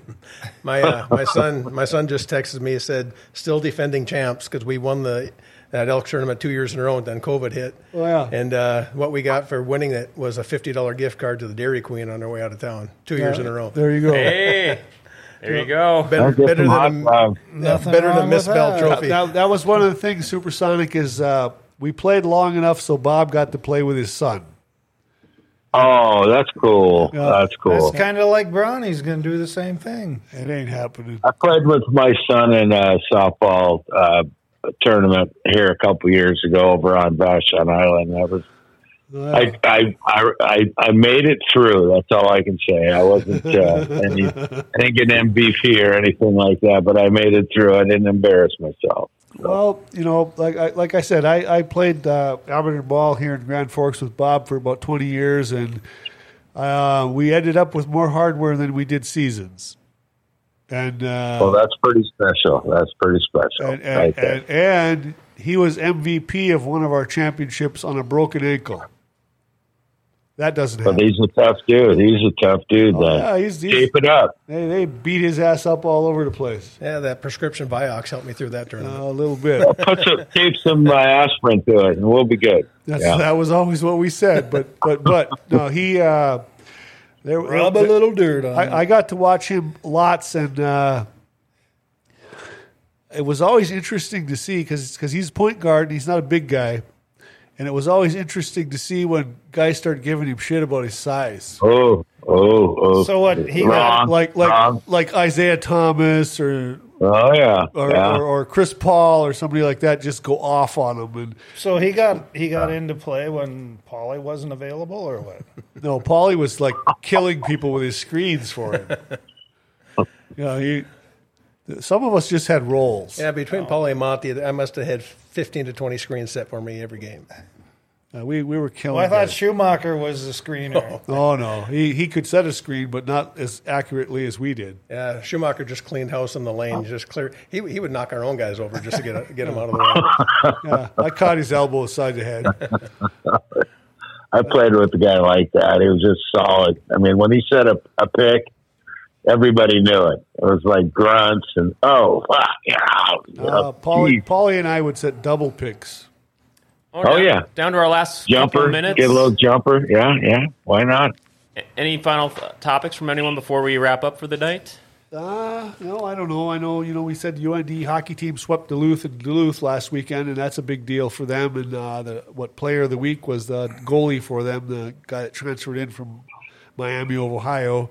Speaker 4: My uh, my son my son just texted me and said, still defending champs because we won the that elk tournament two years in a row, and then COVID hit.
Speaker 1: Oh, yeah.
Speaker 4: And uh, what we got for winning it was a fifty dollar gift card to the Dairy Queen on our way out of town, two years in a row.
Speaker 1: There you go.
Speaker 3: hey, there you go.
Speaker 4: Better,
Speaker 5: Get
Speaker 4: better
Speaker 5: some hot
Speaker 4: than a,
Speaker 5: dogs.
Speaker 2: Nothing
Speaker 4: better
Speaker 2: wrong
Speaker 4: than
Speaker 2: with
Speaker 4: Miss Bell
Speaker 2: that.
Speaker 4: Trophy.
Speaker 1: Now, that was one of the things Supersonic is. Uh, we played long enough so Bob got to play with his son.
Speaker 5: Oh, that's cool. that's cool.
Speaker 2: It's kind of like Brownie's going to do the same thing.
Speaker 1: It ain't happening.
Speaker 5: I played with my son in a softball uh, tournament here a couple years ago over on Vashon Island. That was I, I, I, I, I made it through. That's all I can say. I wasn't uh, any, I didn't get an MVP or anything like that, but I made it through. I didn't embarrass myself.
Speaker 1: Well, you know, like I, like I said, I, I played uh, amateur ball here in Grand Forks with Bob for about 20 years, and uh, we ended up with more hardware than we did seasons. And uh,
Speaker 5: Well, that's pretty special. That's pretty special.
Speaker 1: and,
Speaker 5: right
Speaker 1: and,
Speaker 5: there.
Speaker 1: and, and he was MVP of one of our championships on a broken ankle. That doesn't
Speaker 5: but
Speaker 1: happen.
Speaker 5: he's a tough dude. He's a tough dude. then.
Speaker 1: Oh, yeah, he's- he's-
Speaker 5: Keep it up.
Speaker 1: They, they beat his ass up all over the place.
Speaker 4: Yeah, that prescription Vioxx helped me through that tournament.
Speaker 1: A little bit.
Speaker 5: Put some, tape some uh, aspirin to it, and we'll be good.
Speaker 1: That's,
Speaker 5: Yeah.
Speaker 1: That was always what we said. But but but no, he uh, there.
Speaker 2: Rub a
Speaker 1: there-
Speaker 2: little dirt on it.
Speaker 1: I, I got to watch him lots, and uh, it was always interesting to see because he's point guard and he's not a big guy, and it was always interesting to see when guys started giving him shit about his size,
Speaker 5: Oh, oh, oh.
Speaker 2: So what, he got,
Speaker 5: Wrong,
Speaker 1: like like
Speaker 5: wrong.
Speaker 1: like Isaiah Thomas or
Speaker 5: Oh yeah.
Speaker 1: or,
Speaker 5: yeah.
Speaker 1: or or Chris Paul or somebody like that just go off on him and.
Speaker 2: So he got he got into play when Paulie wasn't available, or what?
Speaker 1: No, Paulie was like killing people with his screens for him. you know, he, some of us just had roles.
Speaker 4: Yeah, between Paulie and Monty, I must have had 15 to 20 screens set for me every game.
Speaker 1: Uh, we, we were killing.
Speaker 2: Well, I thought
Speaker 1: guys.
Speaker 2: Schumacher was the screener.
Speaker 1: oh no, he he could set a screen, but not as accurately as we did.
Speaker 4: Yeah, Schumacher just cleaned house in the lane,
Speaker 5: Oh.
Speaker 4: just clear. He, he would knock our own guys over just to get get them out of the way.
Speaker 1: Yeah, I caught his elbow aside the head.
Speaker 5: I played with a guy like that. He was just solid. I mean, when he set a, a pick, everybody knew it. It was like grunts and oh, fuck, yeah,
Speaker 1: Uh, Paulie, Paulie and I would set double picks.
Speaker 5: Oh,
Speaker 3: down-
Speaker 5: yeah.
Speaker 3: down to our last couple
Speaker 5: jumper,
Speaker 3: of minutes.
Speaker 5: get a little jumper. Yeah, yeah. Why not?
Speaker 3: Any final th- topics from anyone before we wrap up for the night?
Speaker 1: Uh, no, I don't know. I know, you know, we said UND hockey team swept Duluth and Duluth last weekend, and that's a big deal for them. And uh, the, what player of the week was the goalie for them, the guy that transferred in from Miami of Ohio.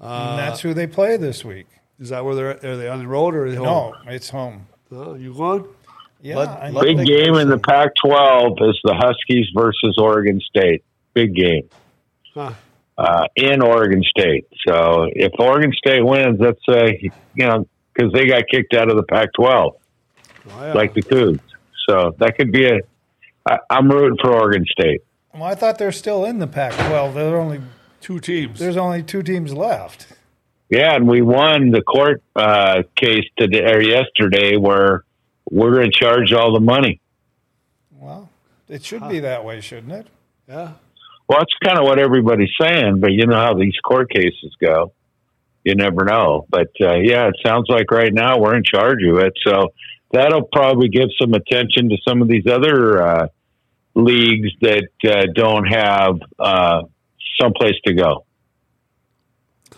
Speaker 1: Oh.
Speaker 2: and that's who they play this week.
Speaker 1: Is that where they're are they on the road or are they
Speaker 2: No, it's home.
Speaker 1: home? Uh, you going?
Speaker 2: Yeah,
Speaker 4: Let-
Speaker 2: I
Speaker 4: let-
Speaker 5: Big
Speaker 2: think
Speaker 5: game
Speaker 2: so.
Speaker 5: in the Pac-12 is the Huskies versus Oregon State. Big game
Speaker 1: Huh.
Speaker 5: uh, in Oregon State. So if Oregon State wins, that's uh, you know because they got kicked out of the Pac-12.
Speaker 1: Oh, yeah.
Speaker 5: like the Cougs. So that could be a. I, I'm rooting for Oregon State.
Speaker 2: Well, I thought they're still in the Pac-12. There are only
Speaker 1: two teams.
Speaker 2: there's only two teams left.
Speaker 5: Yeah, and we won the court uh, case today or yesterday where we're going to charge all the money.
Speaker 2: Well, it should be that way, shouldn't it?
Speaker 1: yeah.
Speaker 5: Well, that's kind of what everybody's saying, but you know how these court cases go. You never know. But uh, yeah, it sounds like right now we're in charge of it. So that'll probably give some attention to some of these other uh, leagues that uh, don't have uh, someplace to go.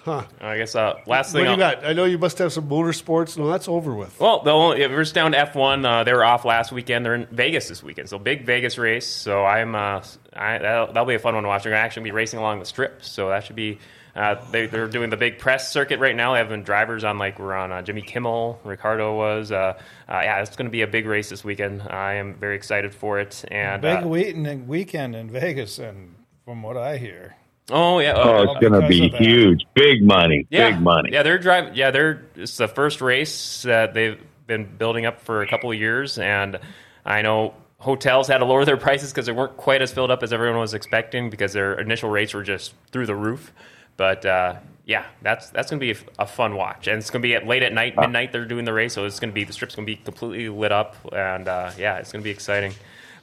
Speaker 1: Huh.
Speaker 3: I guess uh, last
Speaker 1: What
Speaker 3: thing.
Speaker 1: do you
Speaker 3: I'll-
Speaker 1: got? I know you must have some motorsports. No, that's over with.
Speaker 3: Well, the only, we're just down to F1. Uh, they were off last weekend. They're in Vegas this weekend, so big Vegas race. So I'm uh, I, that'll, that'll be a fun one to watch. They're going to actually be racing along the strip, so that should be. Uh, they, they're doing the big press circuit right now. They have been drivers on like we're on uh, Jimmy Kimmel, Ricardo was. Uh, uh, yeah, it's going to be a big race this weekend. I am very excited for it. And
Speaker 2: Big
Speaker 3: uh,
Speaker 2: weekend weekend in Vegas, and from what I hear,
Speaker 3: oh yeah,
Speaker 5: Oh, it's going to
Speaker 2: because
Speaker 5: be
Speaker 2: of that.
Speaker 5: huge. Big money.
Speaker 3: Yeah.
Speaker 5: Big money.
Speaker 3: Yeah, they're driving. Yeah, they're it's the first race that they've been building up for a couple of years, and I know hotels had to lower their prices because they weren't quite as filled up as everyone was expecting because their initial rates were just through the roof. But uh, yeah, that's that's going to be a, a fun watch, and it's going to be at late at night, midnight. They're doing the race, so it's going to be the strip's going to be completely lit up, and uh, yeah, it's going to be exciting.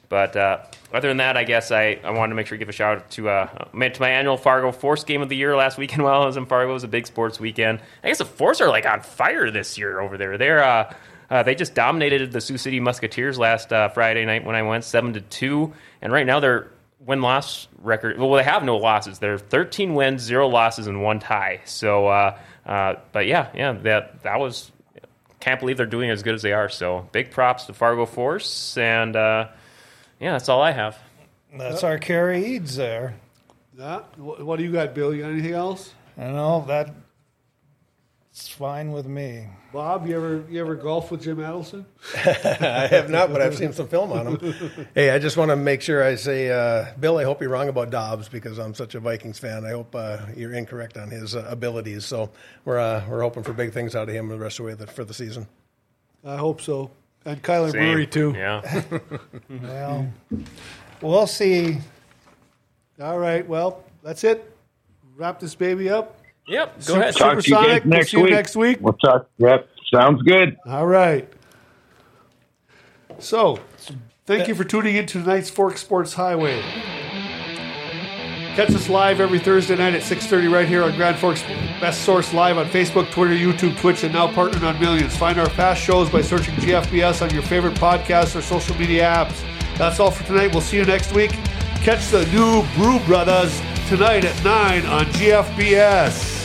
Speaker 3: But uh, other than that, I guess I, I wanted to make sure to give a shout out to uh, my- to my annual Fargo Force game of the year last weekend while I was in Fargo. It was a big sports weekend. I guess the Force are like on fire this year over there. They're uh, uh, they just dominated the Sioux City Musketeers last uh, Friday night when I went seven to two, and right now their win loss record. Well, they have no losses. They're thirteen wins, zero losses, and one tie. So, uh, uh, but yeah, yeah, that that was. Can't believe they're doing as good as they are. So big props to Fargo Force and. Uh, yeah, that's all I have.
Speaker 2: that's our Carrie Eads there.
Speaker 1: Yeah. Wh- What do you got, Bill? You got anything else?
Speaker 2: You know that It's fine with me.
Speaker 1: Bob, you ever you ever golf with Jim Adelson?
Speaker 4: I have not, but I've seen some film on him. hey, I just want to make sure I say, uh, Bill, I hope you're wrong about Dobbs because I'm such a Vikings fan. I hope uh, you're incorrect on his uh, abilities. So we're uh, we're hoping for big things out of him the rest of the way for the season.
Speaker 1: I hope so. And Kyler
Speaker 3: Same.
Speaker 1: Murray too.
Speaker 3: Yeah.
Speaker 2: Well, we'll see.
Speaker 1: All right. Well, that's it. Wrap this baby up.
Speaker 3: yep. Go ahead.
Speaker 5: Talk to you
Speaker 1: Supersonic,
Speaker 5: guys
Speaker 1: we'll
Speaker 5: next
Speaker 1: see you
Speaker 5: week.
Speaker 1: next week.
Speaker 5: We'll talk. Yep, sounds good.
Speaker 1: All right. So, thank you for tuning in to tonight's Fork Sports Highway. Catch us live every Thursday night at 6.30 right here on Grand Forks Best Source Live on Facebook, Twitter, YouTube, Twitch, and now partnered on Millions. Find our past shows by searching GFBS on your favorite podcast or social media apps. That's all for tonight. We'll see you next week. Catch the new Brew Brothers tonight at 9 on GFBS.